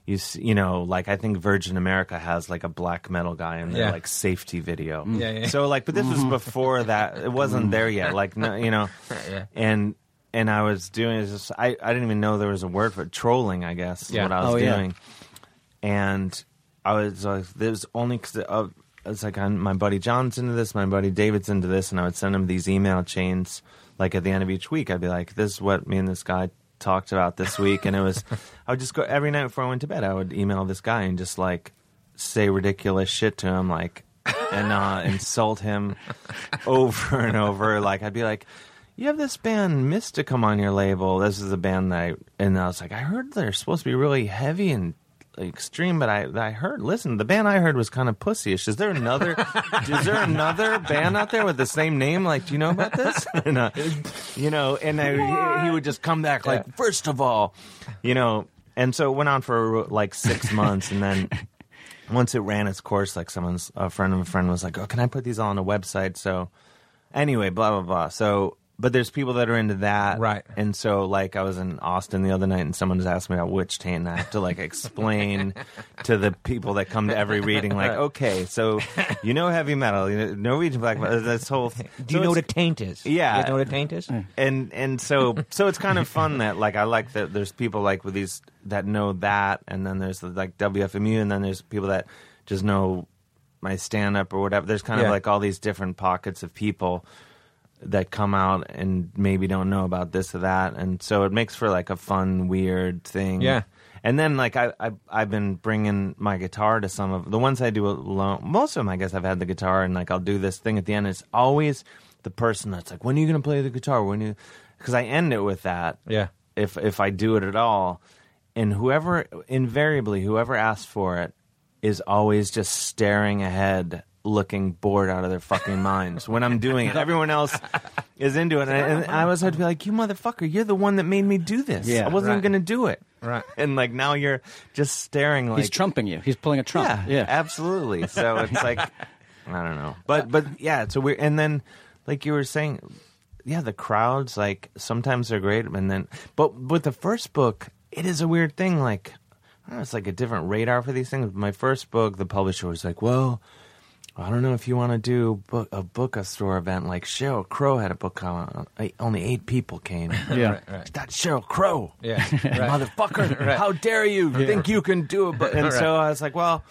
[SPEAKER 7] you s- you know, like I think Virgin America has like a black metal guy in their
[SPEAKER 1] Yeah. Mm.
[SPEAKER 7] like safety video.
[SPEAKER 1] Yeah, yeah. Mm.
[SPEAKER 7] So like, but this was before that. It wasn't there yet. Like no,
[SPEAKER 1] [LAUGHS]
[SPEAKER 7] you know, and and I was doing is just I I didn't even know there was a word for it. trolling. I guess is
[SPEAKER 1] Yeah.
[SPEAKER 7] what I was
[SPEAKER 6] Oh, yeah.
[SPEAKER 7] doing and I was like, "There's only because uh, it's like i my buddy John's into this, my buddy David's into this," and I would send him these email chains. Like at the end of each week, I'd be like, "This is what me and this guy talked about this week," and it was. I would just go every night before I went to bed. I would email this guy and just like say ridiculous shit to him, like and uh, insult him over and over. Like I'd be like. You have this band Mysticum on your label. This is a band that I and I was like, I heard they're supposed to be really heavy and extreme, but I I heard listen, the band I heard was kind of pussyish. Is there another is there another band out there with the same name? Like, do you know about this? [LAUGHS] and, uh, you know, and I, he- he would just come back like, first of all, you know, and so it went on for like six months, and then. Once it ran its course, like someone's a friend of a friend was like, "Oh, can I put these all on a website?" So, anyway, blah blah blah. So but there's people that are into that,
[SPEAKER 1] Right.
[SPEAKER 7] And so, like, I was in Austin the other night, and someone was asking me about Witch Taint, and I have to like explain to the people that come to every reading, like, okay, so you know heavy metal, you know Norwegian black metal, this whole. Thing.
[SPEAKER 1] [LAUGHS] Do you know what a taint is?
[SPEAKER 7] Yeah.
[SPEAKER 1] You guys know what a taint is?
[SPEAKER 7] [LAUGHS] and and so so it's kind of fun that like I like that there's people like with these that know that, and then there's like WFMU, and then there's people that just know my stand up or whatever. There's kind
[SPEAKER 1] Yeah.
[SPEAKER 7] of like all these different pockets of people that come out and maybe don't know about this or that, and so it makes for like a fun weird thing.
[SPEAKER 1] Yeah.
[SPEAKER 7] And then, like I, I, I've been bringing my guitar to some of the ones I do alone. Most of them, I guess, I've had the guitar, and like I'll do this thing at the end. It's always the person that's like, "When are you going to play the guitar? When you?" Because I end it with that.
[SPEAKER 1] Yeah.
[SPEAKER 7] If if I do it at all, and whoever invariably whoever asks for it is always just staring ahead, looking bored out of their fucking minds when I'm doing it. Everyone else is into it, and, I- and I always had to be like, "You motherfucker, you're the one that made me do this.
[SPEAKER 6] Yeah,
[SPEAKER 7] I wasn't
[SPEAKER 1] right.
[SPEAKER 7] even going to do it."
[SPEAKER 1] Right.
[SPEAKER 7] And like now you're just staring like
[SPEAKER 6] He's trumping you. He's pulling a trump.
[SPEAKER 7] [LAUGHS] Yeah, absolutely. [LAUGHS] So it's like I don't know. But but yeah, it's a weird and then like you were saying yeah, the crowds like sometimes they're great and then but with the first book, it is a weird thing like I don't know, it's like a different radar for these things. My first book, the publisher was like, "Well, I don't know if you want to do book, a book a store event like Cheryl Crow had a book come out. uh, Only eight people came.
[SPEAKER 6] Yeah.
[SPEAKER 7] That's Cheryl Crow.
[SPEAKER 1] Yeah,
[SPEAKER 7] [LAUGHS]
[SPEAKER 6] [LAUGHS]
[SPEAKER 1] right.
[SPEAKER 7] Motherfucker. How dare you think you can do a book? And so I was like, well,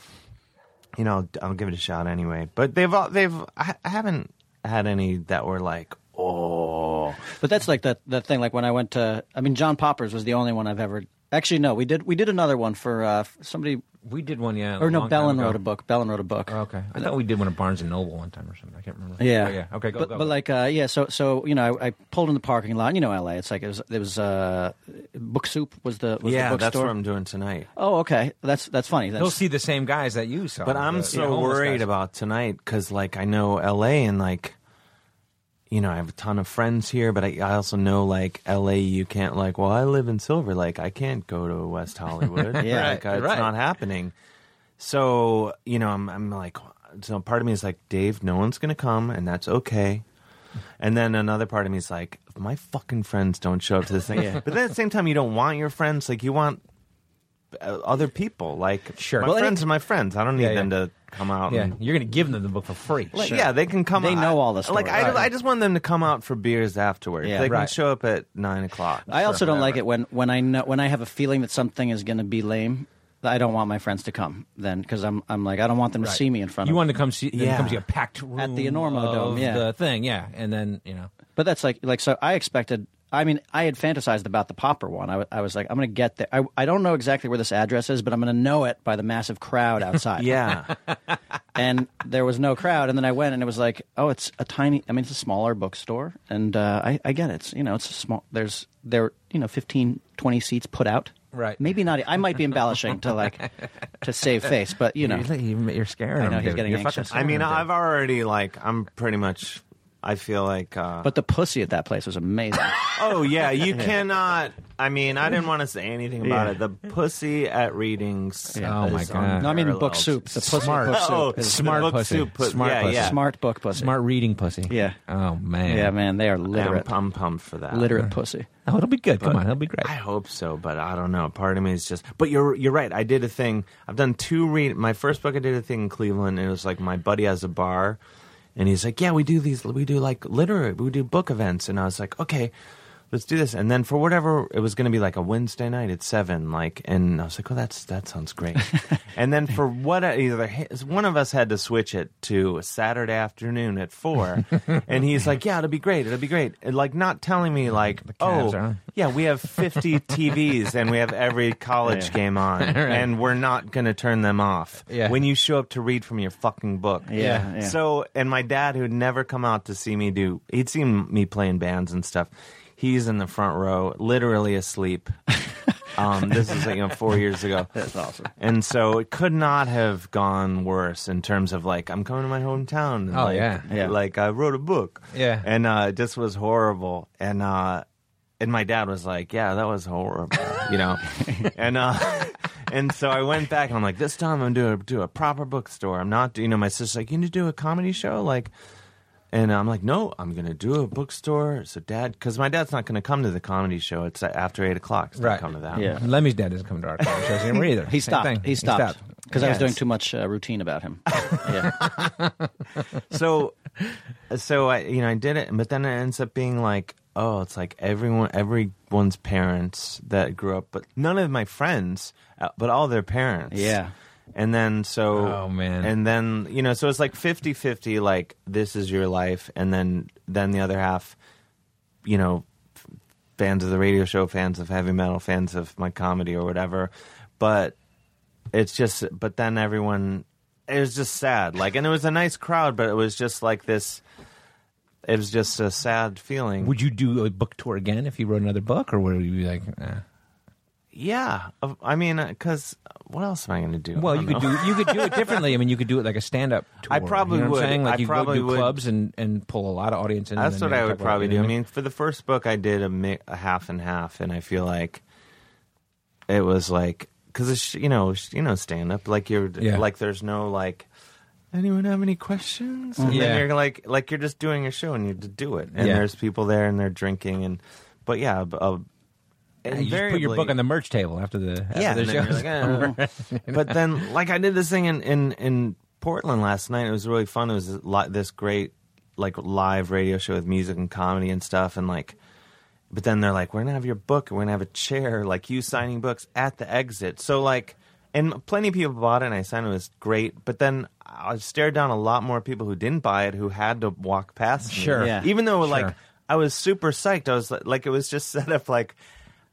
[SPEAKER 7] you know, I'll give it a shot anyway. But they've, all they've, I, I haven't had any that were like, oh,
[SPEAKER 6] But that's like that that thing. Like when I went to, I mean, John Poppers was the only one I've ever. Actually, no, we did we did another one for uh, f- somebody.
[SPEAKER 1] We did one, yeah.
[SPEAKER 6] Or
[SPEAKER 1] a
[SPEAKER 6] no,
[SPEAKER 1] long time
[SPEAKER 6] Bellin
[SPEAKER 1] ago.
[SPEAKER 6] wrote a book. Bellin wrote a book.
[SPEAKER 1] Oh, okay. I thought we did one at Barnes and Noble one time or something. I can't remember.
[SPEAKER 6] Yeah,
[SPEAKER 1] Oh, yeah. Okay, go.
[SPEAKER 6] But,
[SPEAKER 1] go,
[SPEAKER 6] but
[SPEAKER 1] go.
[SPEAKER 6] like, uh, yeah. So, so you know, I, I pulled in the parking lot. You know, L.A. It's like it was. It was uh, Book Soup was the was
[SPEAKER 7] yeah,
[SPEAKER 6] the
[SPEAKER 7] that's
[SPEAKER 6] bookstore.
[SPEAKER 7] what I'm doing tonight.
[SPEAKER 6] oh, okay. That's that's funny. That's,
[SPEAKER 1] He'll see the same guys that you saw.
[SPEAKER 7] But I'm
[SPEAKER 1] the- the
[SPEAKER 7] so
[SPEAKER 1] homeless
[SPEAKER 7] worried
[SPEAKER 1] guys.
[SPEAKER 7] about tonight because, like, I know LA and, like, you know, I have a ton of friends here, but I, I also know, like, LA, you can't, like, well, I live in Silver Lake. I can't go to
[SPEAKER 1] [LAUGHS]
[SPEAKER 7] West Hollywood.
[SPEAKER 6] Yeah.
[SPEAKER 7] Like, uh, it's
[SPEAKER 1] Right.
[SPEAKER 7] not happening. So, you know, I'm, I'm like, so part of me is like, Dave, no one's going to come, and that's okay. And then another part of me is like, if my fucking friends don't show up
[SPEAKER 1] [LAUGHS]
[SPEAKER 7] to this thing. But then at the same time, you don't want your friends. Like, you want uh, other people. Like,
[SPEAKER 1] Sure.
[SPEAKER 7] my
[SPEAKER 1] Well,
[SPEAKER 7] friends are my friends. I don't need
[SPEAKER 1] Yeah, yeah.
[SPEAKER 7] them to come out.
[SPEAKER 1] Yeah,
[SPEAKER 7] And,
[SPEAKER 1] you're going to give them the book for free.
[SPEAKER 7] Like, Yeah, they can come.
[SPEAKER 6] They
[SPEAKER 7] out-
[SPEAKER 6] know all the
[SPEAKER 7] Like, I,
[SPEAKER 6] stories.
[SPEAKER 7] I just want them to come out for beers afterwards.
[SPEAKER 6] Yeah.
[SPEAKER 7] they can
[SPEAKER 1] Right.
[SPEAKER 7] show up at nine o'clock.
[SPEAKER 6] I also
[SPEAKER 7] Sure,
[SPEAKER 6] don't like
[SPEAKER 7] whatever.
[SPEAKER 6] it when when I know when I have a feeling that something is going to be lame. I don't want my friends to come then because I'm I'm like I don't want them to see me in front
[SPEAKER 1] you
[SPEAKER 6] of.
[SPEAKER 1] want to come see? Then
[SPEAKER 7] Yeah.
[SPEAKER 1] come see a packed room
[SPEAKER 6] At the Enormo
[SPEAKER 1] of
[SPEAKER 6] Dome, yeah.
[SPEAKER 1] the thing, yeah, and then you know,
[SPEAKER 6] But that's like like so. I expected. I mean, I had fantasized about the popper one. I, wa- I was like, I'm going to get there. I, I don't know exactly where this address is, but I'm going to know it by the massive crowd outside.
[SPEAKER 7] [LAUGHS] Yeah,
[SPEAKER 6] And there was no crowd. And then I went, and it was like, oh, it's a tiny. I mean, it's a smaller bookstore, and uh, I, I get it. It's, you know, it's a small. There's there you know 15, 20 seats put out.
[SPEAKER 1] Right.
[SPEAKER 6] Maybe not. I might be embellishing to like to save face, but you know,
[SPEAKER 1] you're, you're, you're scaring
[SPEAKER 6] I know,
[SPEAKER 1] them,
[SPEAKER 6] he's
[SPEAKER 1] dude.
[SPEAKER 6] getting
[SPEAKER 1] You're fucking
[SPEAKER 6] anxious.
[SPEAKER 7] I
[SPEAKER 1] scaring
[SPEAKER 7] mean,
[SPEAKER 1] them, dude.
[SPEAKER 7] I've already like, I'm pretty much. I feel like.
[SPEAKER 6] [LAUGHS]
[SPEAKER 7] Uh,
[SPEAKER 6] but the pussy at that place was amazing.
[SPEAKER 7] oh
[SPEAKER 6] [LAUGHS]
[SPEAKER 7] yeah, you cannot. I mean, I didn't want to say anything about
[SPEAKER 6] Yeah.
[SPEAKER 7] it. The pussy at readings.
[SPEAKER 6] Yeah.
[SPEAKER 1] Oh, my
[SPEAKER 7] is
[SPEAKER 1] God.
[SPEAKER 6] no, I mean book
[SPEAKER 7] unparalleled.
[SPEAKER 6] soup. The pussy
[SPEAKER 1] Smart.
[SPEAKER 6] at book soup.
[SPEAKER 7] Oh,
[SPEAKER 6] is-
[SPEAKER 1] smart
[SPEAKER 7] Book
[SPEAKER 1] pussy.
[SPEAKER 7] soup put-
[SPEAKER 1] smart
[SPEAKER 7] yeah,
[SPEAKER 1] pussy.
[SPEAKER 7] yeah.
[SPEAKER 6] smart book pussy.
[SPEAKER 1] smart reading pussy.
[SPEAKER 6] Yeah.
[SPEAKER 1] Oh man.
[SPEAKER 6] Yeah, man, they are
[SPEAKER 7] I'm,
[SPEAKER 6] literate.
[SPEAKER 7] I'm pumped for that.
[SPEAKER 6] literate pussy.
[SPEAKER 1] Oh, it'll be good. Come on, it'll be great.
[SPEAKER 7] I hope so, but I don't know. Part of me is just. But you're you're right. I did a thing. I've done two read. My first book, I did a thing in Cleveland, and it was like my buddy has a bar, and he's like, "Yeah, we do these. We do like literary. We do book events." And I was like, "Okay, let's do this." And then for whatever it was going to be like a Wednesday night at seven, like, and I was like, "Oh, that's that sounds great." and then for what either one of us had to switch it to a Saturday afternoon at four, and he's like, "Yeah, it'll be great. It'll be great." And like not telling me like, "Oh."
[SPEAKER 1] Cavs are on.
[SPEAKER 7] Yeah, we
[SPEAKER 6] [LAUGHS]
[SPEAKER 7] have 50 TVs and we have every college game on, and we're not going to turn them off
[SPEAKER 1] Yeah.
[SPEAKER 7] when you show up to read from your fucking book.
[SPEAKER 6] Yeah, yeah.
[SPEAKER 7] So, and my dad, who'd never come out to see me do, he'd seen me playing bands and stuff. He's in the front row, literally
[SPEAKER 6] [LAUGHS]
[SPEAKER 7] asleep. um, this is you know four years ago. That's awesome. And so it could not have gone worse in terms of like I'm coming to my hometown. And
[SPEAKER 1] Oh,
[SPEAKER 7] like,
[SPEAKER 1] yeah.
[SPEAKER 6] Yeah.
[SPEAKER 7] Like I wrote a book.
[SPEAKER 1] Yeah.
[SPEAKER 7] And uh, it just was horrible. And uh, and my dad was like, "Yeah, that was horrible," you know. and uh, and so I went back and I'm like, "This time I'm doing do a proper bookstore. I'm not, you know." My sister's like, "You need to do a comedy show." Like, And I'm like, no, I'm going to do a bookstore. So dad, because my dad's not going to come to the comedy show. It's after eight o'clock. He's not
[SPEAKER 1] Right.
[SPEAKER 7] coming to that.
[SPEAKER 6] Yeah.
[SPEAKER 1] Lemmy's dad doesn't come to our comedy shows anymore
[SPEAKER 7] [LAUGHS]
[SPEAKER 1] either.
[SPEAKER 6] He
[SPEAKER 1] Same thing.
[SPEAKER 6] stopped. He stopped because I was
[SPEAKER 7] Yes.
[SPEAKER 6] doing too much uh, routine about him. Yeah.
[SPEAKER 7] so so I you know I did it, but then it ends up being like oh it's like everyone everyone's parents that grew up, but none of my friends, uh, but all their parents.
[SPEAKER 6] Yeah.
[SPEAKER 7] And then so
[SPEAKER 1] Oh, man.
[SPEAKER 7] And then you know so it's like 50-50 like this is your life and then then the other half you know f- fans of the radio show, fans of heavy metal, fans of my comedy or whatever. But it's just but then everyone it was just sad like and it was a nice crowd but it was just like this it was just a sad feeling
[SPEAKER 1] Would you do a book tour again if you wrote another book, or would you be like? eh?
[SPEAKER 7] yeah of- i mean because what else am i going to do
[SPEAKER 1] Well,
[SPEAKER 7] I
[SPEAKER 1] you
[SPEAKER 7] don't
[SPEAKER 1] could
[SPEAKER 7] know.
[SPEAKER 1] do you could do it differently. I mean, you could do it like a stand up tour.
[SPEAKER 7] I probably
[SPEAKER 1] you know what
[SPEAKER 7] would.
[SPEAKER 1] I'm saying? Like
[SPEAKER 7] I
[SPEAKER 1] you
[SPEAKER 7] probably
[SPEAKER 1] go do
[SPEAKER 7] would.
[SPEAKER 1] clubs and and pull a lot of audience in. and
[SPEAKER 7] that's
[SPEAKER 1] then
[SPEAKER 7] what
[SPEAKER 1] maybe
[SPEAKER 7] i
[SPEAKER 1] talk
[SPEAKER 7] would
[SPEAKER 1] about
[SPEAKER 7] probably
[SPEAKER 1] it,
[SPEAKER 7] do i
[SPEAKER 1] and-
[SPEAKER 7] mean for the first book i did a, mi- a half and half and i feel like it was like because it's you know it's, you know stand up like you're
[SPEAKER 1] Yeah.
[SPEAKER 7] like there's no like anyone have any questions and
[SPEAKER 1] Mm-hmm. Yeah.
[SPEAKER 7] then you're like like you're just doing your show and you just do it and
[SPEAKER 1] Yeah.
[SPEAKER 7] there's people there and they're drinking and but yeah b- uh,
[SPEAKER 1] you just put your book
[SPEAKER 7] invariably-
[SPEAKER 1] on the merch table after the after
[SPEAKER 7] yeah,
[SPEAKER 1] the
[SPEAKER 7] and then
[SPEAKER 1] show.
[SPEAKER 7] you're like, "Ah, "Eh." [LAUGHS] but then like I did this thing in, in in Portland last night. It was really fun. It was a lot, this great like live radio show with music and comedy and stuff, and like. But then they're like, "We're gonna have your book. and We're gonna have a chair, like you signing books at the exit." So like, and plenty of people bought it, and I signed it. It was great. But then I stared down a lot more people who didn't buy it, who had to walk past me.
[SPEAKER 1] Sure.
[SPEAKER 6] Yeah.
[SPEAKER 7] Even though like
[SPEAKER 1] Sure.
[SPEAKER 7] I was super psyched. I was like, like it was just set up like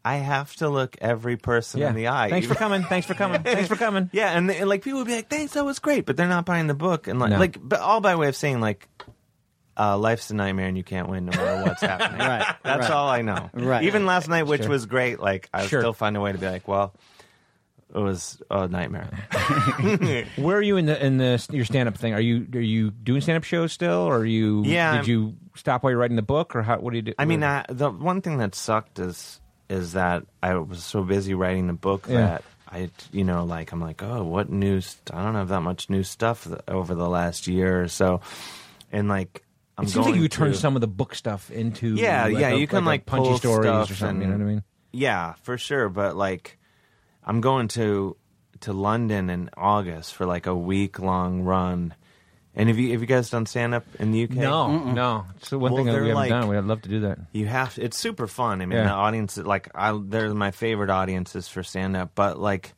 [SPEAKER 7] I have to look every person
[SPEAKER 1] yeah.
[SPEAKER 7] in the eye.
[SPEAKER 1] Thanks for
[SPEAKER 7] even-
[SPEAKER 1] coming. Thanks for
[SPEAKER 7] [LAUGHS]
[SPEAKER 1] coming. Thanks for coming.
[SPEAKER 7] Yeah, and, and like people would be like, "Thanks, that was great," but they're not buying the book, and like,
[SPEAKER 1] No.
[SPEAKER 7] like, but all by way of saying like, uh, life's a nightmare and you can't win no matter
[SPEAKER 1] [LAUGHS]
[SPEAKER 7] what's happening.
[SPEAKER 6] Right,
[SPEAKER 7] That's
[SPEAKER 6] right.
[SPEAKER 7] all I know.
[SPEAKER 6] Right.
[SPEAKER 7] Even last night, which was great, like I
[SPEAKER 1] Sure.
[SPEAKER 7] still find a way to be like, well, it was a nightmare.
[SPEAKER 1] Where are you in the in the your stand up thing? Are you are you doing stand up shows still, or are you?
[SPEAKER 7] Yeah,
[SPEAKER 1] Did
[SPEAKER 7] I'm-
[SPEAKER 1] you stop while you're writing the book, or how? What do you do?
[SPEAKER 7] I mean,
[SPEAKER 1] where-
[SPEAKER 7] I, the one thing that sucked is is that I was so busy writing the book
[SPEAKER 1] Yeah.
[SPEAKER 7] that I, you know, like I'm like, oh, what news? I don't have that much new stuff th- over the last year or so, and like I'm
[SPEAKER 1] it seems
[SPEAKER 7] going
[SPEAKER 1] like you turn
[SPEAKER 7] through-
[SPEAKER 1] some of the book stuff into
[SPEAKER 7] Yeah,
[SPEAKER 1] like
[SPEAKER 7] yeah,
[SPEAKER 1] a-
[SPEAKER 7] you can
[SPEAKER 1] like,
[SPEAKER 7] like
[SPEAKER 1] a punchy
[SPEAKER 7] pull
[SPEAKER 1] stories
[SPEAKER 7] stuff
[SPEAKER 1] or something. you
[SPEAKER 7] and-
[SPEAKER 1] know what I mean?
[SPEAKER 7] Yeah, for sure. But like, I'm going to to London in August for like a week long run. And have you have you guys done stand up in the UK?
[SPEAKER 1] No, no. It's the one
[SPEAKER 7] Well,
[SPEAKER 1] thing that we
[SPEAKER 7] they're
[SPEAKER 1] haven't
[SPEAKER 7] like-
[SPEAKER 1] done. We'd love to do that.
[SPEAKER 7] You have to, it's super fun. I mean,
[SPEAKER 1] Yeah.
[SPEAKER 7] the audience like I they're my favorite audiences for stand up, but like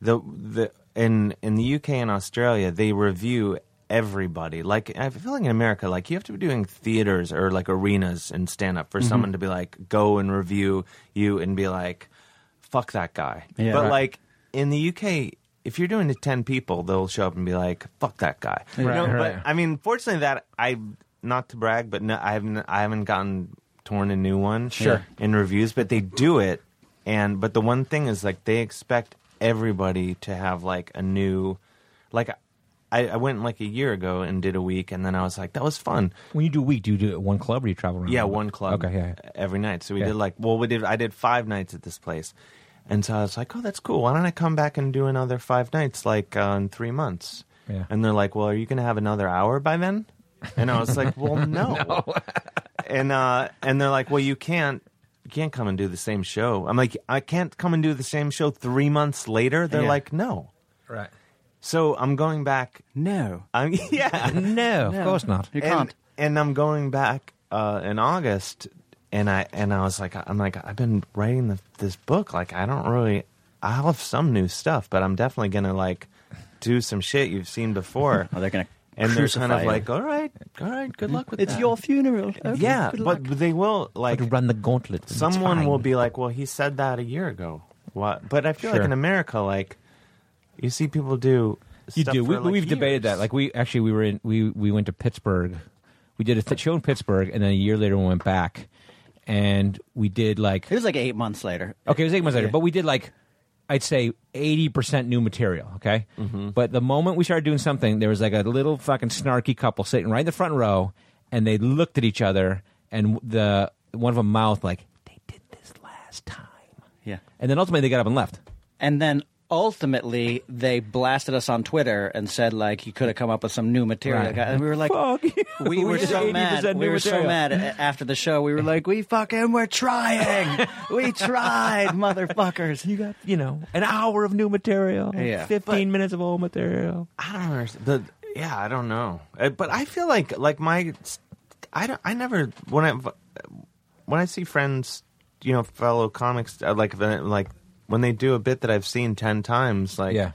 [SPEAKER 7] the the in in the UK and Australia, they review everybody. Like I feel like in America, like you have to be doing theaters or like arenas and stand up for
[SPEAKER 1] Mm-hmm.
[SPEAKER 7] someone to be like go and review you and be like fuck that guy.
[SPEAKER 6] Yeah.
[SPEAKER 7] but
[SPEAKER 6] Right.
[SPEAKER 7] like in the UK if you're doing to 10 people, they'll show up and be like, fuck that guy. You
[SPEAKER 1] Right,
[SPEAKER 7] know,
[SPEAKER 1] right.
[SPEAKER 7] But I mean, fortunately, that I not to brag, but no, I haven't I haven't gotten torn a new one.
[SPEAKER 1] Sure.
[SPEAKER 7] In reviews, but they do it, and but the one thing is like they expect everybody to have like a new, like. I, I went like a year ago and did a week, and then I was like, "That was fun."
[SPEAKER 1] When you do a week, do you do it at one club or you travel around?
[SPEAKER 7] Yeah, one club.
[SPEAKER 1] Mm-hmm. Okay, yeah.
[SPEAKER 7] Every night. So we
[SPEAKER 1] Yeah.
[SPEAKER 7] did like well, we did I did five nights at this place. And so I was like, Oh, that's cool. Why don't I come back and do another five nights like uh, in three months?
[SPEAKER 1] Yeah.
[SPEAKER 7] And they're like, Well, are you gonna have another hour by then? And I was
[SPEAKER 1] [LAUGHS]
[SPEAKER 7] like, Well no. and uh and they're like, Well you can't you can't come and do the same show. I'm like, I can't come and do the same show three months later. They're
[SPEAKER 6] Yeah.
[SPEAKER 7] like, No.
[SPEAKER 1] Right.
[SPEAKER 7] So I'm going back
[SPEAKER 6] No,
[SPEAKER 7] I'm [LAUGHS] yeah.
[SPEAKER 1] [LAUGHS] No, of course not.
[SPEAKER 6] you
[SPEAKER 7] and,
[SPEAKER 6] can't.
[SPEAKER 7] And I'm going back uh, in August, and I and I was like, I'm like, I've been writing the, this book. Like, I don't really. I'll have some new stuff, but I'm definitely gonna like do some shit you've
[SPEAKER 1] [LAUGHS]
[SPEAKER 7] seen before.
[SPEAKER 6] Oh, they're gonna
[SPEAKER 7] and they're kind of
[SPEAKER 6] crucify you.
[SPEAKER 7] like, all right, all
[SPEAKER 1] Mm-hmm.
[SPEAKER 7] right, good luck with
[SPEAKER 6] It's
[SPEAKER 7] that.
[SPEAKER 6] your funeral. Okay,
[SPEAKER 7] yeah,
[SPEAKER 6] good
[SPEAKER 7] but
[SPEAKER 6] luck.
[SPEAKER 7] they will like
[SPEAKER 1] to run the gauntlet. It's
[SPEAKER 7] someone
[SPEAKER 1] fine.
[SPEAKER 7] will be like, well, he said that a year ago. What? But I feel like
[SPEAKER 1] Sure.
[SPEAKER 7] in America, like you see people do.
[SPEAKER 1] You
[SPEAKER 7] stuff
[SPEAKER 1] do. We,
[SPEAKER 7] for, like,
[SPEAKER 1] we've debated
[SPEAKER 7] years.
[SPEAKER 1] that. Like we actually we were in we we went to Pittsburgh. We did a th- show in Pittsburgh, and then a year later we went back, and we did like
[SPEAKER 6] it was like eight months later.
[SPEAKER 1] Okay, it was eight months later,
[SPEAKER 6] Yeah.
[SPEAKER 1] but we did like I'd say eighty percent new material. Okay,
[SPEAKER 6] Mm-hmm.
[SPEAKER 1] but the moment we started doing something, there was like a little fucking snarky couple sitting right in the front row, and they looked at each other, and the one of them mouthed like, "They did this last time,"
[SPEAKER 6] Yeah,
[SPEAKER 1] and then ultimately they got up and left.
[SPEAKER 6] and then ultimately they blasted us on Twitter and said like you could have come up with some new material,
[SPEAKER 1] Right.
[SPEAKER 6] and we were like,
[SPEAKER 1] Fuck you. [LAUGHS]
[SPEAKER 6] we
[SPEAKER 1] We
[SPEAKER 6] were
[SPEAKER 1] did
[SPEAKER 6] so
[SPEAKER 1] 80%
[SPEAKER 6] mad, we
[SPEAKER 1] new
[SPEAKER 6] were so
[SPEAKER 1] material.
[SPEAKER 6] mad A- after the show. We were like, we fucking were trying, we tried, motherfuckers.
[SPEAKER 1] You got you know an hour of new material,
[SPEAKER 6] Yeah.
[SPEAKER 1] fifteen minutes of old material.
[SPEAKER 7] I don't understand. The, yeah, I don't know. Uh, But I feel like like my I don't, I never when I when I see friends, you know, fellow comics uh, like when- like when they do a bit that I've seen 10 times like
[SPEAKER 1] Yeah.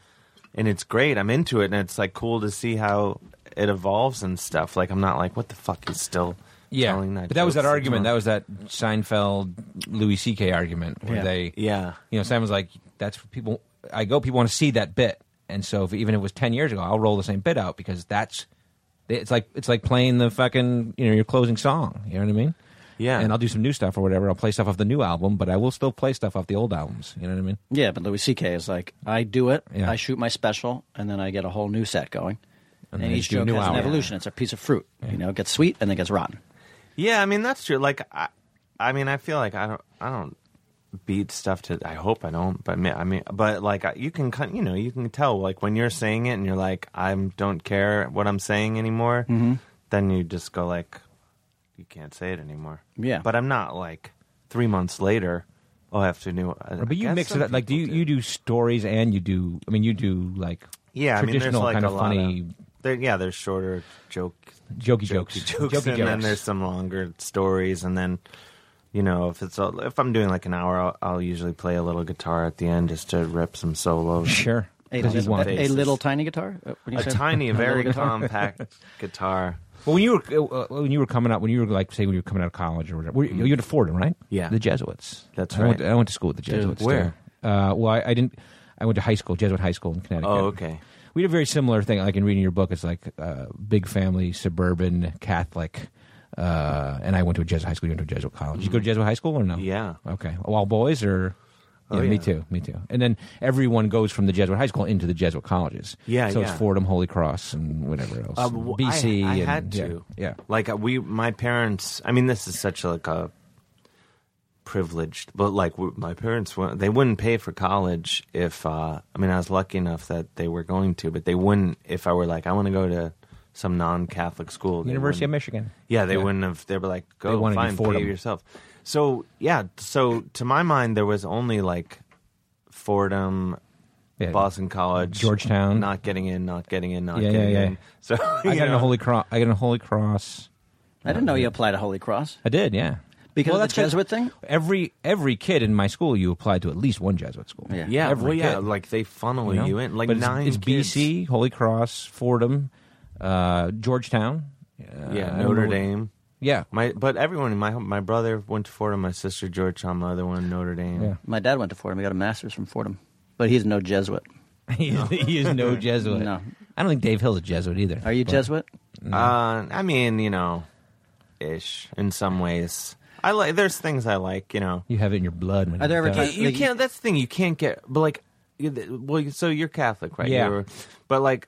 [SPEAKER 7] and it's great. I'm into it and it's like cool to see how it evolves and stuff. Like I'm not like what the fuck is still telling that.
[SPEAKER 1] but that was
[SPEAKER 7] joke
[SPEAKER 1] that
[SPEAKER 7] six
[SPEAKER 1] argument. That
[SPEAKER 7] months-
[SPEAKER 1] was that Seinfeld Louis C.K. argument where
[SPEAKER 6] Yeah.
[SPEAKER 1] they,
[SPEAKER 7] Yeah.
[SPEAKER 1] you know, Sam was like, "That's what people. I go. People want to see that bit, and so if even if it was ten years ago, I'll roll the same bit out because that's it's like it's like playing the fucking you know your closing song. You know what I mean?
[SPEAKER 7] Yeah.
[SPEAKER 1] And I'll do some new stuff or whatever. I'll play stuff off the new album, but I will still play stuff off the old albums. You know what I mean?
[SPEAKER 6] Yeah, but Louis C.K. is like, I do it,
[SPEAKER 1] Yeah.
[SPEAKER 6] I shoot my special, and then I get a whole new set going. And,
[SPEAKER 1] then
[SPEAKER 6] each
[SPEAKER 1] you do a
[SPEAKER 6] joke
[SPEAKER 1] new
[SPEAKER 6] has an
[SPEAKER 1] hour.
[SPEAKER 6] evolution. It's a piece of fruit. You know, it gets sweet and then gets rotten.
[SPEAKER 7] Yeah, I mean that's true. Like I, I mean I feel like I don't I don't beat stuff to. I hope I don't. But ma- I mean, but like I- you can kin- you know you can tell like when you're saying it and you're like I don't care what I'm saying anymore.
[SPEAKER 1] Mm-hmm.
[SPEAKER 7] Then you just go like you can't say it anymore.
[SPEAKER 6] Yeah.
[SPEAKER 7] but I'm not like three months later. Oh, I have to new. I
[SPEAKER 1] But you
[SPEAKER 7] guess
[SPEAKER 1] mix
[SPEAKER 7] some
[SPEAKER 1] it up. Like, do you,
[SPEAKER 7] people
[SPEAKER 1] you do stories and you do? I mean, you do like
[SPEAKER 7] Yeah, I mean there's
[SPEAKER 1] traditional
[SPEAKER 7] like
[SPEAKER 1] kind
[SPEAKER 7] a
[SPEAKER 1] of
[SPEAKER 7] lot
[SPEAKER 1] funny
[SPEAKER 7] of. There, yeah, there's shorter joke
[SPEAKER 1] jokey jokes,
[SPEAKER 7] jokes,
[SPEAKER 1] jokey
[SPEAKER 7] and then there's some longer stories, and then you know if it's a, if I'm doing like an hour, I'll, I'll usually play a little guitar at the end just to rip some solos.
[SPEAKER 1] sure
[SPEAKER 6] A,
[SPEAKER 1] because you
[SPEAKER 6] little,
[SPEAKER 1] want
[SPEAKER 6] a,
[SPEAKER 1] it.
[SPEAKER 6] little tiny guitar? Uh, what do you
[SPEAKER 7] A
[SPEAKER 6] say? [LAUGHS]
[SPEAKER 7] tiny,
[SPEAKER 6] little
[SPEAKER 7] very
[SPEAKER 6] guitar?
[SPEAKER 7] compact guitar.
[SPEAKER 1] Well, when you were uh, when you were coming out, when you were like say when you were coming out of college or whatever, were you, you went to Fordham, right?
[SPEAKER 7] Mm-hmm. Yeah.
[SPEAKER 1] the Jesuits.
[SPEAKER 7] That's
[SPEAKER 1] I went,
[SPEAKER 7] right.
[SPEAKER 1] I went to school with the Jesuits.
[SPEAKER 7] where?
[SPEAKER 1] too. Uh, well, I, I didn't. I went to high school, Jesuit high school in Connecticut.
[SPEAKER 7] Oh, okay.
[SPEAKER 1] We had a very similar thing. Like in reading your book, it's like uh, big family, suburban, Catholic. Uh, and I went to a Jesuit high school. You went to a Jesuit college. You go to Jesuit high school or no?
[SPEAKER 7] Yeah.
[SPEAKER 1] Okay. Well, all boys or?
[SPEAKER 7] Oh,
[SPEAKER 1] Me
[SPEAKER 7] yeah.
[SPEAKER 1] too. Me too. And then everyone goes from the Jesuit high school into the Jesuit colleges.
[SPEAKER 7] Yeah,
[SPEAKER 1] So
[SPEAKER 7] yeah.
[SPEAKER 1] it's Fordham, Holy Cross, and whatever else.
[SPEAKER 7] Uh,
[SPEAKER 1] and
[SPEAKER 7] w-
[SPEAKER 1] BC.
[SPEAKER 7] I, I
[SPEAKER 1] and-
[SPEAKER 7] had
[SPEAKER 1] yeah,
[SPEAKER 7] to.
[SPEAKER 1] Yeah.
[SPEAKER 7] Like uh, we, my parents. I mean, this is such a, like a privileged, but like w- my parents, wou- they wouldn't pay for college if. Uh, I mean, I was lucky enough that they were going to, but they wouldn't if I were like, I want to go to some non-Catholic school. They
[SPEAKER 1] University of
[SPEAKER 7] wouldn't-
[SPEAKER 1] Michigan.
[SPEAKER 7] Yeah, they wouldn't have. They were like,
[SPEAKER 1] They
[SPEAKER 7] "Go
[SPEAKER 1] wanted you
[SPEAKER 7] fine,
[SPEAKER 1] for
[SPEAKER 7] pay
[SPEAKER 1] them.
[SPEAKER 7] yourself." So yeah, so to my mind, there was only like Fordham,
[SPEAKER 1] Yeah.
[SPEAKER 7] Boston College,
[SPEAKER 1] Georgetown.
[SPEAKER 7] not getting in, not getting in, not
[SPEAKER 1] Yeah, yeah,
[SPEAKER 7] getting
[SPEAKER 1] yeah.
[SPEAKER 7] in. So [LAUGHS]
[SPEAKER 1] I
[SPEAKER 7] you
[SPEAKER 1] got in
[SPEAKER 7] know.
[SPEAKER 1] a Holy Cross. I got in a Holy Cross.
[SPEAKER 6] I didn't know you applied to Holy Cross.
[SPEAKER 1] I did, yeah.
[SPEAKER 6] Because of the
[SPEAKER 1] kinda-
[SPEAKER 6] Jesuit thing?
[SPEAKER 1] Every every kid in my school, you applied to at least one Jesuit school.
[SPEAKER 6] Yeah.
[SPEAKER 7] Yeah,
[SPEAKER 1] every
[SPEAKER 7] well, yeah,
[SPEAKER 1] kid,
[SPEAKER 7] like they funnel
[SPEAKER 1] you
[SPEAKER 7] you,
[SPEAKER 1] know?
[SPEAKER 7] in, like
[SPEAKER 1] But it's-
[SPEAKER 7] nine.
[SPEAKER 1] It's,
[SPEAKER 7] kids.
[SPEAKER 1] BC, Holy Cross, Fordham, uh, Georgetown. uh, I
[SPEAKER 7] yeah,
[SPEAKER 1] don't
[SPEAKER 7] Notre
[SPEAKER 1] know-
[SPEAKER 7] Dame.
[SPEAKER 1] Yeah,
[SPEAKER 7] My, but everyone, my my brother went to Fordham, my sister Georgetown, my other one Notre Dame.
[SPEAKER 1] Yeah.
[SPEAKER 6] My dad went to Fordham. He got a master's from Fordham, but he's no Jesuit.
[SPEAKER 1] [LAUGHS] he, is, he is
[SPEAKER 6] [LAUGHS]
[SPEAKER 1] no Jesuit.
[SPEAKER 6] No.
[SPEAKER 1] I don't think Dave Hill's a Jesuit either.
[SPEAKER 6] Are you
[SPEAKER 1] but-
[SPEAKER 6] Jesuit?
[SPEAKER 7] Uh, I mean, you know, ish in some ways. I like. There's things I like. You know,
[SPEAKER 1] You have it in your blood. When
[SPEAKER 6] Are there
[SPEAKER 1] you
[SPEAKER 6] ever
[SPEAKER 1] die. [LAUGHS]
[SPEAKER 6] times-
[SPEAKER 7] you
[SPEAKER 6] like,
[SPEAKER 7] can't. That's the thing. You can't get. But like, you- th- well, you- so you're Catholic, right?
[SPEAKER 1] Yeah.
[SPEAKER 7] You're- but like,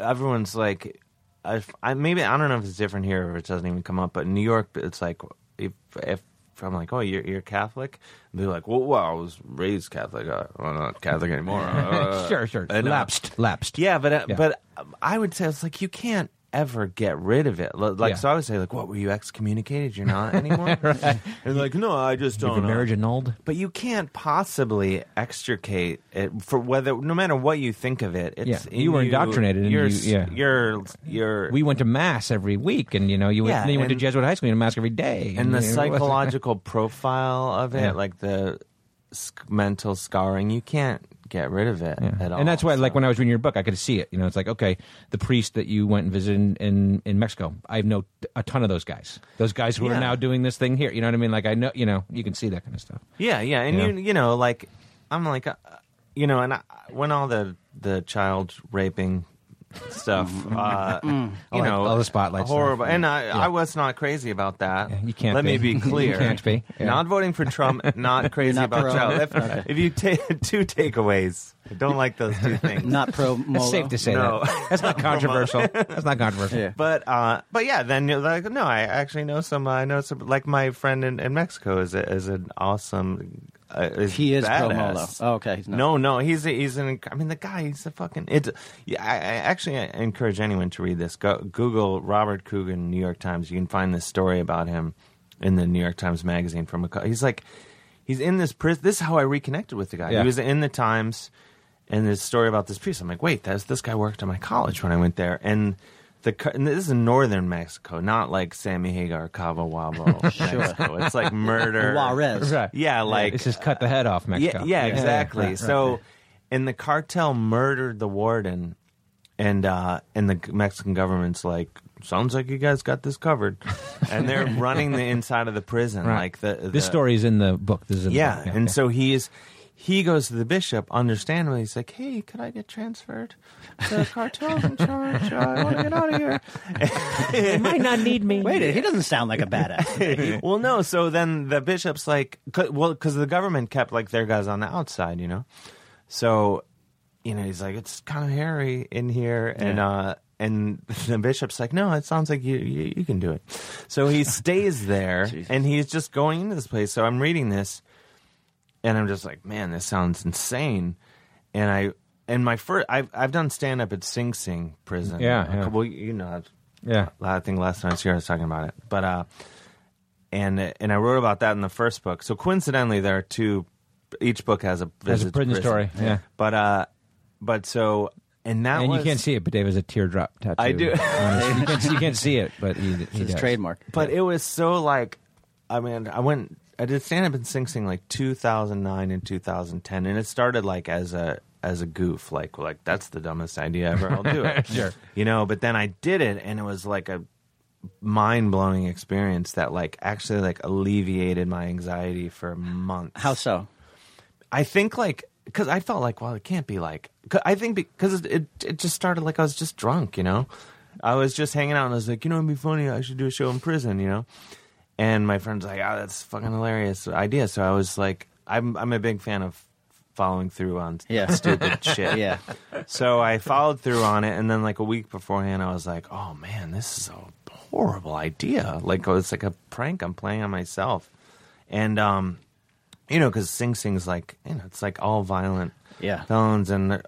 [SPEAKER 7] everyone's like, I, I maybe I don't know if it's different here or if it doesn't even come up. But in New York, it's like if if I'm like, oh, you're you're Catholic, they're like, well, well, I was raised Catholic. Uh, I'm not Catholic
[SPEAKER 1] [LAUGHS]
[SPEAKER 7] anymore. Uh,
[SPEAKER 1] sure, sure.
[SPEAKER 7] and, uh,
[SPEAKER 1] lapsed, lapsed.
[SPEAKER 7] Yeah, but uh,
[SPEAKER 1] Yeah.
[SPEAKER 7] but um, I would say it's like you can't ever get rid of it. L- Like
[SPEAKER 1] Yeah.
[SPEAKER 7] so, I would say like, what were you excommunicated? You're
[SPEAKER 1] [LAUGHS]
[SPEAKER 7] not anymore. And like, no, I just
[SPEAKER 1] If
[SPEAKER 7] don't.
[SPEAKER 1] your
[SPEAKER 7] know."
[SPEAKER 1] marriage annulled.
[SPEAKER 7] But you can't possibly extricate it for whether, no matter what you think of it. It's
[SPEAKER 1] Yeah,
[SPEAKER 7] in
[SPEAKER 1] you were indoctrinated and
[SPEAKER 7] You're,
[SPEAKER 1] you- yeah.
[SPEAKER 7] you're, you're,
[SPEAKER 1] We went to mass every week, and you know, you went,
[SPEAKER 7] Yeah,
[SPEAKER 1] then you went to
[SPEAKER 7] and-
[SPEAKER 1] Jesuit high school. You went to mass every day, [LAUGHS]
[SPEAKER 7] and the
[SPEAKER 1] you know, it wasn't-
[SPEAKER 7] psychological profile of it,
[SPEAKER 1] Yeah.
[SPEAKER 7] like the sc- mental scarring, you can't get rid of it
[SPEAKER 1] Yeah.
[SPEAKER 7] at all.
[SPEAKER 1] And that's why, like,
[SPEAKER 7] so-
[SPEAKER 1] when I was reading your book, I could see it. You know, it's like, okay, the priest that you went and visited in, in, in Mexico, I know a ton of those guys. Those guys who
[SPEAKER 7] Yeah.
[SPEAKER 1] are now doing this thing here. You know what I mean? Like, I know, you know, you can see that kind of stuff.
[SPEAKER 7] Yeah, yeah, and
[SPEAKER 1] Yeah.
[SPEAKER 7] you you know like I'm like uh, you know, and I, when all the the child raping
[SPEAKER 1] [LAUGHS]
[SPEAKER 7] stuff, uh, you
[SPEAKER 1] Mm. All that-
[SPEAKER 7] know,
[SPEAKER 1] all the spotlight stuff.
[SPEAKER 7] horrible, and I I was not crazy about that.
[SPEAKER 1] Yeah, you can't
[SPEAKER 7] Let me
[SPEAKER 1] be.
[SPEAKER 7] be
[SPEAKER 1] [LAUGHS] You
[SPEAKER 7] clear.
[SPEAKER 1] can't be, yeah.
[SPEAKER 7] Not voting for Trump.
[SPEAKER 1] [LAUGHS]
[SPEAKER 7] Not crazy
[SPEAKER 6] not
[SPEAKER 7] about
[SPEAKER 6] pro.
[SPEAKER 7] child. If, if you take [LAUGHS] two takeaways, I don't like those two
[SPEAKER 1] [LAUGHS]
[SPEAKER 7] things.
[SPEAKER 6] Not pro Molo.
[SPEAKER 1] That's safe to say
[SPEAKER 7] No.
[SPEAKER 1] that. That's
[SPEAKER 7] [LAUGHS]
[SPEAKER 1] not controversial. that's not controversial.
[SPEAKER 6] [LAUGHS] Yeah.
[SPEAKER 7] But uh, but yeah, then you're like, no, I actually know some. I know some. Like my friend in, in Mexico is a, is an awesome uh, is
[SPEAKER 6] He is Pro
[SPEAKER 7] badass.
[SPEAKER 6] Molo. Oh, okay, he's not.
[SPEAKER 7] no, no, he's a, he's an. I mean, the guy. He's a fucking. It's. Yeah, I, I actually encourage anyone to read this. Go, Google Robert Coogan, New York Times. You can find this story about him in the New York Times Magazine. From a, cou- he's like, he's in this prison. This is how I reconnected with the guy.
[SPEAKER 1] Yeah.
[SPEAKER 7] He was in the Times, and this story about this piece. I'm like, wait, that's this guy worked at my college when I went there, and. The, cu- and this is northern Mexico, not like Sammy Hagar, Cabo Wabo, Mexico. It's like murder.
[SPEAKER 6] Juarez.
[SPEAKER 1] Right.
[SPEAKER 7] Yeah, like
[SPEAKER 1] This is cut the head off Mexico.
[SPEAKER 7] yeah, yeah, exactly.
[SPEAKER 1] right,
[SPEAKER 7] so, and the cartel murdered the warden, and uh, and the Mexican government's like, sounds like you guys got
[SPEAKER 1] [LAUGHS]
[SPEAKER 7] this covered, and they're running the inside of the prison.
[SPEAKER 1] right.
[SPEAKER 7] Like the,
[SPEAKER 1] this
[SPEAKER 7] the-
[SPEAKER 1] story is in the book. This is in
[SPEAKER 7] yeah,
[SPEAKER 1] the book.
[SPEAKER 7] and so he is. He goes to the bishop, understandably. He's like, "Hey, could I get transferred? The cartel's in charge. Uh, I want to get out of here."
[SPEAKER 1] they might not need me.
[SPEAKER 6] Wait, he doesn't sound like
[SPEAKER 1] [LAUGHS]
[SPEAKER 6] a badass.
[SPEAKER 7] [LAUGHS] well, no. So then the bishop's like, c- well, because the government kept like their guys on the outside, you know. So, you know, he's like, it's kind of hairy in here, and uh, and [LAUGHS] the bishop's like, no, it sounds like you you, you can do it.
[SPEAKER 1] [LAUGHS]
[SPEAKER 7] So he stays there, and he's just going into this place. So I'm reading this, and I'm just like, man, this sounds insane, and I. And my first, I've I've done stand up at Sing Sing prison.
[SPEAKER 1] Yeah,
[SPEAKER 7] a
[SPEAKER 1] yeah.
[SPEAKER 7] couple. You know, I've-
[SPEAKER 1] Yeah.
[SPEAKER 7] I think last time I was here, I was talking about it. But uh, and and I wrote about that in the first book. So coincidentally, there are two. Each book has a
[SPEAKER 1] There's a
[SPEAKER 7] visit to
[SPEAKER 1] prison story. Yeah.
[SPEAKER 7] But uh, but so and that
[SPEAKER 1] And
[SPEAKER 7] was,
[SPEAKER 1] you can't see it, but Dave has a teardrop tattoo. [LAUGHS]
[SPEAKER 7] I
[SPEAKER 1] on
[SPEAKER 7] do.
[SPEAKER 1] his- you, can't, you can't see it, but he, he
[SPEAKER 6] His
[SPEAKER 1] does.
[SPEAKER 6] trademark.
[SPEAKER 7] But it was so like, I mean, I went, I did stand up in Sing Sing like 2009 and 2010, and it started like as a as a goof, like like that's the dumbest idea ever. I'll do it,
[SPEAKER 1] Sure.
[SPEAKER 7] you know. But then I did it, and it was like a mind blowing experience that like actually like alleviated my anxiety for months.
[SPEAKER 6] How so?
[SPEAKER 7] I think like because I felt like well it can't be like 'cause I think because it it just started like I was just drunk you know I was just hanging out and I was like you know it'd be funny I should do a show in prison you know and my friend's like oh that's a fucking hilarious idea so I was like I'm I'm a big fan of following through on
[SPEAKER 6] Yeah. [LAUGHS]
[SPEAKER 7] stupid shit
[SPEAKER 6] Yeah.
[SPEAKER 7] so I followed through on it, and then like a week beforehand, I was like, "Oh man, this is a horrible idea. Like oh, it's like a prank I'm playing on myself." And um, you know, because Sing Sing's like you know, it's like all violent
[SPEAKER 6] Yeah.
[SPEAKER 7] felons and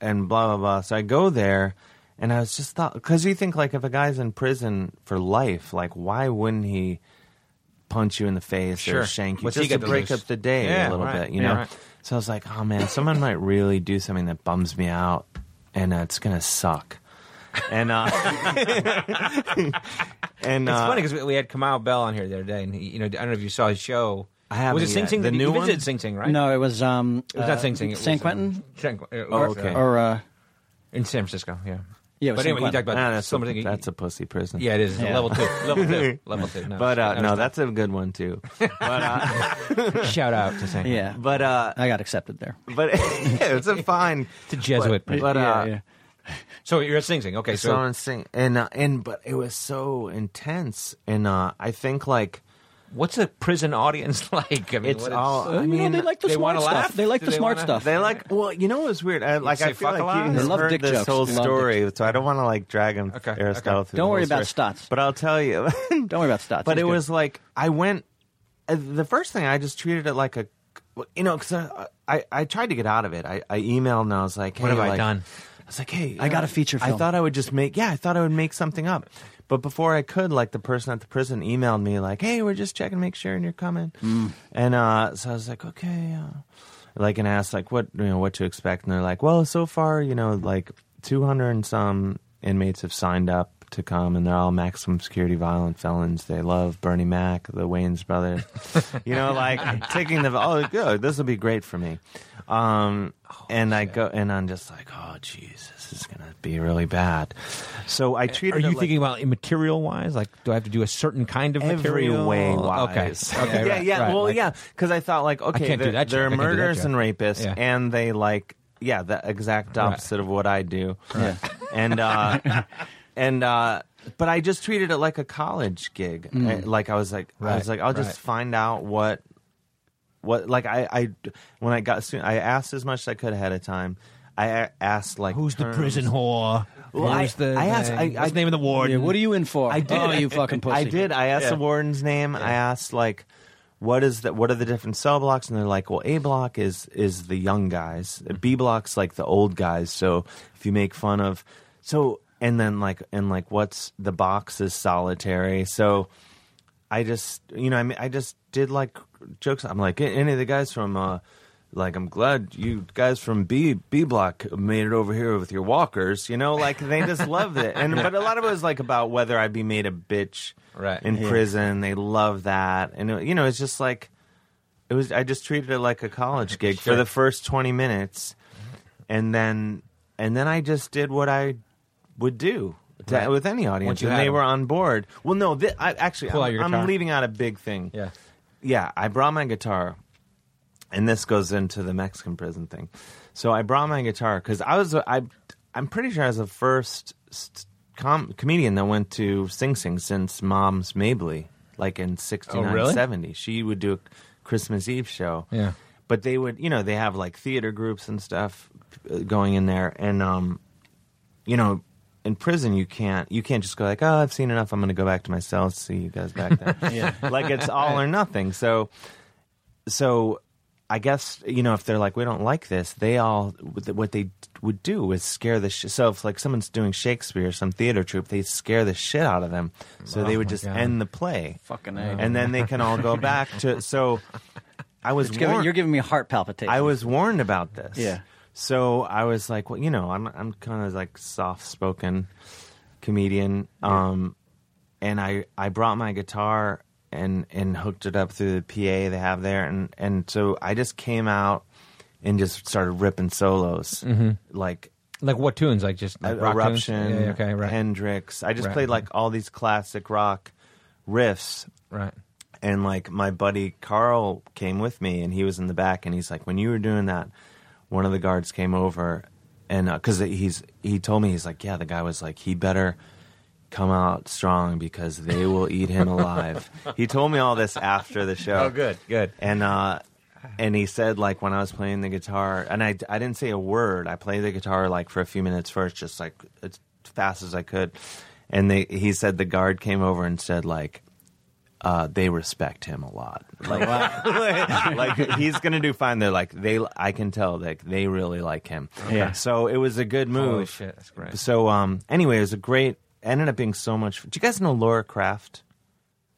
[SPEAKER 7] and blah blah blah. So I go there, and I was just thought because you think like if a guy's in prison for life, like why wouldn't he? punch you in the face or
[SPEAKER 1] Sure.
[SPEAKER 7] shank you
[SPEAKER 1] What's
[SPEAKER 7] just
[SPEAKER 1] he
[SPEAKER 7] to
[SPEAKER 1] got to
[SPEAKER 7] break
[SPEAKER 1] lose?
[SPEAKER 7] up the day
[SPEAKER 1] Yeah,
[SPEAKER 7] a little
[SPEAKER 1] right,
[SPEAKER 7] bit, you
[SPEAKER 1] yeah,
[SPEAKER 7] know.
[SPEAKER 1] right.
[SPEAKER 7] So I was like, oh man, someone might really do something that bums me out, and uh, it's gonna suck. And uh, [LAUGHS] and
[SPEAKER 1] It's
[SPEAKER 7] uh,
[SPEAKER 1] funny because we, we had Kamau Bell on here the other day, and he, you know, I don't know if you saw his show.
[SPEAKER 7] I haven't
[SPEAKER 1] was it Sing
[SPEAKER 7] yet.
[SPEAKER 1] Sing?
[SPEAKER 7] The
[SPEAKER 1] you
[SPEAKER 7] new
[SPEAKER 1] visited
[SPEAKER 7] one?
[SPEAKER 1] Sing Sing, right?
[SPEAKER 6] No, it was um.
[SPEAKER 1] it was
[SPEAKER 6] uh,
[SPEAKER 1] not Sing Sing. It
[SPEAKER 6] San
[SPEAKER 1] was,
[SPEAKER 6] Quentin.
[SPEAKER 1] um, San Quentin.
[SPEAKER 7] Oh, okay.
[SPEAKER 6] or uh,
[SPEAKER 1] In San Francisco, yeah.
[SPEAKER 6] Yeah, it was
[SPEAKER 1] but anyway,
[SPEAKER 6] San
[SPEAKER 1] you talked about
[SPEAKER 7] nah, Ah, that's, a,
[SPEAKER 1] something.
[SPEAKER 7] that's a pussy prison.
[SPEAKER 1] yeah, it is
[SPEAKER 6] Yeah.
[SPEAKER 1] level two, level
[SPEAKER 7] [LAUGHS]
[SPEAKER 1] two, level two. No,
[SPEAKER 7] But uh,
[SPEAKER 1] I
[SPEAKER 7] no,
[SPEAKER 1] understand.
[SPEAKER 7] that's a good
[SPEAKER 1] [LAUGHS]
[SPEAKER 7] one too.
[SPEAKER 1] shout out to San.
[SPEAKER 6] yeah.
[SPEAKER 7] But uh,
[SPEAKER 6] I got accepted there.
[SPEAKER 7] but [LAUGHS] yeah, it's a fine.
[SPEAKER 1] Quentin. It's a Jesuit.
[SPEAKER 7] But,
[SPEAKER 1] prison.
[SPEAKER 7] but uh,
[SPEAKER 6] yeah, yeah.
[SPEAKER 1] so you're at Sing Sing, okay?
[SPEAKER 7] so
[SPEAKER 1] So,
[SPEAKER 7] on sing and uh, and but it was so intense, and uh, I think like
[SPEAKER 1] what's a prison audience [LAUGHS] like? I mean,
[SPEAKER 7] It's
[SPEAKER 1] what
[SPEAKER 7] all- uh, I
[SPEAKER 6] I mean,
[SPEAKER 7] mean,
[SPEAKER 6] they like the
[SPEAKER 1] they
[SPEAKER 6] smart
[SPEAKER 1] wanna
[SPEAKER 6] stuff.
[SPEAKER 1] laugh?
[SPEAKER 6] They like
[SPEAKER 1] Do
[SPEAKER 6] the
[SPEAKER 1] they
[SPEAKER 6] smart
[SPEAKER 1] wanna-
[SPEAKER 6] stuff.
[SPEAKER 7] They like well, you know what's weird. I, like
[SPEAKER 1] say
[SPEAKER 7] I feel
[SPEAKER 1] fuck a
[SPEAKER 7] like
[SPEAKER 1] lot?
[SPEAKER 7] you
[SPEAKER 1] They
[SPEAKER 7] have
[SPEAKER 6] love
[SPEAKER 7] heard
[SPEAKER 6] dick
[SPEAKER 7] this
[SPEAKER 6] jokes.
[SPEAKER 7] whole
[SPEAKER 6] They love dick
[SPEAKER 7] story, so I don't want to like drag him
[SPEAKER 1] Okay,
[SPEAKER 7] Aristotle
[SPEAKER 1] okay.
[SPEAKER 7] through.
[SPEAKER 6] Don't
[SPEAKER 7] the
[SPEAKER 6] worry
[SPEAKER 7] whole
[SPEAKER 6] about
[SPEAKER 7] story.
[SPEAKER 6] Stotts.
[SPEAKER 7] But I'll tell you.
[SPEAKER 6] [LAUGHS] Don't worry about Stotts.
[SPEAKER 7] [LAUGHS] but
[SPEAKER 6] He's
[SPEAKER 7] it
[SPEAKER 6] good.
[SPEAKER 7] was like I went. uh, The first thing I just treated it like a, you know, because I, I I tried to get out of it. I, I emailed and I was like, hey,
[SPEAKER 1] What have I
[SPEAKER 7] like-
[SPEAKER 1] done?
[SPEAKER 7] I was like, hey, uh,
[SPEAKER 6] I got a feature
[SPEAKER 7] I
[SPEAKER 6] film.
[SPEAKER 7] thought I would just make, yeah, I thought I would make something up. But before I could, like the person at the prison emailed me, like, hey, we're just checking to make sure and you're coming.
[SPEAKER 6] Mm.
[SPEAKER 7] And uh, so I was like, okay. Uh, like, and I asked, like, what, you know, what to expect. And they're like, well, so far, you know, like 200 and some inmates have signed up to come and they're all maximum security violent felons. They love Bernie Mac, the Wayans brothers.
[SPEAKER 1] [LAUGHS]
[SPEAKER 7] you know, like taking the, oh, good, this will be great for me. Um,
[SPEAKER 1] Oh,
[SPEAKER 7] and I go, and I'm just like, oh, jeez, this is gonna be really bad. So I
[SPEAKER 1] Are
[SPEAKER 7] treated.
[SPEAKER 1] you
[SPEAKER 7] it like
[SPEAKER 1] thinking about immaterial wise? Like, do I have to do a certain kind of
[SPEAKER 7] every
[SPEAKER 1] material?
[SPEAKER 7] way
[SPEAKER 1] Okay.
[SPEAKER 7] wise?
[SPEAKER 1] Okay.
[SPEAKER 7] [LAUGHS] yeah,
[SPEAKER 1] right,
[SPEAKER 7] yeah.
[SPEAKER 1] right,
[SPEAKER 7] well,
[SPEAKER 1] like-
[SPEAKER 7] yeah, because I thought like, okay,
[SPEAKER 1] can't do
[SPEAKER 7] they're,
[SPEAKER 1] that
[SPEAKER 7] they're
[SPEAKER 1] job. I can't do that
[SPEAKER 7] murderers
[SPEAKER 1] job.
[SPEAKER 7] and rapists,
[SPEAKER 1] Yeah.
[SPEAKER 7] and they like, yeah, the exact opposite of what I do.
[SPEAKER 1] [LAUGHS]
[SPEAKER 7] and uh, and uh, but I just treated it like a college gig. I- like I was like, I was
[SPEAKER 1] Mm. Right,
[SPEAKER 7] like, I'll just
[SPEAKER 1] right.
[SPEAKER 7] find out what what like I I when I got soon I asked as much as I could ahead of time. I a- asked like
[SPEAKER 1] Who's the
[SPEAKER 7] terms.
[SPEAKER 1] prison whore?
[SPEAKER 7] Well, I-
[SPEAKER 1] Who's the
[SPEAKER 7] I asked-
[SPEAKER 1] thing?
[SPEAKER 7] I-
[SPEAKER 1] What's
[SPEAKER 7] I-
[SPEAKER 1] the name of the warden?
[SPEAKER 6] Yeah, what are Oh, you in for?
[SPEAKER 7] [LAUGHS] I did.
[SPEAKER 6] Oh, you fucking pussy.
[SPEAKER 7] I did. I asked the warden's name. I asked like what is that? What are the different cell blocks? And they're like, well, A block is is the young guys,
[SPEAKER 6] Mm-hmm.
[SPEAKER 7] B block's like the old guys. So if you make fun of, so and then like and like what's the box is solitary. So I just you know I mean I just did like jokes. I'm like any of the guys from. uh like I'm glad you guys from B B block made it over here with your walkers, you know, like they
[SPEAKER 1] [LAUGHS]
[SPEAKER 7] just loved it. And but a lot of it was like about whether I'd be made a bitch
[SPEAKER 1] Right.
[SPEAKER 7] in
[SPEAKER 1] Yeah.
[SPEAKER 7] prison. They love that. And it- you know, it's just like it was I just treated it like a college gig for the first 20 minutes. And then and then I just did what I would do. to-
[SPEAKER 1] Right.
[SPEAKER 7] With any audience,
[SPEAKER 1] Once you
[SPEAKER 7] and
[SPEAKER 1] had
[SPEAKER 7] they
[SPEAKER 1] them.
[SPEAKER 7] were on board. Well, no, thi- I, actually,
[SPEAKER 1] Pull out your
[SPEAKER 7] I'm, I'm
[SPEAKER 1] guitar.
[SPEAKER 7] leaving out a big thing.
[SPEAKER 1] Yeah.
[SPEAKER 7] Yeah, I brought my guitar, and this goes into the Mexican prison thing. So I brought my guitar because I was I I'm pretty sure I was the first st- com- comedian that went to Sing Sing since Mom's Mabley, like in 69,
[SPEAKER 1] Oh, really?
[SPEAKER 7] 70. She would do a Christmas Eve show.
[SPEAKER 1] Yeah.
[SPEAKER 7] But they would, you know, they have like theater groups and stuff uh, going in there, and um, you know, in prison you can't you can't just go like, oh, I've seen enough. I'm going to go back to my cell. See you guys back
[SPEAKER 1] [LAUGHS]
[SPEAKER 7] there. Like it's all or nothing. So, so I guess you know if they're like, we don't like this. They all what they would do is scare the sh- so if like someone's doing Shakespeare, some theater troupe, they scare the shit out of them. So they would just
[SPEAKER 1] Oh God.
[SPEAKER 7] end the play,
[SPEAKER 6] Fucking A.
[SPEAKER 7] and then they can
[SPEAKER 1] [LAUGHS]
[SPEAKER 7] all go back to. So I was
[SPEAKER 6] It's giving-
[SPEAKER 7] warned-
[SPEAKER 6] you're giving me heart palpitations.
[SPEAKER 7] I was warned about this.
[SPEAKER 6] Yeah.
[SPEAKER 7] So I was like, well, you know, I'm I'm kind of like soft spoken comedian, um, and I I brought my guitar and and hooked it up through the PA they have there, and and so I just came out and just started ripping solos, like
[SPEAKER 1] Like what tunes? Like just Mm-hmm. like rock tunes?
[SPEAKER 7] Uh, Eruption,
[SPEAKER 1] Yeah, okay, right,
[SPEAKER 7] Hendrix. I just
[SPEAKER 1] Right.
[SPEAKER 7] played like all these classic rock riffs,
[SPEAKER 1] right.
[SPEAKER 7] and like my buddy Carl came with me, and he was in the back, and he's like, when you were doing that, one of the guards came over, and because he's he told me he's like, yeah, the guy was like, he better come out strong because they will eat him
[SPEAKER 1] [LAUGHS]
[SPEAKER 7] alive. he told me all this after the show.
[SPEAKER 1] Oh, good, good.
[SPEAKER 7] And uh, and he said like when I was playing the guitar, and I I didn't say a word. I played the guitar like for a few minutes first, just like as fast as I could. And they, he said the guard came over and said like, uh, they respect him a lot. Like, [LAUGHS] like, he's gonna do fine. They're like they. I can tell that they really like him.
[SPEAKER 6] Yeah.
[SPEAKER 7] So it was a good move.
[SPEAKER 1] Holy shit, that's great.
[SPEAKER 7] So um, anyway, it was a great. Ended up being so much. Do you guys know Laura Kraft?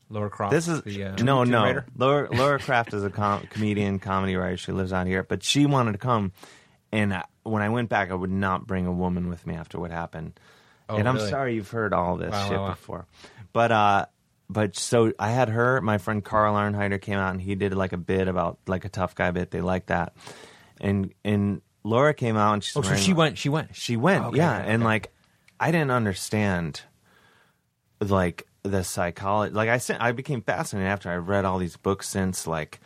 [SPEAKER 1] Laura Croft.
[SPEAKER 7] This is
[SPEAKER 1] the, uh,
[SPEAKER 7] no,
[SPEAKER 1] Tomb
[SPEAKER 7] no.
[SPEAKER 1] Raider? [LAUGHS]
[SPEAKER 7] Laura, Laura Kraft is a com- comedian, comedy writer. She lives out here, but she wanted to come. And I, when I went back, I would not bring a woman with me after what happened.
[SPEAKER 1] Oh,
[SPEAKER 7] and I'm
[SPEAKER 1] really?
[SPEAKER 7] sorry you've heard all this
[SPEAKER 1] Wow,
[SPEAKER 7] shit
[SPEAKER 1] wow, wow.
[SPEAKER 7] before, but uh, but so I had her. My friend Carl Arnheider came out and he did like a bit about like a tough guy bit. They liked that, and and Laura came out and she's
[SPEAKER 1] Oh, so
[SPEAKER 7] wearing-
[SPEAKER 1] she went. She went.
[SPEAKER 7] she went,
[SPEAKER 1] Okay,
[SPEAKER 7] yeah,
[SPEAKER 1] okay,
[SPEAKER 7] and
[SPEAKER 1] okay.
[SPEAKER 7] like I didn't understand like the psychology. Like I sent, I became fascinated after I read all these books. Since like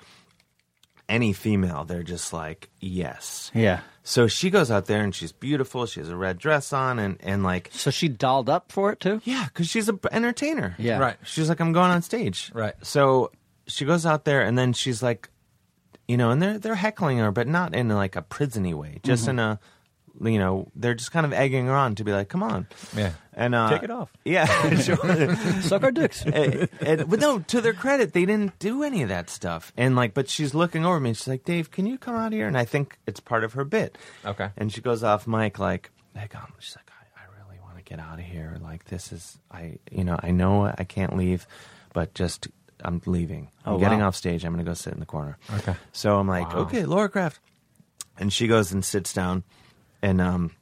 [SPEAKER 7] any female, they're just like yes.
[SPEAKER 6] Yeah.
[SPEAKER 7] So she goes out there and she's beautiful. She has a red dress on, and and like
[SPEAKER 6] So she dolled up for it too.
[SPEAKER 7] yeah, because she's an entertainer.
[SPEAKER 6] Yeah.
[SPEAKER 1] Right.
[SPEAKER 7] She's like, I'm going on stage.
[SPEAKER 1] Right.
[SPEAKER 7] So she goes out there and then she's like, you know, and they're they're heckling her, but not in like a prisony way, just
[SPEAKER 1] Mm-hmm.
[SPEAKER 7] in a, you know, they're just kind of egging her on to be like, come on,
[SPEAKER 1] Yeah.
[SPEAKER 7] and uh,
[SPEAKER 1] Take it off.
[SPEAKER 7] [LAUGHS]
[SPEAKER 1] [LAUGHS]
[SPEAKER 7] Yeah, [LAUGHS] sure.
[SPEAKER 6] Suck our
[SPEAKER 7] [LAUGHS]
[SPEAKER 6] dicks.
[SPEAKER 7] and, and- but no, to their credit, they didn't do any of that stuff. And like, but she's looking over me. And she's like, Dave, can you come out here? And I think it's part of her bit.
[SPEAKER 1] Okay.
[SPEAKER 7] And she goes off mic like, hey, come. She's like, I, I really want to get out of here. Like, this is, I, you know, I know I can't leave, but just I'm leaving. I'm
[SPEAKER 6] Oh,
[SPEAKER 7] getting
[SPEAKER 6] wow.
[SPEAKER 7] off stage. I'm going to go sit in the corner.
[SPEAKER 1] Okay.
[SPEAKER 7] So I'm like, okay, Laura Kraft. And she goes and sits down, and um,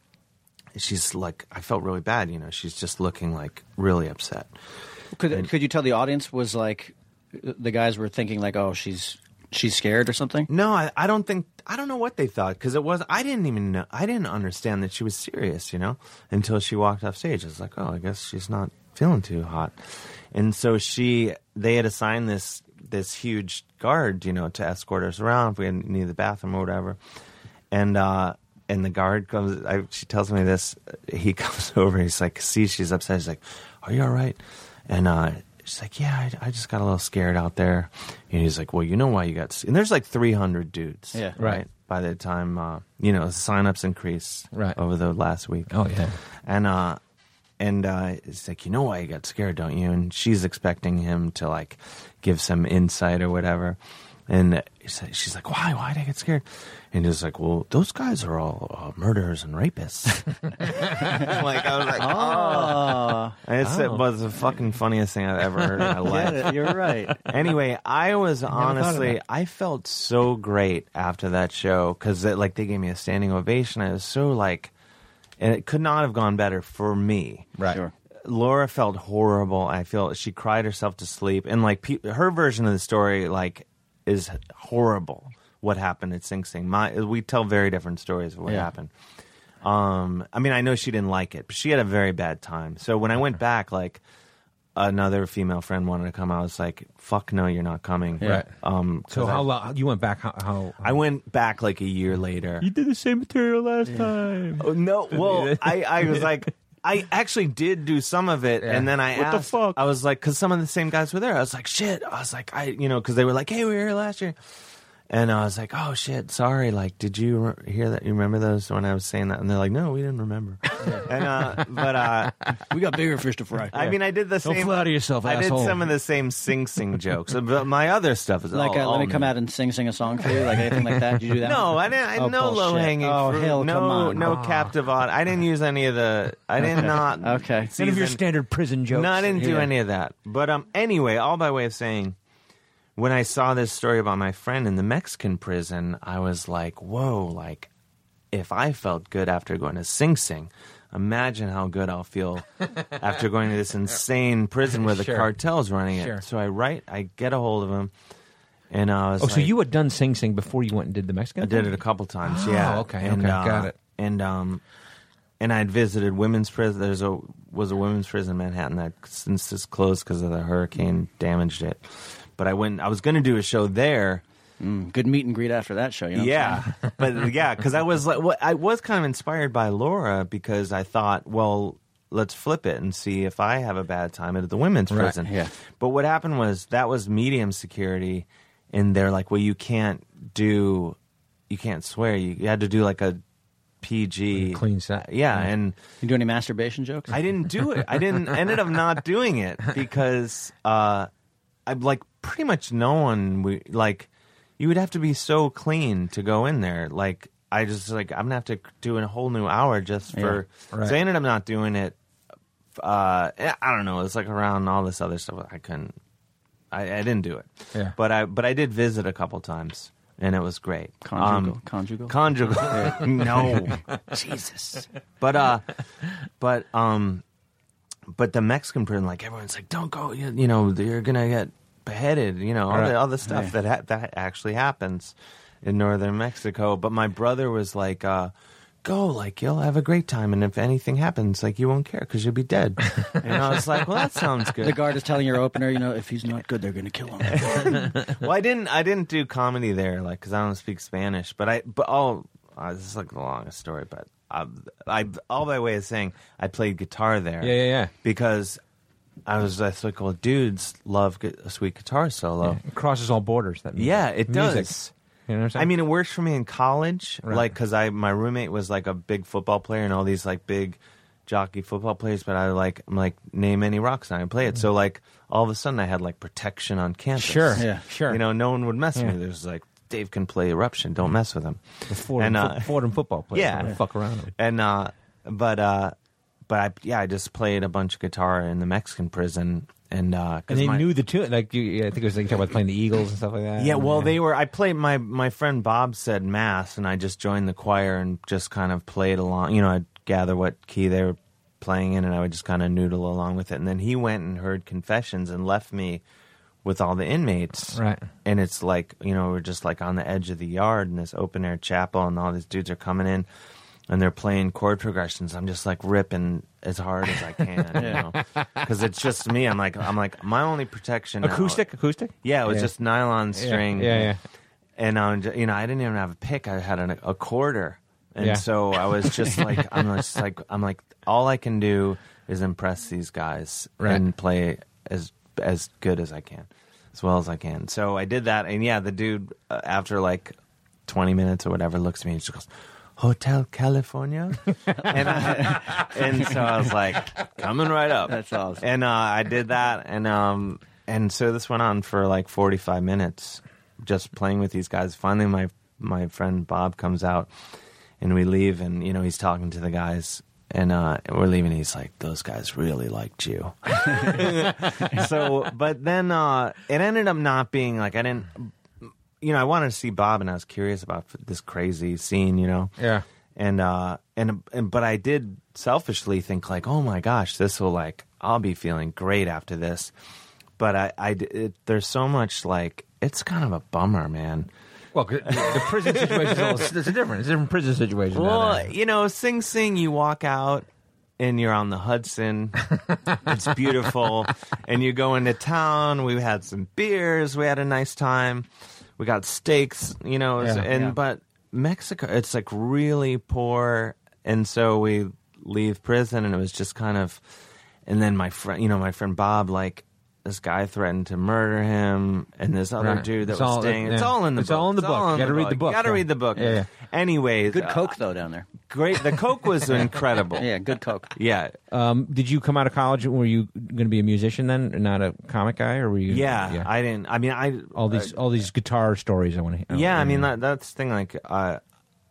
[SPEAKER 7] she's like, I felt really bad. You know, she's just looking like really upset.
[SPEAKER 6] Could could you tell the audience was like the guys were thinking like, oh, she's she's scared or something?
[SPEAKER 7] No, I, I don't think I don't know what they thought because it was I didn't even know I didn't understand that she was serious, you know, until she walked off stage. I was like, oh, I guess she's not feeling too hot, and so she they had assigned this this huge guard, you know, to escort us around if we had- needed the bathroom or whatever, and uh and the guard comes. I, she tells me this. He [LAUGHS] comes over. He's like, see, she's upset. He's like, are you all right? And uh, She's like, yeah, I, I just got a little scared out there. And he's like, well, you know why you got. s- And there's like 300 dudes.
[SPEAKER 6] Yeah.
[SPEAKER 1] Right.
[SPEAKER 7] By the time, uh, you know, signups increase
[SPEAKER 1] Right.
[SPEAKER 7] over the last week.
[SPEAKER 1] Oh yeah.
[SPEAKER 7] And uh, and uh, it's like, you know why you got scared, don't you? And she's expecting him to like give some insight or whatever. And he's like- she's like, why? Why did I get scared? And he's like, well, those guys are all uh, murderers and rapists. [LAUGHS] like I was like, oh, And it's, it was the fucking funniest thing I've ever heard in my life
[SPEAKER 6] You're right. [LAUGHS]
[SPEAKER 7] anyway, I was honestly, I felt so great after that show because like they gave me a standing ovation. I was so like, and it could not have gone better for me.
[SPEAKER 1] Right.
[SPEAKER 6] Sure.
[SPEAKER 7] Laura felt horrible. I feel she cried herself to sleep, and like pe- her version of the story, like, is horrible. What happened at Sing Sing? My we tell very different stories of what
[SPEAKER 6] Yeah.
[SPEAKER 7] happened. Um, I mean, I know she didn't like it, but she had a very bad time. So when I went back, like another female friend wanted to come, I was like, "Fuck no, you're not coming."
[SPEAKER 1] Right.
[SPEAKER 7] Um,
[SPEAKER 1] So
[SPEAKER 7] 'cause I-
[SPEAKER 1] how long you went back? How, how
[SPEAKER 7] I went back like a year later.
[SPEAKER 1] did the same material last time?
[SPEAKER 7] Oh, no, well, I, I was like, I actually did do some of it, and then I
[SPEAKER 1] What the
[SPEAKER 7] asked,
[SPEAKER 1] fuck?
[SPEAKER 7] I was like, because some of the same guys were there. I was like, shit. I was like, I, you know, because they were like, hey, we were here last year, and I was like, oh shit, sorry. Like, did you re- hear that? You remember those when I was saying that? And they're like, no, we didn't remember. and uh, but uh,
[SPEAKER 6] We got bigger fish to fry.
[SPEAKER 7] [LAUGHS] I mean, I did the
[SPEAKER 1] Don't
[SPEAKER 7] same.
[SPEAKER 1] flatter yourself,
[SPEAKER 7] I
[SPEAKER 1] asshole.
[SPEAKER 7] did some of the same sing sing jokes, but my other stuff is
[SPEAKER 6] like,
[SPEAKER 7] all,
[SPEAKER 6] uh,
[SPEAKER 7] all
[SPEAKER 6] let me come
[SPEAKER 7] new.
[SPEAKER 6] out and sing, sing a song for you, like anything like that. Did you do that?
[SPEAKER 7] Oh, [LAUGHS] No,
[SPEAKER 6] one?
[SPEAKER 7] I didn't. I
[SPEAKER 6] Oh,
[SPEAKER 7] no
[SPEAKER 6] bullshit.
[SPEAKER 7] low hanging
[SPEAKER 6] Oh,
[SPEAKER 7] fruit.
[SPEAKER 6] hell,
[SPEAKER 7] no,
[SPEAKER 6] come on. Ah.
[SPEAKER 7] no captive on. I didn't use any of the. I did not.
[SPEAKER 6] Okay.
[SPEAKER 7] season-
[SPEAKER 1] None of your standard prison jokes.
[SPEAKER 7] No, I didn't do
[SPEAKER 1] Yeah.
[SPEAKER 7] any of that. But um, anyway, all by way of saying, when I saw this story about my friend in the Mexican prison, I was like, whoa, like if I felt good after going to Sing Sing. Imagine how good
[SPEAKER 6] [LAUGHS]
[SPEAKER 7] I'll feel after going to this insane prison where the
[SPEAKER 1] Sure.
[SPEAKER 7] cartel's running it.
[SPEAKER 1] Sure.
[SPEAKER 7] So I write, I get a hold of him, and I was
[SPEAKER 1] Oh,
[SPEAKER 7] like,
[SPEAKER 1] so you had done Sing Sing before you went and did the Mexican?
[SPEAKER 7] I did
[SPEAKER 1] thing?
[SPEAKER 7] it a couple times. yeah.
[SPEAKER 1] Oh,
[SPEAKER 7] uh,
[SPEAKER 1] okay, okay, got it.
[SPEAKER 7] And um, and I'd visited women's prison. There's a was a women's prison in Manhattan that since is closed because of the hurricane damaged it. But I went. I was going to do a show there.
[SPEAKER 6] Good meet and greet after that show. You know what I'm saying?
[SPEAKER 7] yeah, but yeah, because I was like, well, I was kind of inspired by Laura because I thought, well, let's flip it and see if I have a bad time at the women's
[SPEAKER 1] Right,
[SPEAKER 7] prison.
[SPEAKER 6] yeah.
[SPEAKER 7] But what happened was that was medium security, and they're like, well, you can't do, you can't swear. You, you had to do like a PG
[SPEAKER 1] Clean set.
[SPEAKER 7] Yeah, and
[SPEAKER 6] You do any masturbation jokes?
[SPEAKER 7] I didn't do it. I didn't ended up not doing it because uh, I'm like pretty much no one we like. You would have to be so clean to go in there. Like I just like I'm gonna have to do a whole new hour just for.
[SPEAKER 1] Right.
[SPEAKER 7] So I ended up not doing it. Uh, I don't know. It's like around all this other stuff. I couldn't. I, I didn't do it.
[SPEAKER 1] Yeah.
[SPEAKER 7] But I but I did visit a couple times and it was great.
[SPEAKER 6] Conjugal.
[SPEAKER 7] Um,
[SPEAKER 6] conjugal.
[SPEAKER 7] conjugal. no.
[SPEAKER 6] [LAUGHS] Jesus.
[SPEAKER 7] But uh, [LAUGHS] but um, but the Mexican prison, like everyone's like, don't go, you, you know, you're gonna get beheaded, you know, all
[SPEAKER 1] Right.
[SPEAKER 7] the all the stuff that ha- that actually happens in northern Mexico. But my brother was like, uh, go, like you'll have a great time, and if anything happens, like you won't care because you'll be dead.
[SPEAKER 1] [LAUGHS]
[SPEAKER 7] and I was like, well, that sounds good.
[SPEAKER 6] The guard is telling your opener, you know, if he's not good, they're going to kill him.
[SPEAKER 7] well, I didn't. I didn't do comedy there, like because I don't speak Spanish. But I. But all. Uh, this is like the longest story, but I, I. All by way of saying, I played guitar there.
[SPEAKER 1] Yeah, yeah, yeah.
[SPEAKER 7] Because I was just like, well, dudes love gu- a sweet guitar solo.
[SPEAKER 1] It crosses all borders. That music.
[SPEAKER 7] Yeah, it
[SPEAKER 1] Music.
[SPEAKER 7] does.
[SPEAKER 1] You know what I'm saying?
[SPEAKER 7] I mean, it worked for me in college,
[SPEAKER 1] Right.
[SPEAKER 7] like because I my roommate was like a big football player and all these like big jockey football players. But I like I'm like name any rock song and play it. So like all of a sudden I had like protection on campus.
[SPEAKER 1] Sure,
[SPEAKER 6] Yeah.
[SPEAKER 1] sure.
[SPEAKER 7] You know, no one would mess
[SPEAKER 1] Yeah. Mm.
[SPEAKER 7] with me. There's like Dave can play Eruption. Don't mess with him.
[SPEAKER 1] the Fordham,
[SPEAKER 7] and, uh,
[SPEAKER 1] fo- Fordham football players.
[SPEAKER 7] yeah.
[SPEAKER 1] don't fuck around. with it.
[SPEAKER 7] And uh, but uh, but I yeah I just played a bunch of guitar in the Mexican prison and uh, 'cause
[SPEAKER 1] And they
[SPEAKER 7] my-
[SPEAKER 1] knew the tune. Like you, I think it was like you talk about playing the Eagles and uh, stuff like that.
[SPEAKER 7] Yeah, well, they were. I played my my friend Bob said mass, and I just joined the choir and just kind of played along. You know, I'd gather what key they were playing in, and I would just kind of noodle along with it. And then he went and heard confessions and left me with all the inmates.
[SPEAKER 1] Right.
[SPEAKER 7] And it's like you know we're just like on the edge of the yard in this open air chapel, and all these dudes are coming in. And they're playing chord progressions. I'm just like ripping as hard as I can,
[SPEAKER 1] [LAUGHS]
[SPEAKER 7] you know, because it's just me. I'm like, I'm like, my only protection. now-
[SPEAKER 1] acoustic, acoustic.
[SPEAKER 7] yeah, it was just nylon
[SPEAKER 1] Yeah,
[SPEAKER 7] string.
[SPEAKER 1] Yeah, yeah.
[SPEAKER 7] And I'm, ju- you know, I didn't even have a pick. I had an, a quarter, and
[SPEAKER 1] Yeah.
[SPEAKER 7] so I was
[SPEAKER 1] [LAUGHS]
[SPEAKER 7] just like, I'm just like, I'm like, all I can do is impress these guys
[SPEAKER 1] Right.
[SPEAKER 7] and play as as good as I can, as well as I can. So I did that, and yeah, the dude uh, after like 20 minutes or whatever looks at me and just goes, Hotel
[SPEAKER 1] [LAUGHS]
[SPEAKER 7] California, and, I, [LAUGHS] and so I was like, coming right up.
[SPEAKER 6] That's awesome.
[SPEAKER 7] And uh, I did that, and um, and so this went on for like forty five minutes, just playing with these guys. Finally, my my friend Bob comes out, and we leave, and you know he's talking to the guys. And uh, we're leaving. He's like, "Those guys really liked you." [LAUGHS] so, but then uh, it ended up not being like I didn't. You know, I wanted to see Bob, and I was curious about this crazy scene. You know,
[SPEAKER 1] Yeah.
[SPEAKER 7] and uh and, and but I did selfishly think like, oh my gosh, this will like I'll be feeling great after this. But I, I d- it, there's so much like it's kind of a bummer, man.
[SPEAKER 1] Well, the the
[SPEAKER 7] [LAUGHS]
[SPEAKER 1] prison situation is all, it's a different. It's a different prison situation. down
[SPEAKER 7] Well,
[SPEAKER 1] there.
[SPEAKER 7] you know, Sing Sing, you walk out and you're on the
[SPEAKER 1] [LAUGHS]
[SPEAKER 7] Hudson. it's beautiful. And you go into town. We had some beers. We had a nice time. We got steaks, you know.
[SPEAKER 1] Yeah,
[SPEAKER 7] and
[SPEAKER 1] yeah.
[SPEAKER 7] but Mexico, it's like really poor. And so we leave prison, and it was just kind of. And then my friend, you know, my friend Bob, like this guy threatened to murder him, and this other
[SPEAKER 1] Right.
[SPEAKER 7] dude that
[SPEAKER 1] It's
[SPEAKER 7] was
[SPEAKER 1] all-
[SPEAKER 7] staying.
[SPEAKER 1] yeah.
[SPEAKER 7] It's all in the
[SPEAKER 1] It's
[SPEAKER 7] book.
[SPEAKER 1] all in the book. Gotta read the book,
[SPEAKER 7] Got to
[SPEAKER 1] yeah.
[SPEAKER 7] read the book.
[SPEAKER 1] Yeah, yeah.
[SPEAKER 6] [LAUGHS]
[SPEAKER 7] Anyways,
[SPEAKER 6] Good
[SPEAKER 7] uh,
[SPEAKER 6] Coke though down there.
[SPEAKER 7] great. The
[SPEAKER 1] [LAUGHS]
[SPEAKER 7] Coke was incredible.
[SPEAKER 6] Yeah, good Coke.
[SPEAKER 7] Yeah.
[SPEAKER 1] um, did you come out of college? Were you going to be a musician then, and not a comic guy, or were you?
[SPEAKER 7] yeah. I didn't. I mean, I. uh,
[SPEAKER 1] all these all these guitar stories. I want to. hear.
[SPEAKER 7] yeah. I mean, that, that's the thing. Like, uh,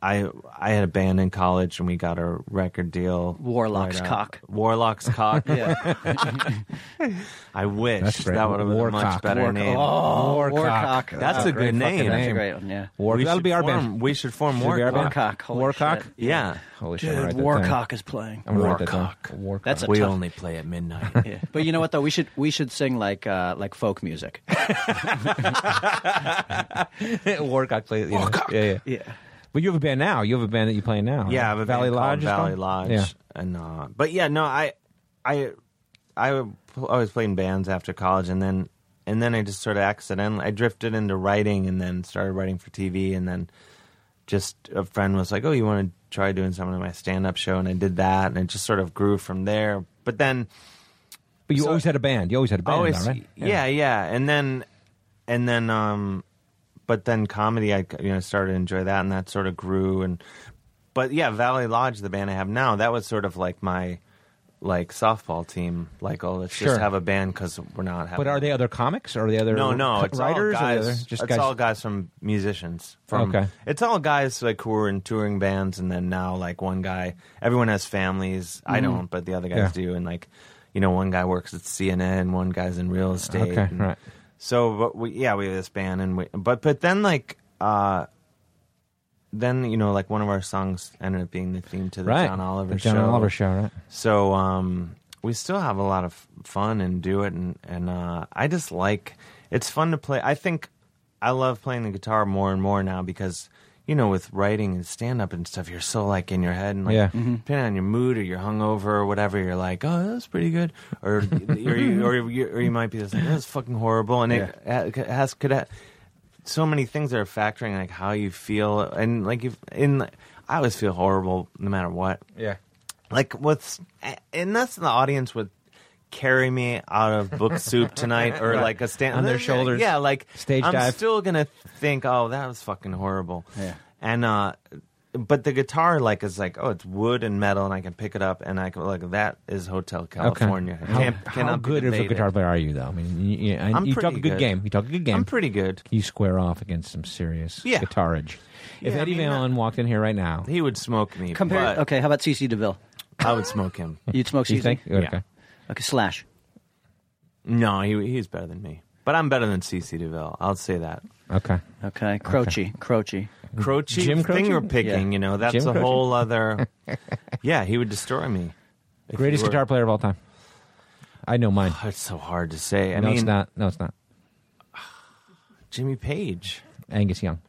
[SPEAKER 7] I I had a band in college, and we got a record deal.
[SPEAKER 6] Warlock's
[SPEAKER 7] right out-
[SPEAKER 6] cock.
[SPEAKER 7] Warlock's cock.
[SPEAKER 1] [LAUGHS]
[SPEAKER 6] Yeah.
[SPEAKER 7] [LAUGHS] I wish
[SPEAKER 1] That's great.
[SPEAKER 7] that would have been a
[SPEAKER 1] Warcock.
[SPEAKER 7] much better
[SPEAKER 1] Warcock.
[SPEAKER 7] name.
[SPEAKER 6] Oh,
[SPEAKER 1] Warcock.
[SPEAKER 6] Warcock.
[SPEAKER 7] That's
[SPEAKER 6] Oh,
[SPEAKER 7] a
[SPEAKER 6] great
[SPEAKER 7] good
[SPEAKER 6] fucking
[SPEAKER 7] name.
[SPEAKER 6] That's a great one. Yeah.
[SPEAKER 1] War-
[SPEAKER 7] We
[SPEAKER 1] that'll
[SPEAKER 7] should
[SPEAKER 1] be our
[SPEAKER 7] form,
[SPEAKER 1] band.
[SPEAKER 7] We should form
[SPEAKER 1] Should be our
[SPEAKER 7] Warcock.
[SPEAKER 1] band?
[SPEAKER 6] Warcock. Holy
[SPEAKER 1] Warcock.
[SPEAKER 6] shit.
[SPEAKER 7] Yeah.
[SPEAKER 1] Holy shit! I'm
[SPEAKER 6] Dude,
[SPEAKER 1] gonna write that down.
[SPEAKER 6] Warcock is playing.
[SPEAKER 1] I'm gonna write that down.
[SPEAKER 7] Warcock.
[SPEAKER 1] Warcock.
[SPEAKER 6] That's a
[SPEAKER 7] We
[SPEAKER 6] tough-
[SPEAKER 7] only play at midnight.
[SPEAKER 6] Yeah. But you know what though? We should we should sing like uh, like folk [LAUGHS] music.
[SPEAKER 1] [LAUGHS] Warcock plays. Yeah.
[SPEAKER 7] Warcock.
[SPEAKER 1] Yeah, yeah.
[SPEAKER 6] Yeah.
[SPEAKER 1] But you have a band now. You have a band that you play now. right?
[SPEAKER 7] Yeah, I have a
[SPEAKER 1] Valley
[SPEAKER 7] band
[SPEAKER 1] Lodge.
[SPEAKER 7] called
[SPEAKER 1] is
[SPEAKER 7] Valley
[SPEAKER 1] called?
[SPEAKER 7] Lodge.
[SPEAKER 1] Yeah.
[SPEAKER 7] And uh, but yeah, no, I, I, I would pl- always played in bands after college, and then and then I just sort of accidentally I drifted into writing, and then started writing for TV, and then just a friend was like, "Oh, you want to try doing something at my stand-up show?" And I did that, and it just sort of grew from there. But then
[SPEAKER 1] But you
[SPEAKER 7] So-
[SPEAKER 1] always had a band. You always had a band,
[SPEAKER 7] always,
[SPEAKER 1] though, right?
[SPEAKER 7] Oh, yeah. yeah, and then and then um, but then comedy, I you know started to enjoy that, and that sort of grew, and but yeah, Valley Lodge, the band I have now, that was sort of like my like softball team, like oh, let's
[SPEAKER 1] Sure.
[SPEAKER 7] just have a band because we're not having.
[SPEAKER 1] But are they other comics? Or are they other
[SPEAKER 7] No, no,
[SPEAKER 1] co-
[SPEAKER 7] it's
[SPEAKER 1] writers?
[SPEAKER 7] all
[SPEAKER 1] or
[SPEAKER 7] guys.
[SPEAKER 1] they're just
[SPEAKER 7] it's
[SPEAKER 1] guys.
[SPEAKER 7] all guys from musicians. From,
[SPEAKER 1] Okay.
[SPEAKER 7] It's all guys like who were in touring bands, and then now like one guy. Everyone has families. I don't, but the other guys
[SPEAKER 1] Mm-hmm. Yeah.
[SPEAKER 7] do. And like, you know, one guy works at CNN, one guy's Mm-hmm. in real estate.
[SPEAKER 1] Okay,
[SPEAKER 7] and-
[SPEAKER 1] right.
[SPEAKER 7] So, but we, yeah, we have this band, and we, but but then like. uh then you know, like one of our songs ended up being the theme to the
[SPEAKER 1] right.
[SPEAKER 7] John Oliver
[SPEAKER 1] the John
[SPEAKER 7] show.
[SPEAKER 1] Oliver show, right?
[SPEAKER 7] So um, we still have a lot of fun and do it, and and uh, I just like it's fun to play. I think I love playing the guitar more and more now because you know with writing and stand up and stuff, you're so like in your head and like
[SPEAKER 1] Yeah.
[SPEAKER 7] depending on your mood or you're hungover or whatever, you're like, oh, that was pretty good, or or, you, or, you, or you might be just like, that's fucking horrible, and it it has could. ha- so many things are factoring like how you feel and like if in I always feel horrible no matter what
[SPEAKER 1] Yeah.
[SPEAKER 7] like what's and that's the audience would carry me out of book soup tonight or like a stand
[SPEAKER 1] On
[SPEAKER 7] [LAUGHS]
[SPEAKER 1] their shoulders.
[SPEAKER 7] yeah like
[SPEAKER 1] Stage
[SPEAKER 7] i'm
[SPEAKER 1] dive.
[SPEAKER 7] still gonna think oh that was fucking horrible
[SPEAKER 6] Yeah.
[SPEAKER 7] and uh but the guitar like is like oh it's wood and metal and i can pick it up and i can like that is hotel
[SPEAKER 1] Okay.
[SPEAKER 7] california I
[SPEAKER 1] How,
[SPEAKER 7] can't-
[SPEAKER 1] how
[SPEAKER 7] cannot be
[SPEAKER 1] good of a
[SPEAKER 7] debated.
[SPEAKER 1] guitar player are you, though? I mean, you, you, I-
[SPEAKER 7] I'm
[SPEAKER 1] you talk a
[SPEAKER 7] pretty
[SPEAKER 1] good
[SPEAKER 7] good.
[SPEAKER 1] game. You talk a good game.
[SPEAKER 7] i'm pretty good
[SPEAKER 1] you square off against some serious
[SPEAKER 7] Yeah.
[SPEAKER 1] guitarage. If
[SPEAKER 7] Yeah, I
[SPEAKER 1] Eddie
[SPEAKER 7] mean, uh,
[SPEAKER 1] Van Halen walked in here right now,
[SPEAKER 7] he would smoke me
[SPEAKER 6] Compare.
[SPEAKER 7] but
[SPEAKER 6] okay, how about CC DeVille?
[SPEAKER 7] i would smoke him
[SPEAKER 6] You'd smoke
[SPEAKER 1] do you
[SPEAKER 6] CC.
[SPEAKER 1] think? Okay.
[SPEAKER 7] Yeah.
[SPEAKER 6] Okay, Slash.
[SPEAKER 7] no he, he's better than me but i'm better than cc deville i'll say that
[SPEAKER 1] Okay.
[SPEAKER 6] Okay, Croce. Croce.
[SPEAKER 7] Croce
[SPEAKER 1] Jim Croce?
[SPEAKER 7] finger picking,
[SPEAKER 6] Yeah.
[SPEAKER 7] you know, that's
[SPEAKER 1] Jim
[SPEAKER 7] a
[SPEAKER 1] Croce? [LAUGHS]
[SPEAKER 7] whole other. yeah, he would destroy me. If
[SPEAKER 1] Greatest
[SPEAKER 7] he were-
[SPEAKER 1] guitar player of all time. I know mine.
[SPEAKER 7] Oh, it's so hard to say. [SIGHS] I
[SPEAKER 1] no,
[SPEAKER 7] mean,
[SPEAKER 1] it's not. No, it's not.
[SPEAKER 7] Jimmy Page,
[SPEAKER 1] Angus Young.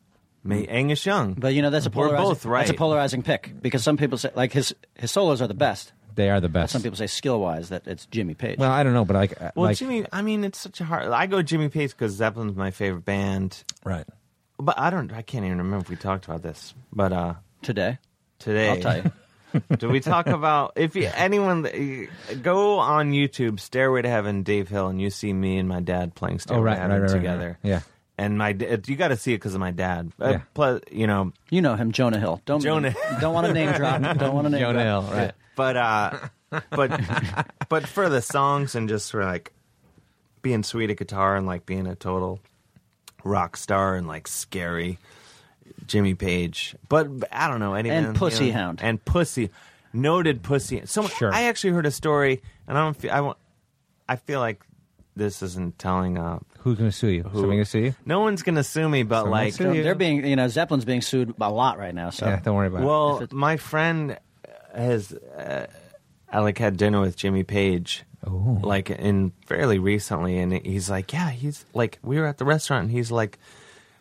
[SPEAKER 7] May, Angus Young.
[SPEAKER 6] But you know that's a
[SPEAKER 7] We're
[SPEAKER 6] polarizing,
[SPEAKER 7] both right.
[SPEAKER 6] That's a polarizing pick because some people say like his his solos are the best.
[SPEAKER 1] They are the best.
[SPEAKER 6] Some people say skill wise that it's Jimmy Page.
[SPEAKER 1] Well, I don't know, but like, uh,
[SPEAKER 7] well,
[SPEAKER 1] like
[SPEAKER 7] Jimmy, I mean, it's such a hard. I go Jimmy Page because Zeppelin's my favorite band.
[SPEAKER 1] right?
[SPEAKER 7] But I don't. I can't even remember if we talked about this. But uh
[SPEAKER 6] today,
[SPEAKER 7] today,
[SPEAKER 6] I'll tell you.
[SPEAKER 7] [LAUGHS] Do
[SPEAKER 1] [LAUGHS]
[SPEAKER 7] we talk about if you, anyone uh, go on YouTube, Stairway to Heaven, Dave Hill, and you see me and my dad playing
[SPEAKER 1] Oh,
[SPEAKER 7] Stairway
[SPEAKER 1] right,
[SPEAKER 7] to
[SPEAKER 1] right,
[SPEAKER 7] Heaven
[SPEAKER 1] right, right,
[SPEAKER 7] together?
[SPEAKER 1] right. Yeah.
[SPEAKER 7] and my da- you got to see it because of my dad. Uh,
[SPEAKER 1] Yeah.
[SPEAKER 7] plus, you know,
[SPEAKER 6] You know him, Jonah Hill. Don't
[SPEAKER 7] Jonah.
[SPEAKER 6] Don't want to name drop. Don't want to name
[SPEAKER 1] Jonah
[SPEAKER 6] drop.
[SPEAKER 1] Hill, right?
[SPEAKER 7] but uh,
[SPEAKER 1] [LAUGHS]
[SPEAKER 7] but but for the songs and just for like being sweet at guitar and like being a total rock star and like scary Jimmy Page. But but I don't know anyone
[SPEAKER 6] And Pussy Hound.
[SPEAKER 7] and Pussy noted Pussy. Someone
[SPEAKER 1] Sure.
[SPEAKER 7] I actually heard a story, and I don't feel I won't- I feel like this isn't telling up.
[SPEAKER 1] Who's going to sue you? Somebody going to sue you?
[SPEAKER 7] No one's gonna sue me, but
[SPEAKER 1] Someone
[SPEAKER 7] like
[SPEAKER 1] sue you.
[SPEAKER 6] They're being, you know, Zeppelin's being sued a lot right now. So
[SPEAKER 1] Yeah, don't worry about it.
[SPEAKER 7] Well, my friend has uh, I like had dinner with Jimmy Page,
[SPEAKER 1] Oh.
[SPEAKER 7] like in fairly recently, and he's like, yeah, he's like, we were at the restaurant, and he's like,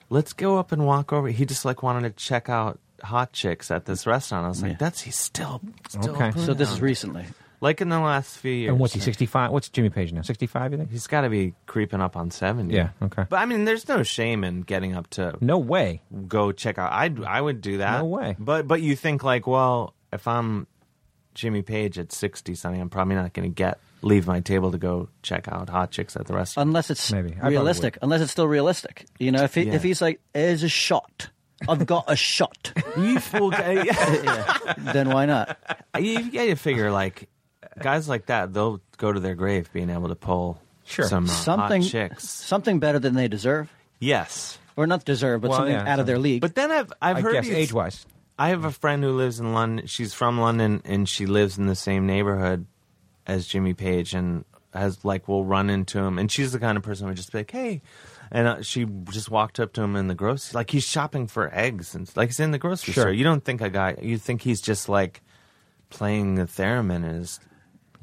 [SPEAKER 7] let's go up and walk over. He just like wanted to check out hot chicks at this restaurant. I was like,
[SPEAKER 6] Yeah.
[SPEAKER 7] that's he's still still
[SPEAKER 1] Okay.
[SPEAKER 7] putting
[SPEAKER 6] so this is
[SPEAKER 7] out.
[SPEAKER 6] recently.
[SPEAKER 7] like in the last few years.
[SPEAKER 1] And what's he? Sixty-five? What's Jimmy Page now? Sixty-five? You think?
[SPEAKER 7] He's got to be creeping up on seventy.
[SPEAKER 1] Yeah, okay.
[SPEAKER 7] But I mean, there's no shame in getting up to
[SPEAKER 1] No way.
[SPEAKER 7] go check out. I I would do that.
[SPEAKER 1] No way.
[SPEAKER 7] But but you think like, well, if I'm Jimmy Page at sixty something, I'm probably not going to get leave my table to go check out hot chicks at the restaurant.
[SPEAKER 6] Unless it's
[SPEAKER 1] Maybe. I probably
[SPEAKER 6] realistic. Unless it's still realistic. You know, if he,
[SPEAKER 7] Yeah.
[SPEAKER 6] if he's like, "There's a shot. I've got
[SPEAKER 1] [LAUGHS]
[SPEAKER 6] a shot,"
[SPEAKER 7] you fool! [LAUGHS] Yeah,
[SPEAKER 6] yeah, then why not?
[SPEAKER 7] you, you gotta figure like guys like that. They'll go to their grave being able to pull
[SPEAKER 1] Sure.
[SPEAKER 7] some uh,
[SPEAKER 6] Something,
[SPEAKER 7] hot chicks.
[SPEAKER 6] something better than they deserve,
[SPEAKER 7] Yes,
[SPEAKER 6] or not deserve, but
[SPEAKER 1] Well,
[SPEAKER 6] something
[SPEAKER 1] yeah,
[SPEAKER 6] out of their league.
[SPEAKER 7] but then I've I've
[SPEAKER 1] I
[SPEAKER 7] heard
[SPEAKER 1] guess
[SPEAKER 7] these-
[SPEAKER 1] age-wise.
[SPEAKER 7] I have a friend who lives in London. She's from London and she lives in the same neighborhood as Jimmy Page and has like will run into him. And she's the kind of person who would just be like, "Hey," and uh, she just walked up to him in the grocery. Like he's shopping for eggs and like he's in the grocery
[SPEAKER 1] Sure.
[SPEAKER 7] store. You don't think a guy. You think he's just like playing the theremin in his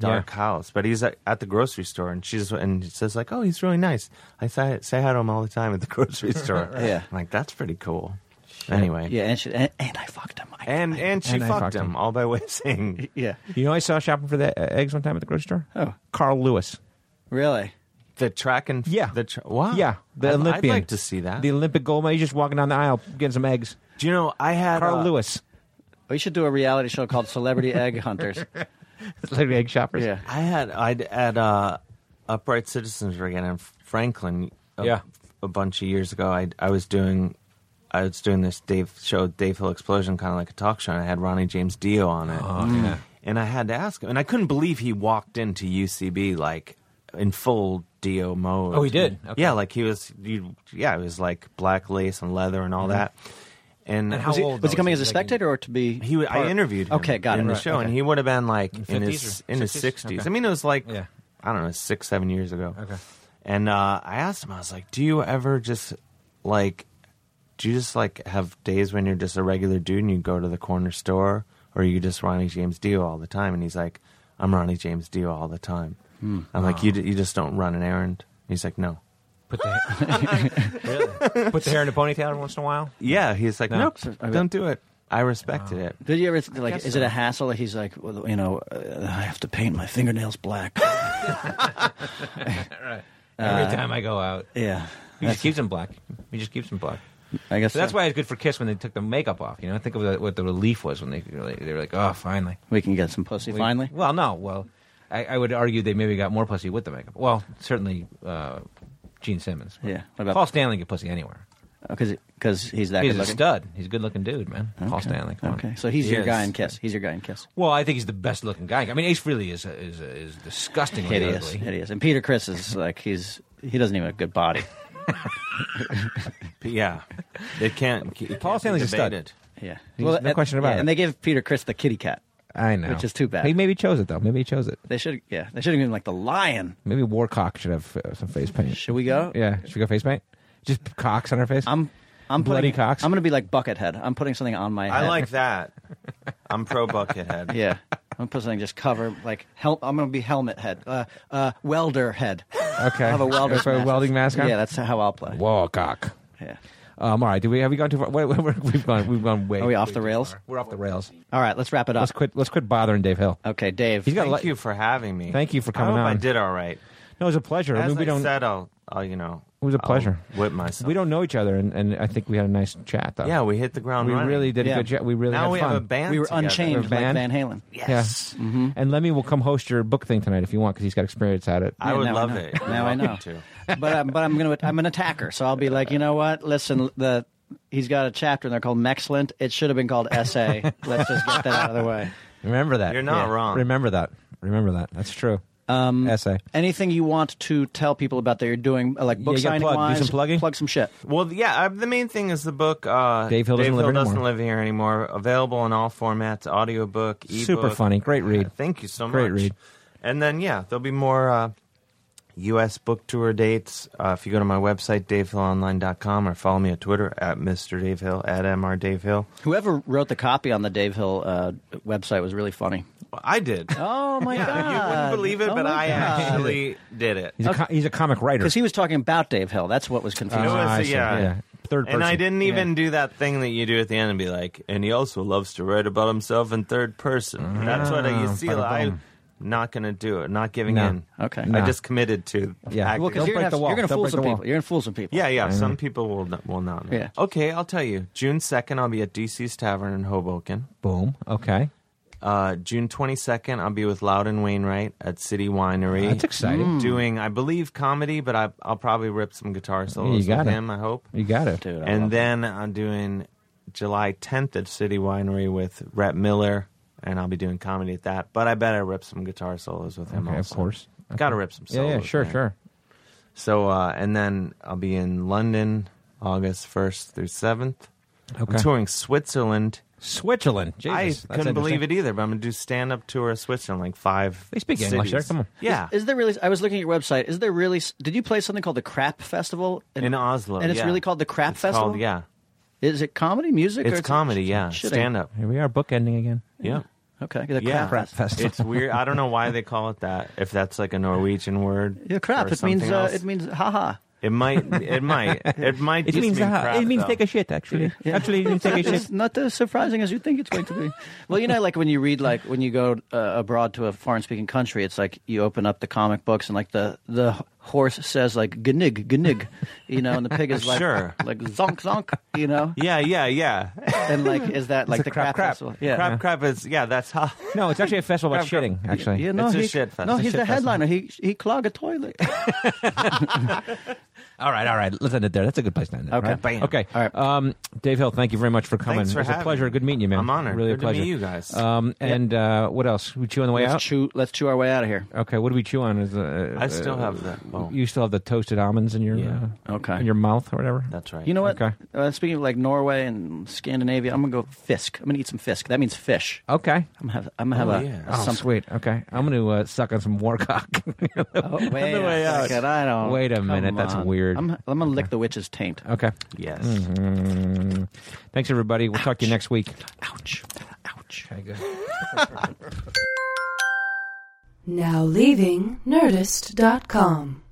[SPEAKER 7] dark
[SPEAKER 1] Yeah.
[SPEAKER 7] house, but he's at, at the grocery store and she's and she says like, "Oh, he's really nice." I say say hi to him all the time at the [LAUGHS]
[SPEAKER 1] [LAUGHS]
[SPEAKER 7] grocery store.
[SPEAKER 6] Yeah.
[SPEAKER 7] I'm like that's pretty cool. Anyway,
[SPEAKER 6] yeah, and, she, and, and I fucked him. I,
[SPEAKER 7] and and she
[SPEAKER 1] and I
[SPEAKER 7] fucked,
[SPEAKER 1] fucked
[SPEAKER 7] him,
[SPEAKER 1] him.
[SPEAKER 7] all by way of saying
[SPEAKER 6] yeah,
[SPEAKER 1] You know, I saw shopping for the uh, eggs one time at the grocery store.
[SPEAKER 6] Oh.
[SPEAKER 1] Carl Lewis.
[SPEAKER 6] really.
[SPEAKER 7] the track and
[SPEAKER 1] Yeah.
[SPEAKER 7] the tra- wow
[SPEAKER 6] Ah,
[SPEAKER 1] Yeah, the
[SPEAKER 7] I'd,
[SPEAKER 1] Olympian.
[SPEAKER 7] I'd like to see that.
[SPEAKER 1] The Olympic gold medal. He's just walking down the aisle getting some eggs.
[SPEAKER 7] Do you know I had
[SPEAKER 1] Carl
[SPEAKER 7] uh,
[SPEAKER 1] Lewis, [LAUGHS]
[SPEAKER 6] We should do a reality show called Celebrity Egg Hunters.
[SPEAKER 1] like egg shoppers.
[SPEAKER 6] Yeah.
[SPEAKER 7] I had I'd at uh, Upright Citizens Brigade in Franklin. A,
[SPEAKER 1] Yeah.
[SPEAKER 7] a bunch of years ago, I I was doing. I was doing this Dave show, Dave Hill Explosion, kind of like a talk show, and I had Ronnie James Dio on it.
[SPEAKER 1] Oh,
[SPEAKER 7] And I had to ask him, and I couldn't believe he walked into UCB like in full Dio mode.
[SPEAKER 1] Oh, he did? Okay.
[SPEAKER 7] Yeah, like he was, you, yeah, it was like black lace and leather and all that. And,
[SPEAKER 1] Mm-hmm. And how
[SPEAKER 6] Was he,
[SPEAKER 1] old,
[SPEAKER 6] was he
[SPEAKER 1] though?
[SPEAKER 6] coming
[SPEAKER 1] Is
[SPEAKER 6] as
[SPEAKER 1] he like
[SPEAKER 6] a
[SPEAKER 1] in-
[SPEAKER 6] spectator or to be?
[SPEAKER 7] he, w-
[SPEAKER 6] part-
[SPEAKER 7] I interviewed him.
[SPEAKER 6] Okay, got it.
[SPEAKER 7] in the
[SPEAKER 6] Right,
[SPEAKER 7] show,
[SPEAKER 1] okay.
[SPEAKER 7] and he would have been like in
[SPEAKER 1] 50s
[SPEAKER 7] his
[SPEAKER 1] or
[SPEAKER 7] in his
[SPEAKER 1] 60s?
[SPEAKER 7] sixties.
[SPEAKER 1] Okay.
[SPEAKER 7] I mean, it was like
[SPEAKER 1] Yeah.
[SPEAKER 7] I don't know, six seven years ago.
[SPEAKER 1] Okay.
[SPEAKER 7] And uh, I asked him, I was like, "Do you ever just like, do you just like have days when you're just a regular dude and you go to the corner store, or are you just Ronnie James Dio all the time?" And he's like, "I'm Ronnie James Dio all the time."
[SPEAKER 6] Hmm.
[SPEAKER 7] I'm like, "You d- you just don't run an errand?" He's like, "No."
[SPEAKER 1] Put the, really? [LAUGHS] Put the hair in a ponytail every once in a while.
[SPEAKER 7] Yeah, he's like, "Nope, don't do it." I respected it.
[SPEAKER 6] Did you ever like? Is it a hassle? Like he's like, well, you know, uh, I have to paint my
[SPEAKER 1] [LAUGHS]
[SPEAKER 6] fingernails black. Uh,
[SPEAKER 1] Every time I go out,
[SPEAKER 6] yeah,
[SPEAKER 1] he just keeps them black. He just keeps them black.
[SPEAKER 6] I guess
[SPEAKER 1] So that's why it's good for Kiss when they took the makeup off. You know, think of the, what the relief was when they really, they were like, oh, finally.
[SPEAKER 6] we can get some pussy
[SPEAKER 1] We-
[SPEAKER 6] finally.
[SPEAKER 1] Well, no. Well, I, I would argue they maybe got more pussy with the makeup. Well, certainly uh, Gene Simmons.
[SPEAKER 6] Yeah. What about-
[SPEAKER 1] Paul Stanley get pussy anywhere.
[SPEAKER 6] Because because uh, he's that
[SPEAKER 1] He's
[SPEAKER 6] good
[SPEAKER 1] a
[SPEAKER 6] looking.
[SPEAKER 1] stud. He's a good looking dude, man. Paul Stanley. Come
[SPEAKER 6] Okay,
[SPEAKER 1] on.
[SPEAKER 6] so he's
[SPEAKER 7] He
[SPEAKER 6] your guy
[SPEAKER 7] is.
[SPEAKER 6] in Kiss. He's your guy in Kiss.
[SPEAKER 1] Well, I think he's the best looking guy. I mean, Ace Frehley is is is disgustingly
[SPEAKER 6] Hideous,
[SPEAKER 1] ugly.
[SPEAKER 6] hideous. And Peter Chris is like he's he doesn't even have a
[SPEAKER 1] [LAUGHS]
[SPEAKER 6] good body.
[SPEAKER 7] Yeah, it can't. It
[SPEAKER 1] Paul
[SPEAKER 7] can't
[SPEAKER 1] Stanley's
[SPEAKER 7] be
[SPEAKER 1] a stud.
[SPEAKER 7] debated.
[SPEAKER 6] Yeah,
[SPEAKER 1] He's- no question about
[SPEAKER 6] yeah,
[SPEAKER 1] it.
[SPEAKER 6] And they gave Peter Chris the kitty cat.
[SPEAKER 1] I know,
[SPEAKER 6] Which is too bad.
[SPEAKER 1] He maybe chose it though. Maybe he chose it.
[SPEAKER 6] They should yeah they should have given him like the lion.
[SPEAKER 1] Maybe Warcock should have uh, some face paint.
[SPEAKER 6] Should we go?
[SPEAKER 1] Yeah, should we go face paint? Just cocks on her face.
[SPEAKER 6] I'm I'm
[SPEAKER 1] Bloody
[SPEAKER 6] putting
[SPEAKER 1] cocks.
[SPEAKER 6] I'm gonna be like Buckethead. I'm putting something on
[SPEAKER 1] [LAUGHS]
[SPEAKER 6] my.
[SPEAKER 7] I
[SPEAKER 6] head.
[SPEAKER 7] like that. I'm pro Buckethead.
[SPEAKER 6] Yeah. I'm putting something just cover like hel- I'm gonna be helmet head, uh, uh, welder head.
[SPEAKER 1] okay.
[SPEAKER 6] I have a welder.
[SPEAKER 1] That's why welding mask on.
[SPEAKER 6] Yeah, that's how I'll play.
[SPEAKER 1] Warcock.
[SPEAKER 6] yeah.
[SPEAKER 1] Um, all right. Do we have we gone too far? Wait, wait, we're- we've gone. We've gone way.
[SPEAKER 6] Are we off
[SPEAKER 1] way
[SPEAKER 6] the
[SPEAKER 1] too
[SPEAKER 6] rails?
[SPEAKER 1] far. We're off the rails.
[SPEAKER 6] All right, let's wrap it up.
[SPEAKER 1] Let's quit. Let's quit bothering Dave Hill.
[SPEAKER 6] Okay, Dave.
[SPEAKER 1] He's got a
[SPEAKER 7] Thank
[SPEAKER 1] lot.
[SPEAKER 7] you for having me.
[SPEAKER 1] Thank you for coming
[SPEAKER 7] I hope I
[SPEAKER 1] on.
[SPEAKER 7] did all right.
[SPEAKER 1] No, it was a pleasure. I
[SPEAKER 7] As
[SPEAKER 1] mean, we
[SPEAKER 7] I
[SPEAKER 1] don't.
[SPEAKER 7] said, I'll, I'll, you know,
[SPEAKER 1] It was a
[SPEAKER 7] I'll
[SPEAKER 1] pleasure.
[SPEAKER 7] whip myself.
[SPEAKER 1] we don't know each other, and, and I think we had a nice chat though.
[SPEAKER 7] Yeah, we hit the ground
[SPEAKER 1] we
[SPEAKER 7] running.
[SPEAKER 1] really did a
[SPEAKER 6] Yeah.
[SPEAKER 1] good job. We really
[SPEAKER 7] now
[SPEAKER 1] had
[SPEAKER 7] we
[SPEAKER 1] fun.
[SPEAKER 7] have a band.
[SPEAKER 6] we were
[SPEAKER 7] together.
[SPEAKER 6] unchained
[SPEAKER 1] A
[SPEAKER 6] like
[SPEAKER 1] band?
[SPEAKER 6] Van Halen.
[SPEAKER 7] Yes.
[SPEAKER 1] Yeah.
[SPEAKER 7] Mm-hmm.
[SPEAKER 1] And Lemmy will come host your book thing tonight if you want, because he's got experience at it.
[SPEAKER 7] I
[SPEAKER 6] Yeah,
[SPEAKER 7] would
[SPEAKER 6] now
[SPEAKER 7] love
[SPEAKER 6] know.
[SPEAKER 7] it. You're
[SPEAKER 6] Now I
[SPEAKER 7] welcome
[SPEAKER 6] know.
[SPEAKER 7] to.
[SPEAKER 6] but um, but I'm gonna I'm an attacker, so I'll be like, you know what? Listen, the he's got a chapter in there called Mexlent. It should have been called Essay. Let's just get that out of the way.
[SPEAKER 1] Remember that.
[SPEAKER 7] You're not wrong.
[SPEAKER 1] Remember that. Remember that. That's true. Um, Essay.
[SPEAKER 6] Anything you want to tell people about that you're doing, uh, like book
[SPEAKER 1] Yeah, you gotta
[SPEAKER 6] signing
[SPEAKER 1] plug. Do
[SPEAKER 6] wise,
[SPEAKER 1] some plugging.
[SPEAKER 6] plug some shit.
[SPEAKER 7] Well, yeah, I, the main thing is the book. Uh,
[SPEAKER 1] Dave Hill doesn't live anymore.
[SPEAKER 7] here anymore. Available in all formats: audiobook, ebook.
[SPEAKER 1] Super funny. Great read.
[SPEAKER 7] Yeah, thank you so much.
[SPEAKER 1] Great read.
[SPEAKER 7] And then yeah, there'll be more uh, U.S. book tour dates. Uh, if you go to my website, davehillonline.com, or follow me on Twitter at Mr. Dave Hill at Mr. Dave Hill.
[SPEAKER 6] Whoever wrote the copy on the Dave Hill uh, website was really funny.
[SPEAKER 7] Well, I did.
[SPEAKER 6] Oh my god!
[SPEAKER 7] You wouldn't believe it,
[SPEAKER 6] Oh
[SPEAKER 7] but
[SPEAKER 6] my
[SPEAKER 7] I
[SPEAKER 6] God.
[SPEAKER 7] actually did it.
[SPEAKER 1] He's, a co- he's a comic writer. Uh,
[SPEAKER 6] [LAUGHS] because he was talking about Dave Hill. That's what was confusing.
[SPEAKER 7] It was,
[SPEAKER 1] I see.
[SPEAKER 7] yeah.
[SPEAKER 1] Yeah. Third person.
[SPEAKER 7] uh, And I didn't even
[SPEAKER 6] Yeah.
[SPEAKER 7] do that thing that you do at the end and be like, and he also loves to write about himself in third person. That's what I, you see.
[SPEAKER 1] Ah, bada
[SPEAKER 7] I'm
[SPEAKER 1] boom.
[SPEAKER 7] not going to do it. Not giving
[SPEAKER 1] No.
[SPEAKER 7] in.
[SPEAKER 6] Okay.
[SPEAKER 7] I
[SPEAKER 1] No.
[SPEAKER 7] just committed to.
[SPEAKER 1] Yeah.
[SPEAKER 7] acting.
[SPEAKER 6] Well, because
[SPEAKER 1] Don't break
[SPEAKER 6] you're gonna,
[SPEAKER 1] the
[SPEAKER 6] have-
[SPEAKER 1] wall.
[SPEAKER 6] you're gonna
[SPEAKER 1] Don't
[SPEAKER 6] fool
[SPEAKER 1] break
[SPEAKER 6] some
[SPEAKER 1] the wall.
[SPEAKER 6] people. You're gonna fool some people.
[SPEAKER 7] yeah, yeah. Some people will not, will not. know.
[SPEAKER 6] Yeah.
[SPEAKER 7] Okay, I'll tell you. June second, I'll be at DC's Tavern in Hoboken.
[SPEAKER 1] Boom. Okay.
[SPEAKER 7] Uh, June twenty second, I'll be with Loudon Wainwright at City Winery.
[SPEAKER 1] That's exciting. Mm.
[SPEAKER 7] Doing, I believe, comedy, but I, I'll probably rip some guitar
[SPEAKER 1] you
[SPEAKER 7] solos
[SPEAKER 1] got
[SPEAKER 7] with
[SPEAKER 1] it.
[SPEAKER 7] him. I hope.
[SPEAKER 1] You got it.
[SPEAKER 6] Dude, I love
[SPEAKER 7] and
[SPEAKER 6] it.
[SPEAKER 7] then I'm doing July 10th at City Winery with Rhett Miller, and I'll be doing comedy at that. But I better rip some guitar solos with him.
[SPEAKER 1] Okay, of
[SPEAKER 7] also.
[SPEAKER 1] course.
[SPEAKER 7] got to rip some
[SPEAKER 1] Yeah,
[SPEAKER 7] solos.
[SPEAKER 1] yeah, sure,
[SPEAKER 7] man.
[SPEAKER 1] sure.
[SPEAKER 7] So, uh, and then I'll be in London August 1st through 7th.
[SPEAKER 1] Okay.
[SPEAKER 7] I'm touring Switzerland.
[SPEAKER 1] Switzerland. Jesus, that's
[SPEAKER 7] I couldn't believe
[SPEAKER 1] interesting.
[SPEAKER 7] it either, but I'm gonna do stand up tour of Switzerland, like five.
[SPEAKER 1] They speak English
[SPEAKER 7] cities.
[SPEAKER 1] there, come on.
[SPEAKER 7] Yeah,
[SPEAKER 6] Is there really? I was looking at your website. Is there really? Did you play something called the Crap Festival
[SPEAKER 7] in Oslo,
[SPEAKER 6] And it's
[SPEAKER 7] yeah.
[SPEAKER 6] really called the Crap
[SPEAKER 7] It's
[SPEAKER 6] Festival.
[SPEAKER 7] Called, yeah,
[SPEAKER 6] Is it comedy music? or
[SPEAKER 7] it's
[SPEAKER 6] is it
[SPEAKER 7] comedy.
[SPEAKER 6] sh-
[SPEAKER 7] Yeah,
[SPEAKER 6] shitting?
[SPEAKER 7] stand up.
[SPEAKER 1] Here we are, bookending again.
[SPEAKER 7] Yeah.
[SPEAKER 6] Okay. The
[SPEAKER 7] Yeah.
[SPEAKER 6] Crap Fest.
[SPEAKER 1] Festival.
[SPEAKER 7] It's weird. I don't know why they call it that. If that's like a Norwegian word.
[SPEAKER 6] Yeah, crap.
[SPEAKER 7] or
[SPEAKER 6] It means
[SPEAKER 7] something
[SPEAKER 6] uh,
[SPEAKER 7] else.
[SPEAKER 6] it means haha.
[SPEAKER 7] It might. It might.
[SPEAKER 6] [LAUGHS]
[SPEAKER 7] It might.
[SPEAKER 1] It
[SPEAKER 7] just
[SPEAKER 1] means
[SPEAKER 7] mean
[SPEAKER 6] uh,
[SPEAKER 1] that.
[SPEAKER 7] crap,
[SPEAKER 1] it means
[SPEAKER 7] though.
[SPEAKER 1] take a shit. Actually,
[SPEAKER 6] Yeah.
[SPEAKER 1] actually, it means take a shit.
[SPEAKER 7] [LAUGHS]
[SPEAKER 6] It's not as surprising as you think it's going to be. [LAUGHS] well, you know, like when you read, like when you go uh, abroad to a foreign-speaking country, it's like you open up the comic books and like the the horse says like gnig gnig, you know, and the pig
[SPEAKER 7] [LAUGHS]
[SPEAKER 6] is like
[SPEAKER 7] Sure.
[SPEAKER 6] like zonk zonk, you know,
[SPEAKER 7] [LAUGHS] Yeah. Yeah. Yeah.
[SPEAKER 6] and like is that like
[SPEAKER 1] a
[SPEAKER 6] the
[SPEAKER 1] crap,
[SPEAKER 6] crap,
[SPEAKER 1] crap.
[SPEAKER 6] festival? Yeah.
[SPEAKER 7] Crap. Crap is. Yeah. That's how.
[SPEAKER 1] No, it's actually a festival about
[SPEAKER 7] Crap,
[SPEAKER 1] shitting. Actually,
[SPEAKER 6] Yeah, no,
[SPEAKER 7] It's a
[SPEAKER 6] he-
[SPEAKER 7] shit fest.
[SPEAKER 6] No,
[SPEAKER 7] It's a
[SPEAKER 6] he's
[SPEAKER 1] shit
[SPEAKER 6] the
[SPEAKER 1] fest.
[SPEAKER 6] headliner. He he clogged a
[SPEAKER 7] [LAUGHS]
[SPEAKER 6] toilet.
[SPEAKER 1] All right, all right. Let's end it there. That's a good place to end it.
[SPEAKER 6] Okay.
[SPEAKER 1] right?
[SPEAKER 7] Bam.
[SPEAKER 1] Okay.
[SPEAKER 6] All right.
[SPEAKER 1] Um, Dave Hill, thank you very much for coming.
[SPEAKER 7] Thanks for
[SPEAKER 1] it was a
[SPEAKER 7] having
[SPEAKER 1] pleasure.
[SPEAKER 7] me.
[SPEAKER 1] Good meeting you, man.
[SPEAKER 7] I'm honored.
[SPEAKER 1] Really a
[SPEAKER 7] Good to
[SPEAKER 1] pleasure.
[SPEAKER 7] meet you guys.
[SPEAKER 1] Um, and uh, what else? We chew
[SPEAKER 7] Oh,
[SPEAKER 1] on the way
[SPEAKER 6] let's
[SPEAKER 1] out.
[SPEAKER 6] chew. Let's chew our way out of here.
[SPEAKER 1] okay. What do we chew on? Is uh,
[SPEAKER 7] I still
[SPEAKER 1] uh,
[SPEAKER 7] have that. Oh,
[SPEAKER 1] You still have the toasted almonds in your
[SPEAKER 7] Yeah.
[SPEAKER 1] uh,
[SPEAKER 6] Okay.
[SPEAKER 1] in your mouth or whatever.
[SPEAKER 7] that's right.
[SPEAKER 6] You know what?
[SPEAKER 1] Okay.
[SPEAKER 6] Uh, speaking of like Norway and Scandinavia, I'm gonna go fisk. I'm gonna eat some fisk. That means fish.
[SPEAKER 1] Okay.
[SPEAKER 6] I'm gonna have. I'm gonna have
[SPEAKER 7] Oh,
[SPEAKER 6] a,
[SPEAKER 7] yeah.
[SPEAKER 6] a
[SPEAKER 1] Oh, [LAUGHS]
[SPEAKER 6] some-
[SPEAKER 1] sweet. Okay. I'm going to uh, suck on some warcock. [LAUGHS]
[SPEAKER 6] Oh, wait a second. I don't.
[SPEAKER 1] Wait a
[SPEAKER 6] come
[SPEAKER 1] minute, that's
[SPEAKER 6] on.
[SPEAKER 1] weird.
[SPEAKER 6] I'm, I'm gonna lick the witch's taint.
[SPEAKER 1] okay.
[SPEAKER 7] Yes.
[SPEAKER 1] Mm. Thanks, everybody. We'll
[SPEAKER 7] [LAUGHS]
[SPEAKER 1] talk to you next week.
[SPEAKER 6] Ouch. Ouch.
[SPEAKER 1] Okay, good.
[SPEAKER 2] Now leaving Nerdist.com.